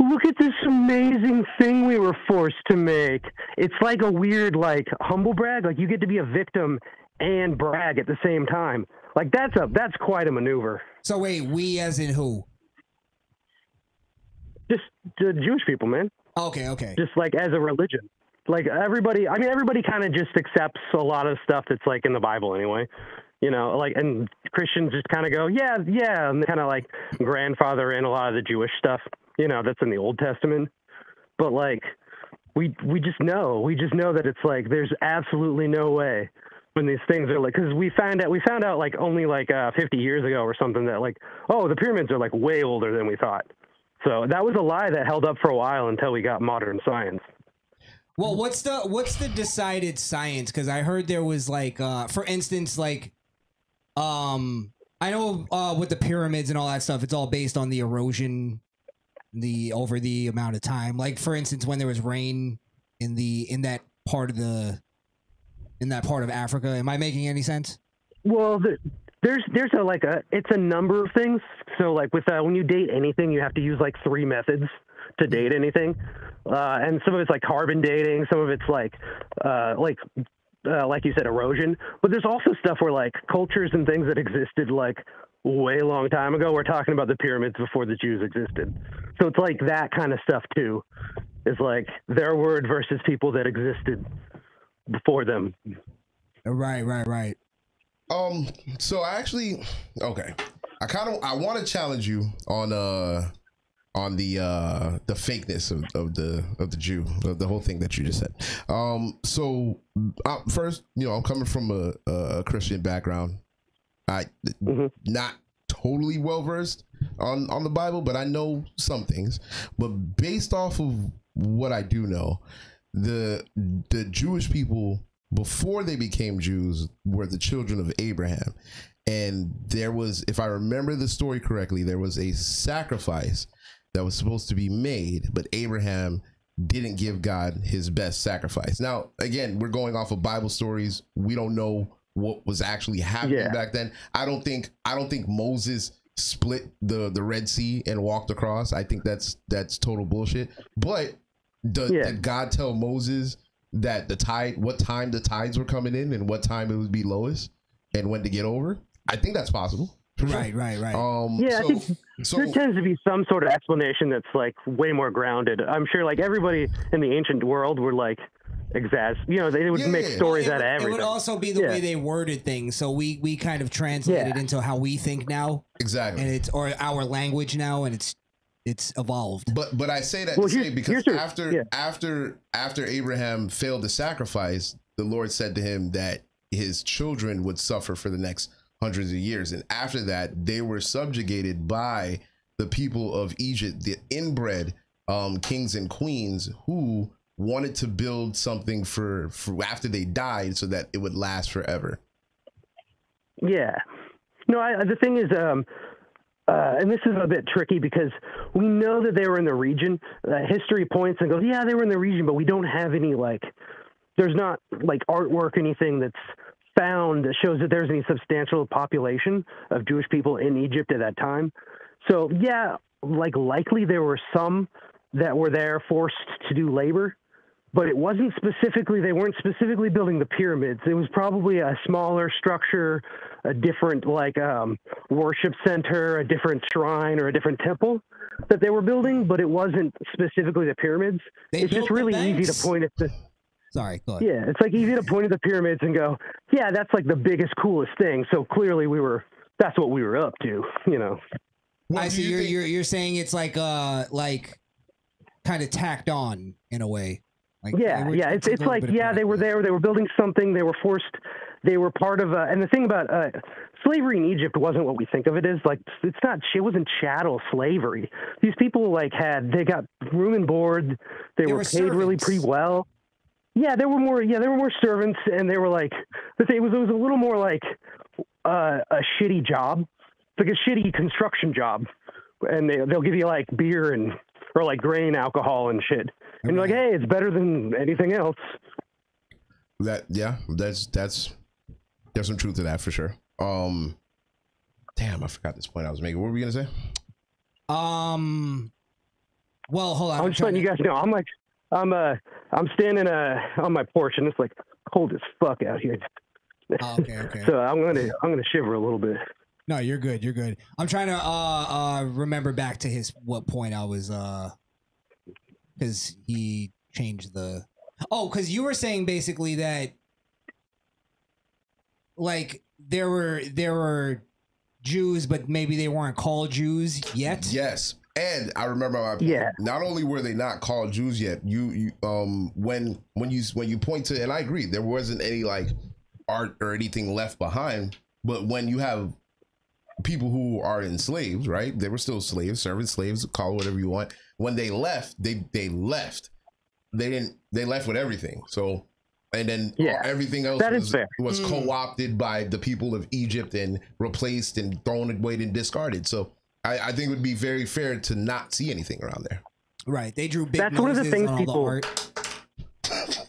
D: look at this amazing thing we were forced to make. It's like a weird, like humble brag. Like you get to be a victim and brag at the same time. Like that's a that's quite a maneuver.
F: So wait, we as in who?
D: Just the Jewish people, man.
F: Okay, okay.
D: Just like as a religion. Like everybody, I mean, everybody kind of just accepts a lot of stuff that's like in the Bible anyway. You know, like, and Christians just kind of go, yeah, yeah, and kind of like grandfather in a lot of the Jewish stuff. You know, that's in the Old Testament. But like, we we just know, we just know that it's like there's absolutely no way when these things are like, because we found out we found out like only like uh, 50 years ago or something that like, oh, the pyramids are like way older than we thought. So that was a lie that held up for a while until we got modern science.
F: Well, what's the what's the decided science? Because I heard there was like, uh, for instance, like, um, I know uh, with the pyramids and all that stuff, it's all based on the erosion, the over the amount of time. Like, for instance, when there was rain in the in that part of the in that part of Africa. Am I making any sense?
D: Well, the, there's there's a like a it's a number of things. So like with uh, when you date anything, you have to use like three methods to date anything, uh, and some of it's like carbon dating, some of it's like uh, like. Uh, like you said, erosion. But there's also stuff where like cultures and things that existed like way long time ago. We're talking about the pyramids before the Jews existed. So it's like that kind of stuff too. It's like their word versus people that existed before them.
F: Right, right, right.
E: Um, so I actually okay. I kind of I want to challenge you on uh on the uh the fakeness of, of the of the Jew of the whole thing that you just said. Um, so uh, first, you know, I'm coming from a, a Christian background. I not totally well versed on on the Bible, but I know some things. But based off of what I do know, the the Jewish people before they became Jews were the children of Abraham. And there was, if I remember the story correctly, there was a sacrifice that was supposed to be made, but Abraham didn't give God his best sacrifice. Now, again, we're going off of Bible stories. We don't know what was actually happening
I: Yeah.
E: back then. I don't think I don't think Moses split the the Red Sea and walked across. I think that's that's total bullshit. But the, did God tell Moses that the tide, what time the tides were coming in and what time it would be lowest and when to get over? I think that's possible.
F: Right, right, right.
E: Um,
D: Yeah,
E: so-
D: I think there tends to be some sort of explanation that's like way more grounded. I'm sure like everybody in the ancient world were like exas, you know, they would
F: Yeah,
D: make
F: yeah, yeah.
D: stories
F: it,
D: out of
F: would-
D: everything.
F: It would also be the
D: Yeah.
F: way they worded things, so we we kind of translate it into how we think now.
E: Exactly,
F: and it's or our language now, and it's it's evolved.
E: But but I say that to say because after after after Abraham failed to sacrifice, the Lord said to him that his children would suffer for the next hundreds of years, and after that, they were subjugated by the people of Egypt, the inbred um, kings and queens who wanted to build something for, for after they died so that it would last forever.
D: Yeah. No, I, the thing is, um, uh, and this is a bit tricky because we know that they were in the region. Uh, history points and goes, yeah, they were in the region, but we don't have any like, there's not like artwork, anything that's found that shows that there's any substantial population of Jewish people in Egypt at that time. So yeah, like likely there were some that were there forced to do labor, but it wasn't specifically they weren't specifically building the pyramids it was probably a smaller structure a different like um, worship center a different shrine or a different temple that they were building but it wasn't specifically the pyramids
F: They
D: it's
F: built
D: just
F: the
D: really easy
F: banks?
D: to point at the
F: Sorry, go ahead.
D: yeah it's like easy to point at the pyramids and go yeah that's like the biggest coolest thing so clearly we were that's what we were up to you know
F: I see. You are you're you're saying it's like uh like kind of tacked on in a way. Like
D: yeah,
F: they were-
D: yeah. It's
F: a
D: it's
F: little
D: like
F: bit of-
D: yeah, they were there. They were building something. They were forced They were part of, uh, and the thing about uh, slavery in Egypt wasn't what we think of it as. Like, it's not, it wasn't chattel slavery. These people, like, had, they got room and board. They, were,
J: were
D: paid really pretty well. Yeah, there were more, yeah, there were more servants, and they were like, but it was, it was a little more like uh, a shitty job, like a shitty construction job. And they, they'll give you, like, beer and, or like grain alcohol and shit. And you're like, hey, it's better than anything else.
E: That yeah, that's that's there's some truth to that for sure. Um, damn, I forgot this point I was making. What were we gonna say?
J: Um. Well, hold on.
D: I'm just letting you guys know. I'm like, I'm uh, I'm standing uh on my porch, and it's like cold as fuck out here.
J: Oh, okay, okay.
D: so I'm gonna I'm gonna shiver a little bit.
J: No, you're good. You're good. I'm trying to uh, uh, remember back to his what point I was uh, because he changed the. Oh, because you were saying basically that, like there were there were Jews, but maybe they weren't called Jews yet.
E: Yes, and I remember my
D: Yeah.
E: Not only were they not called Jews yet, you, you um when when you when you point to and I agree there wasn't any like art or anything left behind, but when you have people who are enslaved, right? They were still slaves, servants, slaves, call it whatever you want. When they left, they they left. They didn't. They left with everything. So, and then everything else
D: that is
E: was,
D: fair.
E: was
D: Mm.
E: co-opted by the people of Egypt and replaced and thrown away and discarded. So, I, I think it would be very fair to not see anything around there.
J: Right. They drew big.
D: That's one of the
J: noses
D: things
J: on all
D: people-
J: The art.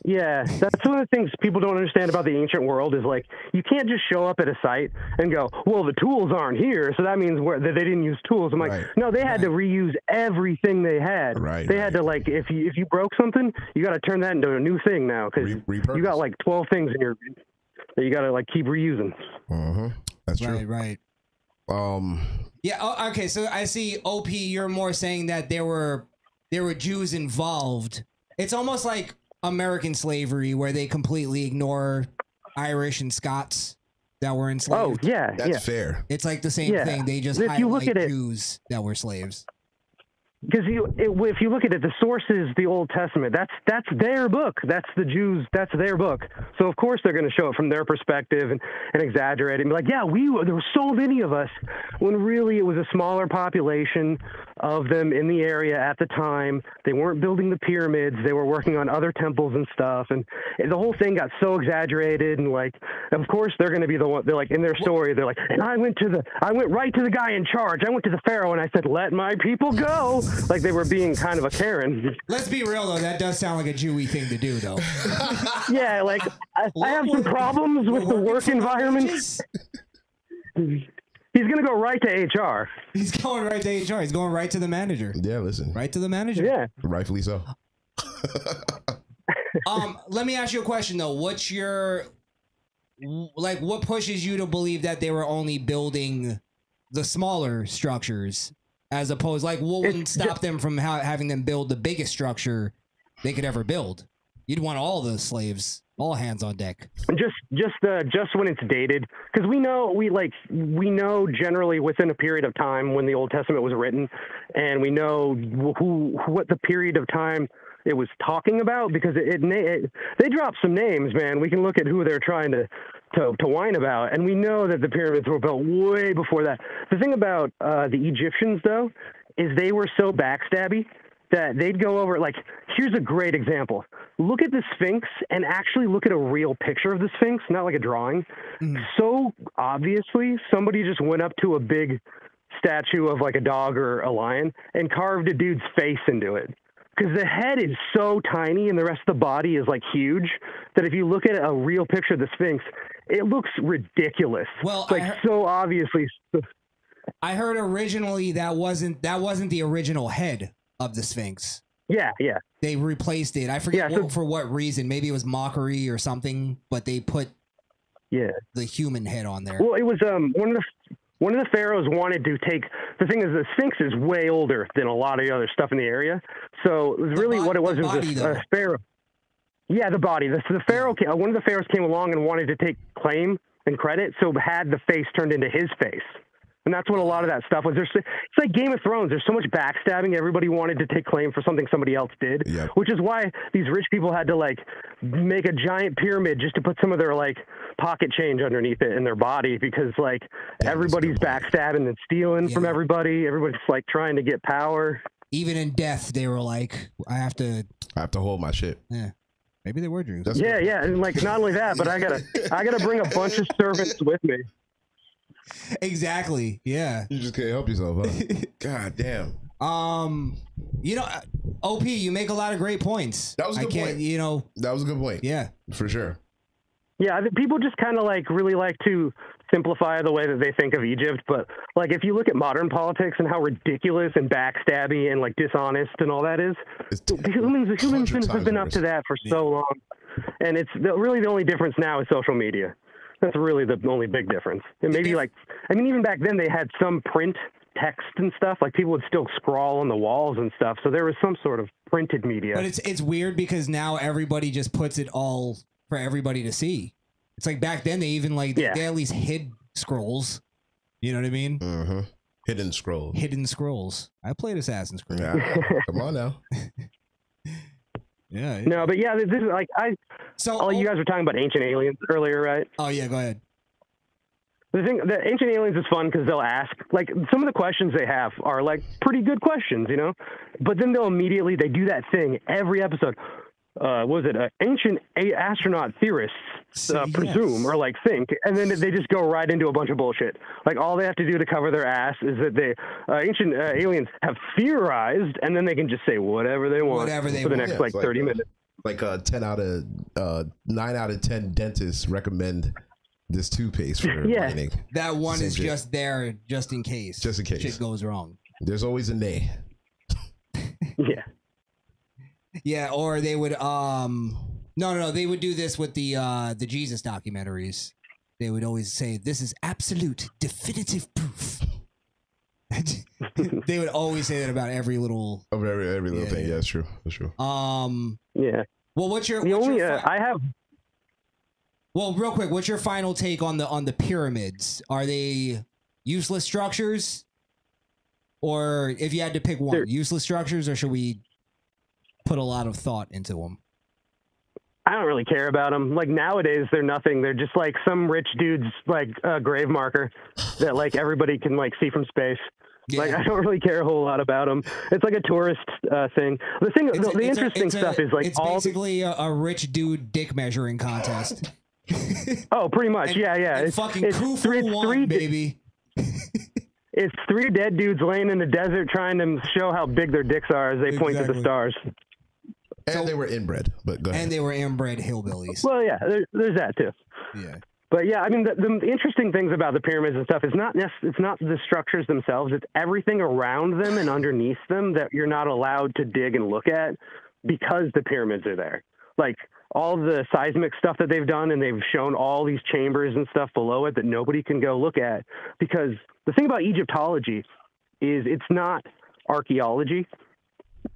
D: Yeah, that's one of the things people don't understand about the ancient world is like you can't just show up at a site and go, well, the tools aren't here, so that means where, that they didn't use tools. I'm like, no, they had to reuse everything they had. Right. They had to like if you if you broke something, you got to turn that into a new thing now because you got like twelve things in your that you got to like keep reusing.
E: Mm-hmm. That's
J: true. Right.
E: Um.
J: Yeah. Oh, okay. So I see. Op, you're more saying that there were there were Jews involved. It's almost like American slavery, where they completely ignore Irish and Scots that were enslaved.
D: Oh, yeah, That's yeah.
E: fair.
J: It's like the same
D: Yeah.
J: thing. They just
D: If you look
J: highlight
D: at it-
J: Jews that were slaves.
D: Because you, it, if you look at it, the source is the Old Testament. That's that's their book. That's the Jews. That's their book. So of course they're going to show it from their perspective and, and exaggerate it and be like, yeah, we were- there were so many of us, when really it was a smaller population of them in the area at the time. They weren't building the pyramids. They were working on other temples and stuff. And the whole thing got so exaggerated and like, of course they're going to be the one. They're like in their story. They're like, and I went to the, I went right to the guy in charge. I went to the pharaoh and I said, let my people go. Like they were being kind of a Karen.
J: Let's be real though. That does sound like a Jewy thing to do, though.
D: yeah, like I, I have some problems with the work environment. He's gonna go right to HR.
J: He's going right to HR. He's going right to the manager.
E: Yeah. Listen.
J: Right to the manager.
D: Yeah.
E: Rightfully so.
J: um, let me ask you a question though. What's your like? What pushes you to believe that they were only building the smaller structures as opposed, like, what wouldn't stop them from ha- having them build the biggest structure they could ever build? You'd want all the slaves, all hands on deck.
D: just just uh, just when it's dated because we know we like we know generally within a period of time when the old testament was written and we know wh- who what the period of time it was talking about because it, it, na- it they dropped some names man we can look at who they're trying to to, to whine about and we know that the pyramids were built way before that the thing about uh, the egyptians though is they were so backstabby that they'd go over like here's a great example look at the sphinx and actually look at a real picture of the sphinx not like a drawing
J: Hmm.
D: so obviously somebody just went up to a big statue of like a dog or a lion and carved a dude's face into it because the head is so tiny and the rest of the body is like huge that if you look at a real picture of the sphinx it looks ridiculous
J: Well, I
D: like
J: heard-
D: so obviously
J: I heard originally that wasn't that wasn't the original head of the Sphinx.
D: Yeah, yeah.
J: They replaced it. I forget what, for what reason. Maybe it was mockery or something, but they put
D: yeah
J: the human head on there.
D: Well, it was um one of the one of the pharaohs wanted to take the thing is the Sphinx is way older than a lot of the other stuff in the area, so it was really what it was it was
J: body,
D: a,
J: though.
D: a pharaoh. Yeah, the body. The, the pharaoh. Came, one of the pharaohs came along and wanted to take claim and credit, so had the face turned into his face. And that's what a lot of that stuff was. There's, it's like Game of Thrones. There's so much backstabbing. Everybody wanted to take claim for something somebody else did, which is why these rich people had to like make a giant pyramid just to put some of their like pocket change underneath it in their body because like everybody's backstabbing and stealing from everybody. Everybody's like trying to get power.
J: Even in death, they were like, I have to.
E: I have to hold my shit.
J: Yeah. Maybe they were Drews.
D: yeah, yeah, and like not only that, but I gotta I gotta bring a bunch of servants with me.
J: Exactly. Yeah.
E: You just can't help yourself, huh? God damn.
J: Um, you know, uh, OP, you make a lot of great points.
E: That was a good
J: I can't,
E: point.
J: You know,
E: that was a good point.
J: Yeah,
E: for sure.
D: Yeah, I think people just kind of like really like to simplify the way that they think of Egypt, but like if you look at modern politics and how ridiculous and backstabby and like dishonest and all that is, the humans the humans have been up to that for so long, and it's the, really the only difference now is social media. That's really the only big difference. And maybe like I mean even back then they had some print text and stuff like people would still scrawl on the walls and stuff so there was some sort of printed media
J: but it's it's weird because now everybody just puts it all for everybody to see. It's like back then they even like they at least hid scrolls. You know what I mean?
E: Mm-hmm. Hidden scrolls.
J: Hidden scrolls. I played Assassin's Creed.
E: Come on now.
J: yeah.
D: No, but yeah, this is like I. So all you guys were talking about ancient aliens earlier, right?
J: Oh yeah, go ahead.
D: The thing, the ancient aliens is fun because they'll ask like some of the questions they have are like pretty good questions, you know, but then they'll immediately they do that thing every episode. Uh, what was it uh, ancient a- astronaut theorists uh, presume or like think, and then they just go right into a bunch of bullshit. Like all they have to do to cover their ass is that they uh, ancient uh, aliens have theorized, and then they can just say whatever they want
E: Whatever they
D: for the
E: want.
D: next
E: Yeah, it's
D: like
E: like,
D: thirty
E: uh,
D: minutes.
E: Like uh, ten out of uh, nine out of ten dentists recommend this toothpaste for
J: Yeah.
E: whitening.
J: That one
E: Same
J: is
E: shit.
J: just there just in case.
E: just in case
J: Shit goes wrong.
E: There's always a nay.
D: yeah.
J: Yeah, or they would um no no no, they would do this with the uh the Jesus documentaries. They would always say this is absolute definitive proof. they would always say that about every little
E: Over every every little
J: Yeah,
E: thing. Yeah, that's true. That's true.
J: um
D: Yeah.
J: Well, what's your
D: the only uh, I have
J: well, real quick, what's your final take on the on the pyramids? Are they useless structures? Or if you had to pick one, useless structures or should we put a lot of thought into them?
D: I don't really care about them. Like nowadays, they're nothing. They're just like some rich dude's like uh, grave marker that like everybody can like see from space. Like I don't really care a whole lot about them. It's like a tourist uh, thing. The thing, the, the
J: It's a-
D: interesting
J: it's a-
D: stuff is like
J: it's
D: all.
J: basically a, a rich dude dick measuring contest.
D: oh, pretty much. yeah, yeah.
J: and
D: It's
J: fucking
D: it's
J: Khufu
D: three, it's
J: won,
D: three,
J: baby.
D: it's three dead dudes laying in the desert trying to show how big their dicks are as they point to the
J: Exactly.
D: stars.
E: And they were inbred, but go ahead.
J: And they were inbred hillbillies.
D: Well, yeah, there, there's that too.
J: Yeah.
D: But yeah, I mean, the, the interesting things about the pyramids and stuff is not nec- it's not the structures themselves; it's everything around them and underneath them that you're not allowed to dig and look at because the pyramids are there. Like all the seismic stuff that they've done, and they've shown all these chambers and stuff below it that nobody can go look at because the thing about Egyptology is it's not archaeology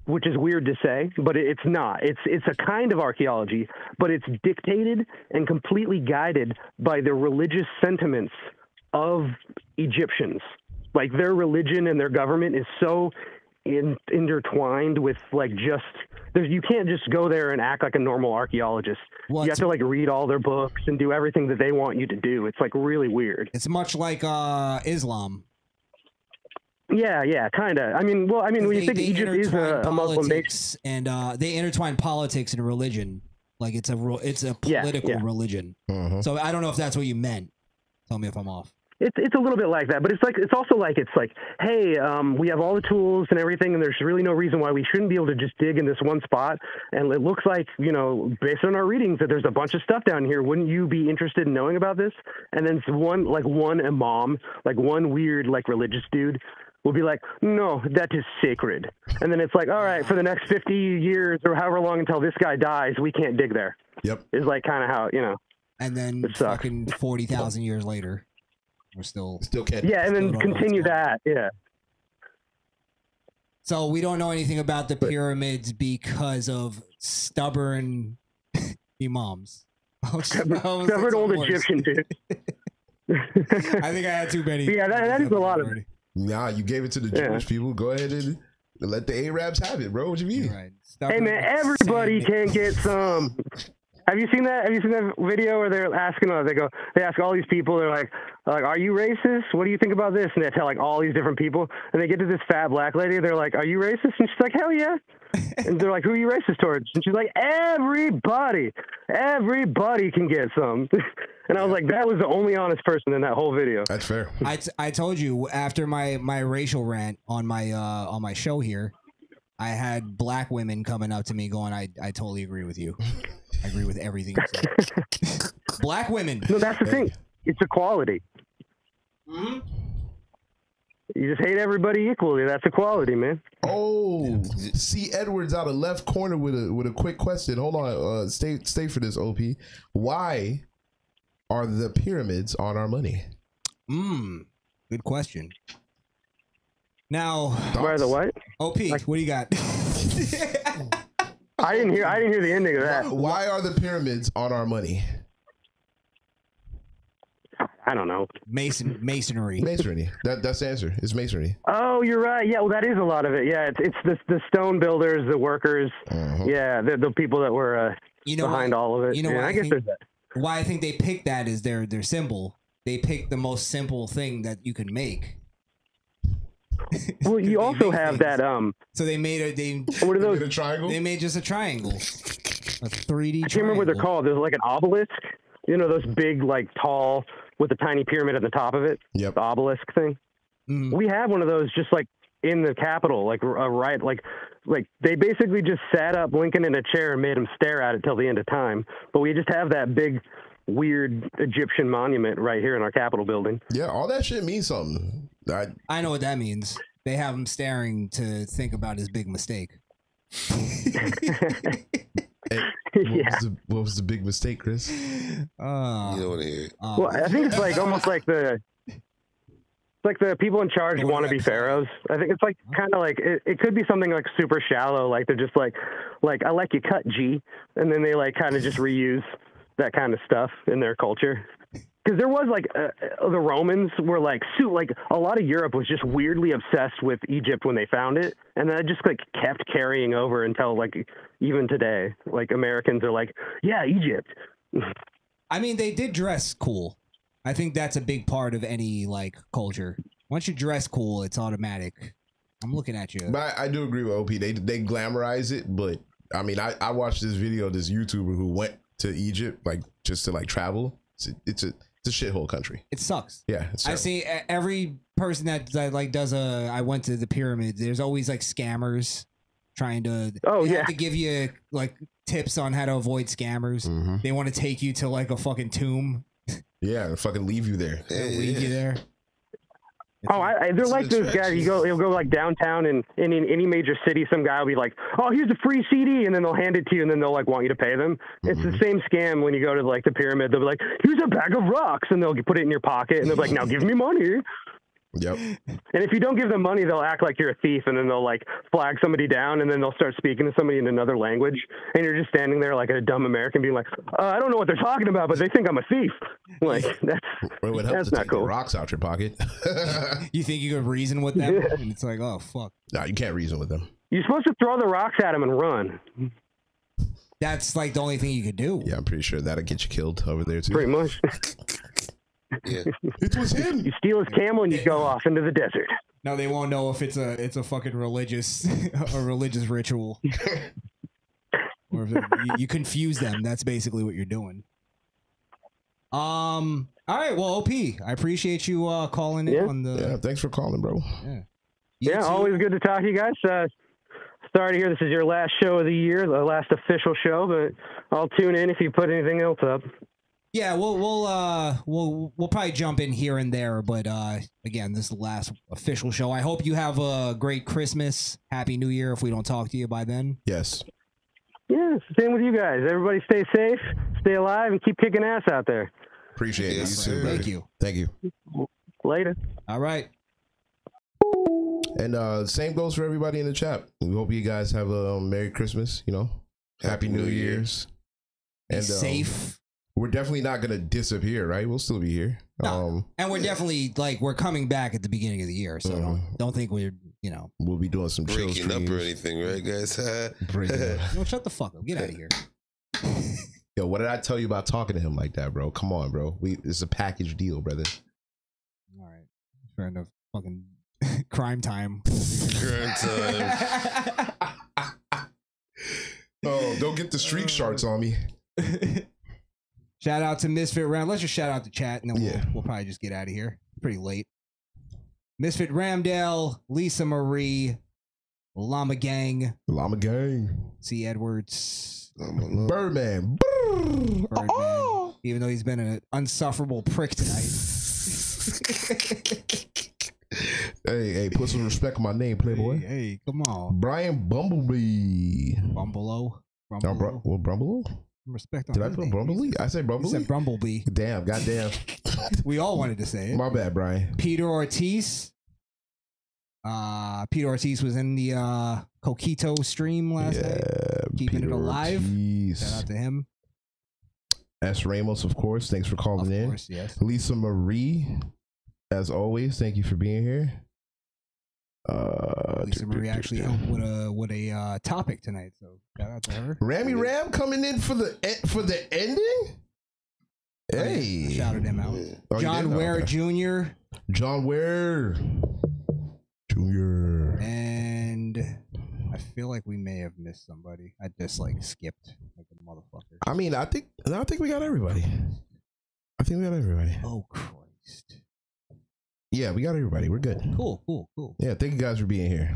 D: which is weird to say, but it- it's not. It's it's a kind of archaeology, but it's dictated and completely guided by the religious sentiments of Egyptians. Like their religion and their government is so in, intertwined with like just there's you can't just go there and act like a normal archaeologist. You have to like read all their books and do everything that they want you to do. It's like really weird.
J: It's much like uh Islam.
D: Yeah, yeah, kind of. I mean, well, I mean, when you
J: They-
D: think
J: they
D: Egypt is a,
J: intertwine
D: a Muslim nation,
J: politics and uh, they intertwine politics and religion. Like it's a ro- it's a political
D: yeah.
J: religion.
D: Uh-huh.
J: So I don't know if that's what you meant. Tell me if I'm off.
D: It's it's a little bit like that, but it's like it's also like it's like, hey, um, we have all the tools and everything, and there's really no reason why we shouldn't be able to just dig in this one spot. And it looks like you know, based on our readings, that there's a bunch of stuff down here. Wouldn't you be interested in knowing about this? And then one like one imam, like one weird like religious dude. Will be like, no, that is sacred. And then it's like, all right, for the next 50 years or however long until this guy dies, we can't dig there.
E: Yep.
D: Is like kind of how, you know.
J: And then fucking forty thousand years later, we're still
E: still can't.
D: Yeah, and then continue that. Yeah.
J: So we don't know anything about the pyramids because of stubborn imams. Stubborn
D: stubborn old Egyptian dude.
J: I think I had too many.
E: Yeah,
J: that is a lot
E: of. Nah, you gave it to the Jewish people. Go ahead and let the Arabs have it, bro. What you mean?
D: Hey man, everybody can get some. Um, Have you seen that? Have you seen that video where they're asking? uh, They go, they ask all these people. They're like, like, are you racist? What do you think about this? And they tell like all these different people, and they get to this fat black lady. They're like, are you racist? And she's like, hell yeah. And they're like, who are you racist towards? And she's like, everybody, everybody can get some. And I was like, that was the only honest person in that whole video.
E: That's fair.
J: I, t- I told you after my, my racial rant on my uh, on my show here, I had black women coming up to me going, I, I totally agree with you. I agree with everything you said. black women.
D: No, that's the thing. It's equality. You just hate everybody equally. That's equality, man.
E: Oh, see Edwards out of left corner with a with a quick question. Hold on, uh, stay stay for this, OP. Why are the pyramids on our money?
J: Mm, good question. Now,
D: Where the what?
J: OP, what do you got?
D: I didn't hear. I didn't hear the ending of that.
E: Why are the pyramids on our money?
D: I don't know.
J: Mason masonry.
E: Masonry. That that's the answer. It's masonry.
D: Oh, you're right. Yeah, well, that is a lot of it. Yeah, it's it's the the stone builders, the workers. Yeah, the the people that were uh,
J: You know
D: behind
J: why-
D: all of it.
J: You know
D: Yeah,
J: why
D: I guess
J: think,
D: there's that.
J: Why I think they picked that as their their symbol. They picked the most simple thing that you can make.
D: Well, you also have that. Um,
J: So they made a they.
D: What are those?
E: a triangle.
J: They made just a triangle. A three D.
D: I can't remember what they're called. There's like an obelisk. You know those big, like tall, with a tiny pyramid at the top of it.
E: Yep.
D: The obelisk thing.
J: Mm.
D: We have one of those just like in the Capitol, like r- uh, right, like like they basically just sat up Lincoln in a chair and made him stare at it till the end of time. But we just have that big, weird Egyptian monument right here in our Capitol building.
E: Yeah, all that shit means something. I,
J: I know what that means. They have him staring to think about his big mistake.
E: What, was the, what was the big mistake, Chris?
J: Uh,
X: you don't want to hear it.
D: Well, I think it's like almost like the it's like the people in charge want to be pharaohs. I think it's like kind of like it, it could be something like super shallow, like they're just like like I like your cut G, and then they like kind of just reuse that kind of stuff in their culture. Because there was like uh, uh, the Romans were like su- like a lot of Europe was just weirdly obsessed with Egypt when they found it, and that just like kept carrying over until like even today. Like Americans are like, yeah, Egypt.
J: I mean, they did dress cool. I think that's a big part of any like culture. Once you dress cool, it's automatic. I'm looking at you.
E: But I, I do agree with OP. They they glamorize it, but I mean, I, I watched this video of this YouTuber who went to Egypt, like just to like travel. It's a it's a, it's a shithole country.
J: It sucks.
E: Yeah, it's
J: I
E: terrible.
J: see e- every person that, that like does a. I went to the pyramids. There's always like scammers trying to. Oh yeah. To give you like tips on how to avoid scammers. They want to take you to like a fucking tomb.
E: Yeah, they fucking leave you there.
J: They'll leave you there.
D: Oh, I, I, they're like those guys. You go, you'll go like downtown, and, and in any major city, some guy will be like, "Oh, here's a free CD," and then they'll hand it to you, and then they'll like want you to pay them. It's
E: Mm-hmm.
D: the same scam when you go to like the pyramid. They'll be like, "Here's a bag of rocks," and they'll put it in your pocket, and they'll be like, "Now give me money."
E: Yep.
D: And if you don't give them money, they'll act like you're a thief, and then they'll like flag somebody down, and then they'll start speaking to somebody in another language, and you're just standing there like a dumb American, being like, uh, "I don't know what they're talking about, but they think I'm a thief." Like that's
E: Well, it would help
D: that's
E: to
D: not
E: take the
D: cool.
E: rocks out your pocket.
J: you think you could reason with them? And it's like, oh fuck.
E: nah, you can't reason with them.
D: You're supposed to throw the rocks at them and run.
J: That's like the only thing you could do.
E: Yeah, I'm pretty sure that'll get you killed over there too.
D: Pretty much.
X: yeah.
E: It was him.
D: You steal his camel and you go off into the desert.
J: No, they won't know if it's a it's a fucking religious a religious ritual. or if it- you, you confuse them. That's basically what you're doing. Um. All right. Well, OP, I appreciate you uh, calling in on the.
E: Yeah. Thanks for calling, bro.
J: Yeah.
D: yeah, always good to talk to you guys. Uh, sorry to hear this is your last show of the year, the last official show, but I'll tune in if you put anything else up.
J: Yeah, we'll we'll uh we'll we'll probably jump in here and there, but uh again, this is the last official show. I hope you have a great Christmas, happy New Year. If we don't talk to you by then,
E: yes.
D: Yeah, same with you guys. Everybody stay safe, stay alive, and keep kicking ass out there.
E: Appreciate it.
D: Yes,
E: You
D: sir.
E: too, brother.
D: Thank you.
E: Thank you.
D: Later.
J: All right.
E: And uh same goes for everybody in the chat. We hope you guys um, have a Merry Christmas, you know. Happy New Year's.
J: Be
E: um,
J: safe.
E: We're definitely not gonna disappear, right? We'll still be here. Um,
J: And we're definitely like we're coming back at the beginning of the year, so don't, don't think we're you know.
E: we'll be doing some chill
K: breaking up
E: streams.
K: or anything, right, guys?
E: Breaking up.
J: No, shut the fuck up. Get out of here.
E: Yo, what did I tell you about talking to him like that, bro? Come on, bro. We it's a package deal, brother.
J: Fair enough. Fucking crime time.
K: Current time.
E: Oh, don't get the streak shards on me.
J: Uh, Shout out to Misfit Ram. Let's just shout out the chat, and then
E: Yeah.
J: we'll, we'll probably just get out of here. Pretty late. Misfit Ramdale, Lisa Marie, Llama Gang,
E: Llama Gang,
J: C. Edwards,
E: Birdman. Birdman.
J: Even though he's been an insufferable prick tonight.
E: Hey, hey, put some respect on my name, Playboy.
J: Hey, hey, come on.
E: Brian Bumblebee.
J: Bumbleo.
E: No, bro, what Bumblebee?
J: Respect on
E: Did I
J: his
E: put
J: name.
E: Bumblebee? I said Bumblebee.
J: said Bumblebee.
E: Damn, goddamn.
J: we all wanted to say it.
E: My bad, Brian.
J: Peter Ortiz. Uh, Peter Ortiz was in the uh, Coquito stream last night, keeping it alive. Shout out to him.
E: S. Ramos, of course. Thanks for calling in.
J: course, yes.
E: Lisa Marie, as always, thank you for being here. Uh,
J: Lisa Marie actually helped with a with a uh, topic tonight, so shout out to her. Oh,
E: Rammy Ram coming in for the e- for the ending. Hey,
J: shouted him out.
E: Oh, you
J: John
E: did? Oh,
J: Ware
E: okay.
J: Jr.
E: John Ware Jr.
J: and I feel like we may have missed somebody. I just like skipped like a motherfucker.
E: I mean, I think I think we got everybody. I think we got everybody.
J: Oh Christ!
E: Yeah, we got everybody. We're good.
J: Cool, cool, cool.
E: Yeah, thank you guys for being here.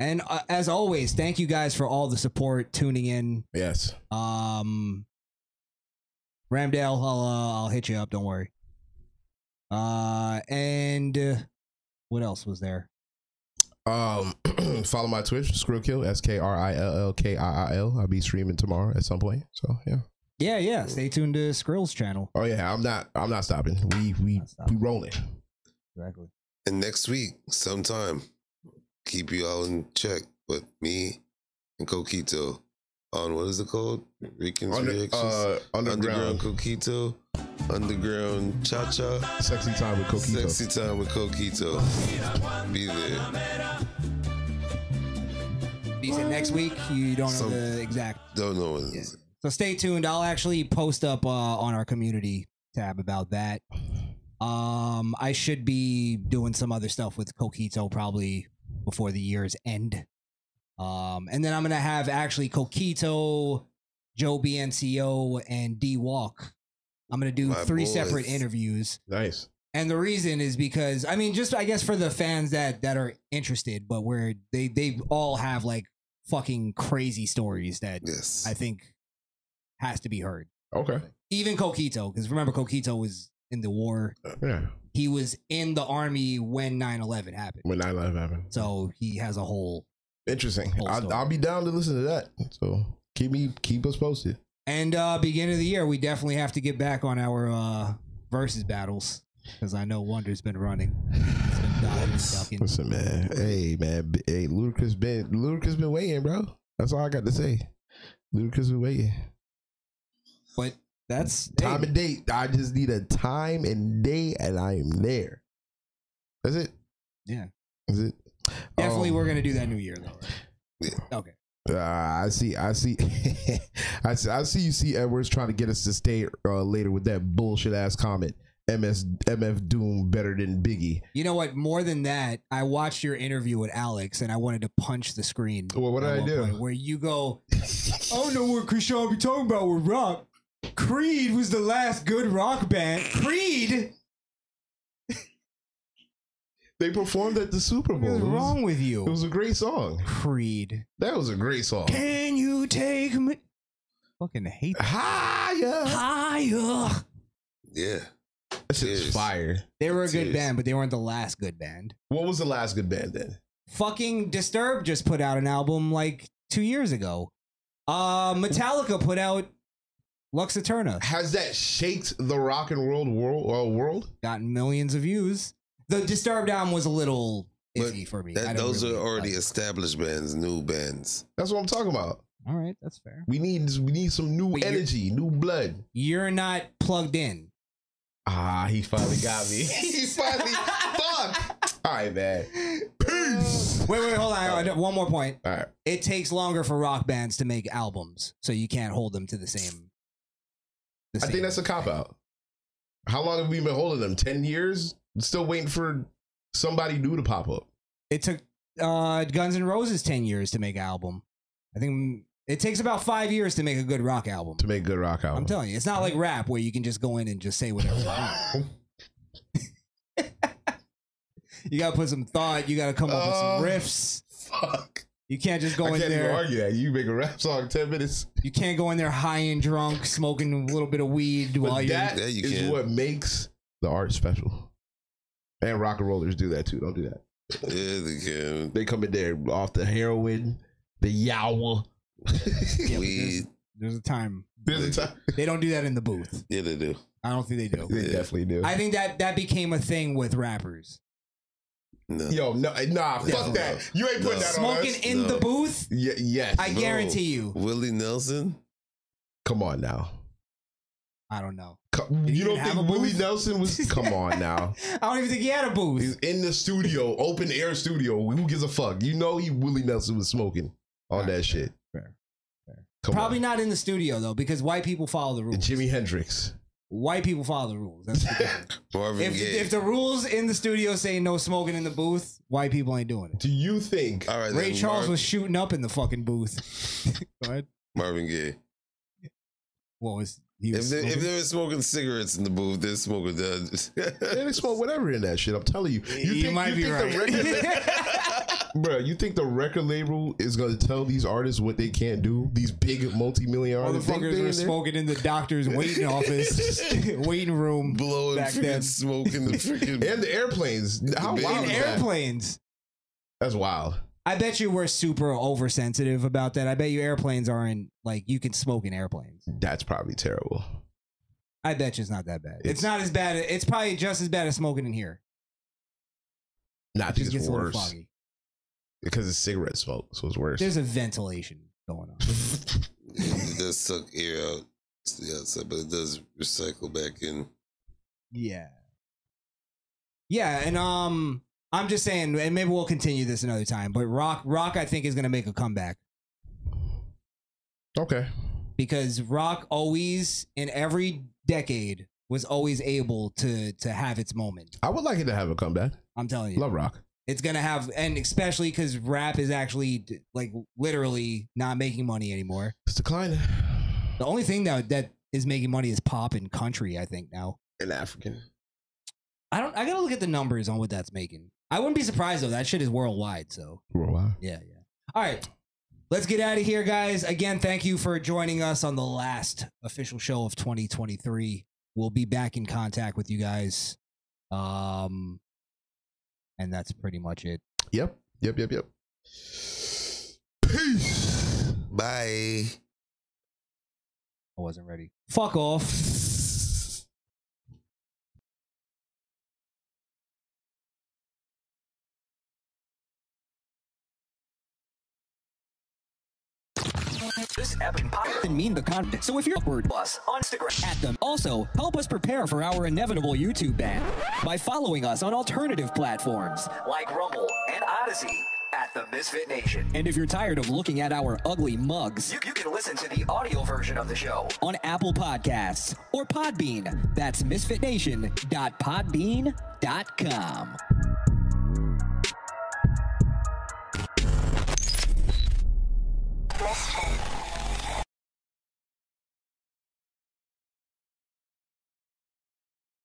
J: And uh, as always, thank you guys for all the support tuning in.
E: Yes.
J: Um, Ramdale, I'll uh, I'll hit you up. Don't worry. Uh, and uh, what else was there?
E: Um, follow my Twitch, Skrillkill, S K R I L L K I I L. I'll be streaming tomorrow at some point. So yeah.
J: Yeah, yeah. Stay tuned to Skrill's channel.
E: Oh yeah, I'm not. I'm not stopping. We we we rolling.
J: Exactly.
K: And next week, sometime, keep you all in check. But me and Coquito on what is it called? Rican's
E: Under-
K: reactions.
E: uh, Underground.
K: underground Coquito. Underground Cha Cha.
E: Sexy time with Coquito.
K: Sexy time with Coquito. Be there.
J: These are next week. You don't know the exact.
K: Don't know what it is.
J: So stay tuned. I'll actually post up uh, on our community tab about that. Um, I should be doing some other stuff with Coquito probably before the year's end. Um, and then I'm gonna have actually Coquito, Joe BNCO, and D Walk. I'm gonna do
Y: My
J: three
Y: boys.
J: separate interviews.
E: Nice.
J: And the reason is because I mean, just I guess for the fans that that are interested, but where they they all have like fucking crazy stories that I think has to be heard.
E: Okay.
J: Even Coquito, because remember Coquito was in the war.
E: Yeah.
J: He was in the army when 9-11 happened.
E: When 9/11 happened.
J: So he has a whole
E: Interesting.
J: whole
E: I,
J: story.
E: I'll be down to listen to that. So keep me keep us posted.
J: And uh beginning of the year, we definitely have to get back on our uh versus battles. Because I know Wonder's been running. He's been diving, ducking.
E: Listen, man. Hey, man. b- Hey, Ludacris been Ludacris been waiting, bro. That's all I got to say. Ludacris been waiting.
J: But that's
E: time and date. I just need a time and date, and I am there. That's it.
J: Yeah.
E: Is it?
J: Definitely
E: Um,
J: we're gonna do that new year though. Okay.
E: Uh, I see. I see. I see. I see. You see Edwards trying to get us to stay uh, later with that bullshit ass comment. MS MF Doom better than Biggie.
J: You know what? More than that, I watched your interview with Alex, and I wanted to punch the screen.
E: Well, what did
J: at
E: I
J: one
E: do?
J: point, where you go, I don't know what Krishan be talking about with rock. Creed was the last good rock band. Creed.
E: They performed at the Super Bowl.
J: What's
E: It was-
J: wrong with you?
E: It was a great song.
J: Creed.
E: That was a great song.
J: Can you take me? Fucking hate.
E: Higher.
J: Higher.
K: Yeah.
E: That shit's fire.
J: They were a good
E: Serious.
J: band, but they weren't the last good band.
E: What was the last good band then?
J: Fucking Disturbed just put out an album like two years ago. Uh, Metallica put out Lux Eterna.
E: Has that shaked the rock and roll world? Uh, world?
J: Gotten millions of views. The Disturbed album was a little
K: But
J: iffy for me. I
K: That,
J: don't
K: those
J: really
K: are already
J: like-
K: established bands, new bands.
E: That's what I'm talking about.
J: All right, that's fair.
E: We need we need some new energy, new blood.
J: You're not plugged in.
E: Ah, he finally got me. he finally fuck. All right, man. Peace.
J: Wait, wait, hold on. I got One more point.
E: All right.
J: It takes longer for rock bands to make albums, so you can't hold them to the same.
E: I think that's a cop out. How long have we been holding them? Ten years? Still waiting for somebody new to pop up.
J: It took uh, Guns N' Roses ten years to make an album. I think mm, it takes about five years to make a good rock album.
E: To make good rock album.
J: I'm telling you, it's not like rap where you can just go in and just say whatever. you want. you gotta put some thought. You gotta come up with some riffs.
E: Fuck.
J: You can't just go
E: Uh, I
J: in
E: can't
J: there.
E: even argue that. You make a rap song ten minutes.
J: You can't go in there high and drunk, smoking a little bit of weed while
E: But
J: you're.
E: that is what makes the art special. And rock and rollers do that too. Don't do that.
K: Yeah, they can.
E: They come in there off the heroin, the yawa.
K: Weed.
J: There's a time.
E: There's a time.
J: They don't do that in the booth.
K: Yeah, they do.
J: I don't think they do.
E: They definitely do.
J: I think that that became a thing with rappers.
E: Yo, no, eh, nah, fuck
K: No.
E: that. You ain't
K: No.
E: putting that on
J: Smoking
E: us.
J: in the
K: No.
J: booth.
E: Ye- yes.
J: I guarantee you.
K: Willie Nelson.
E: Come on now.
J: I don't know.
E: Come, you don't think Willie Nelson was? Come on now.
J: I don't even think he had a booth.
E: He's in the studio, open air studio. Who gives a fuck? You know he Willie Nelson was smoking on that shit.
J: Fair. fair.
E: Come
J: Probably not in the studio though, because white people follow the rules.
E: Jimi Hendrix.
J: White people follow the rules. That's the thing.
K: Marvin
J: if,
K: Gaye.
J: if the rules in the studio say no smoking in the booth, white people ain't doing it.
E: Do you think
K: All right,
J: Ray
K: then,
J: Charles
K: Marv-
J: was shooting up in the fucking booth? Go ahead.
K: Marvin Gaye.
J: What was he
K: if
J: was
K: they
J: smoking?
K: if they were smoking cigarettes in the booth, they're smoking the
E: Yeah, they smoke whatever in that shit. I'm telling you. You,
J: You might be
E: the record- Bro, you think the record label is gonna tell these artists what they can't do? These big multi-million artists. They-
J: Motherfuckers
E: they-
J: were
E: they-
J: smoking in the doctor's waiting office, waiting room,
K: blowing
J: back then.
K: freaking smoke in the freaking
E: and the airplanes. How
K: In
E: wild? is that?
J: Airplanes.
E: That's wild.
J: I bet you we're super oversensitive about that. I bet you airplanes aren't like you can smoke in airplanes.
E: That's probably terrible.
J: I bet you it's not that bad. It's, not as bad. It's probably just as bad as smoking in here.
E: Nah, I
J: It just
E: think it's
J: gets a little
E: worse
J: foggy.
E: because it's cigarette smoke, so it's worse.
J: There's a ventilation going on.
K: it does suck air out to the outside, but it does recycle back in.
J: Yeah. Yeah, and um I'm just saying, and maybe we'll continue this another time, but Rock Rock I think is gonna make a comeback.
E: Okay.
J: Because Rock always in every decade was always able to to have its moment.
E: I would like it to have a comeback.
J: I'm telling you.
E: Love rock.
J: It's gonna have and especially because rap is actually d- like literally not making money anymore.
E: It's declining.
J: The only thing that that is making money is pop and country, I think now.
E: And African.
J: I don't I gotta look at the numbers on what that's making. I wouldn't be surprised though, that shit is worldwide, so
E: Worldwide.
J: Yeah, yeah. All right. Let's get out of here, guys. Again, thank you for joining us on the last official show of 2023. We'll be back in contact with you guys. Um, and that's pretty much it.
E: Yep. Yep. Yep. Yep.
K: Bye.
J: I wasn't ready. Fuck off.
A: This app can pop and mean the content. So if you're word us on Instagram at them, also help us prepare for our inevitable YouTube ban by following us on alternative platforms. like Rumble and Odyssey at the Misfit Nation. And if you're tired of looking at our ugly mugs, You, you can listen to the audio version of the show. on Apple Podcasts or Podbean. That's misfitnation.podbean.com.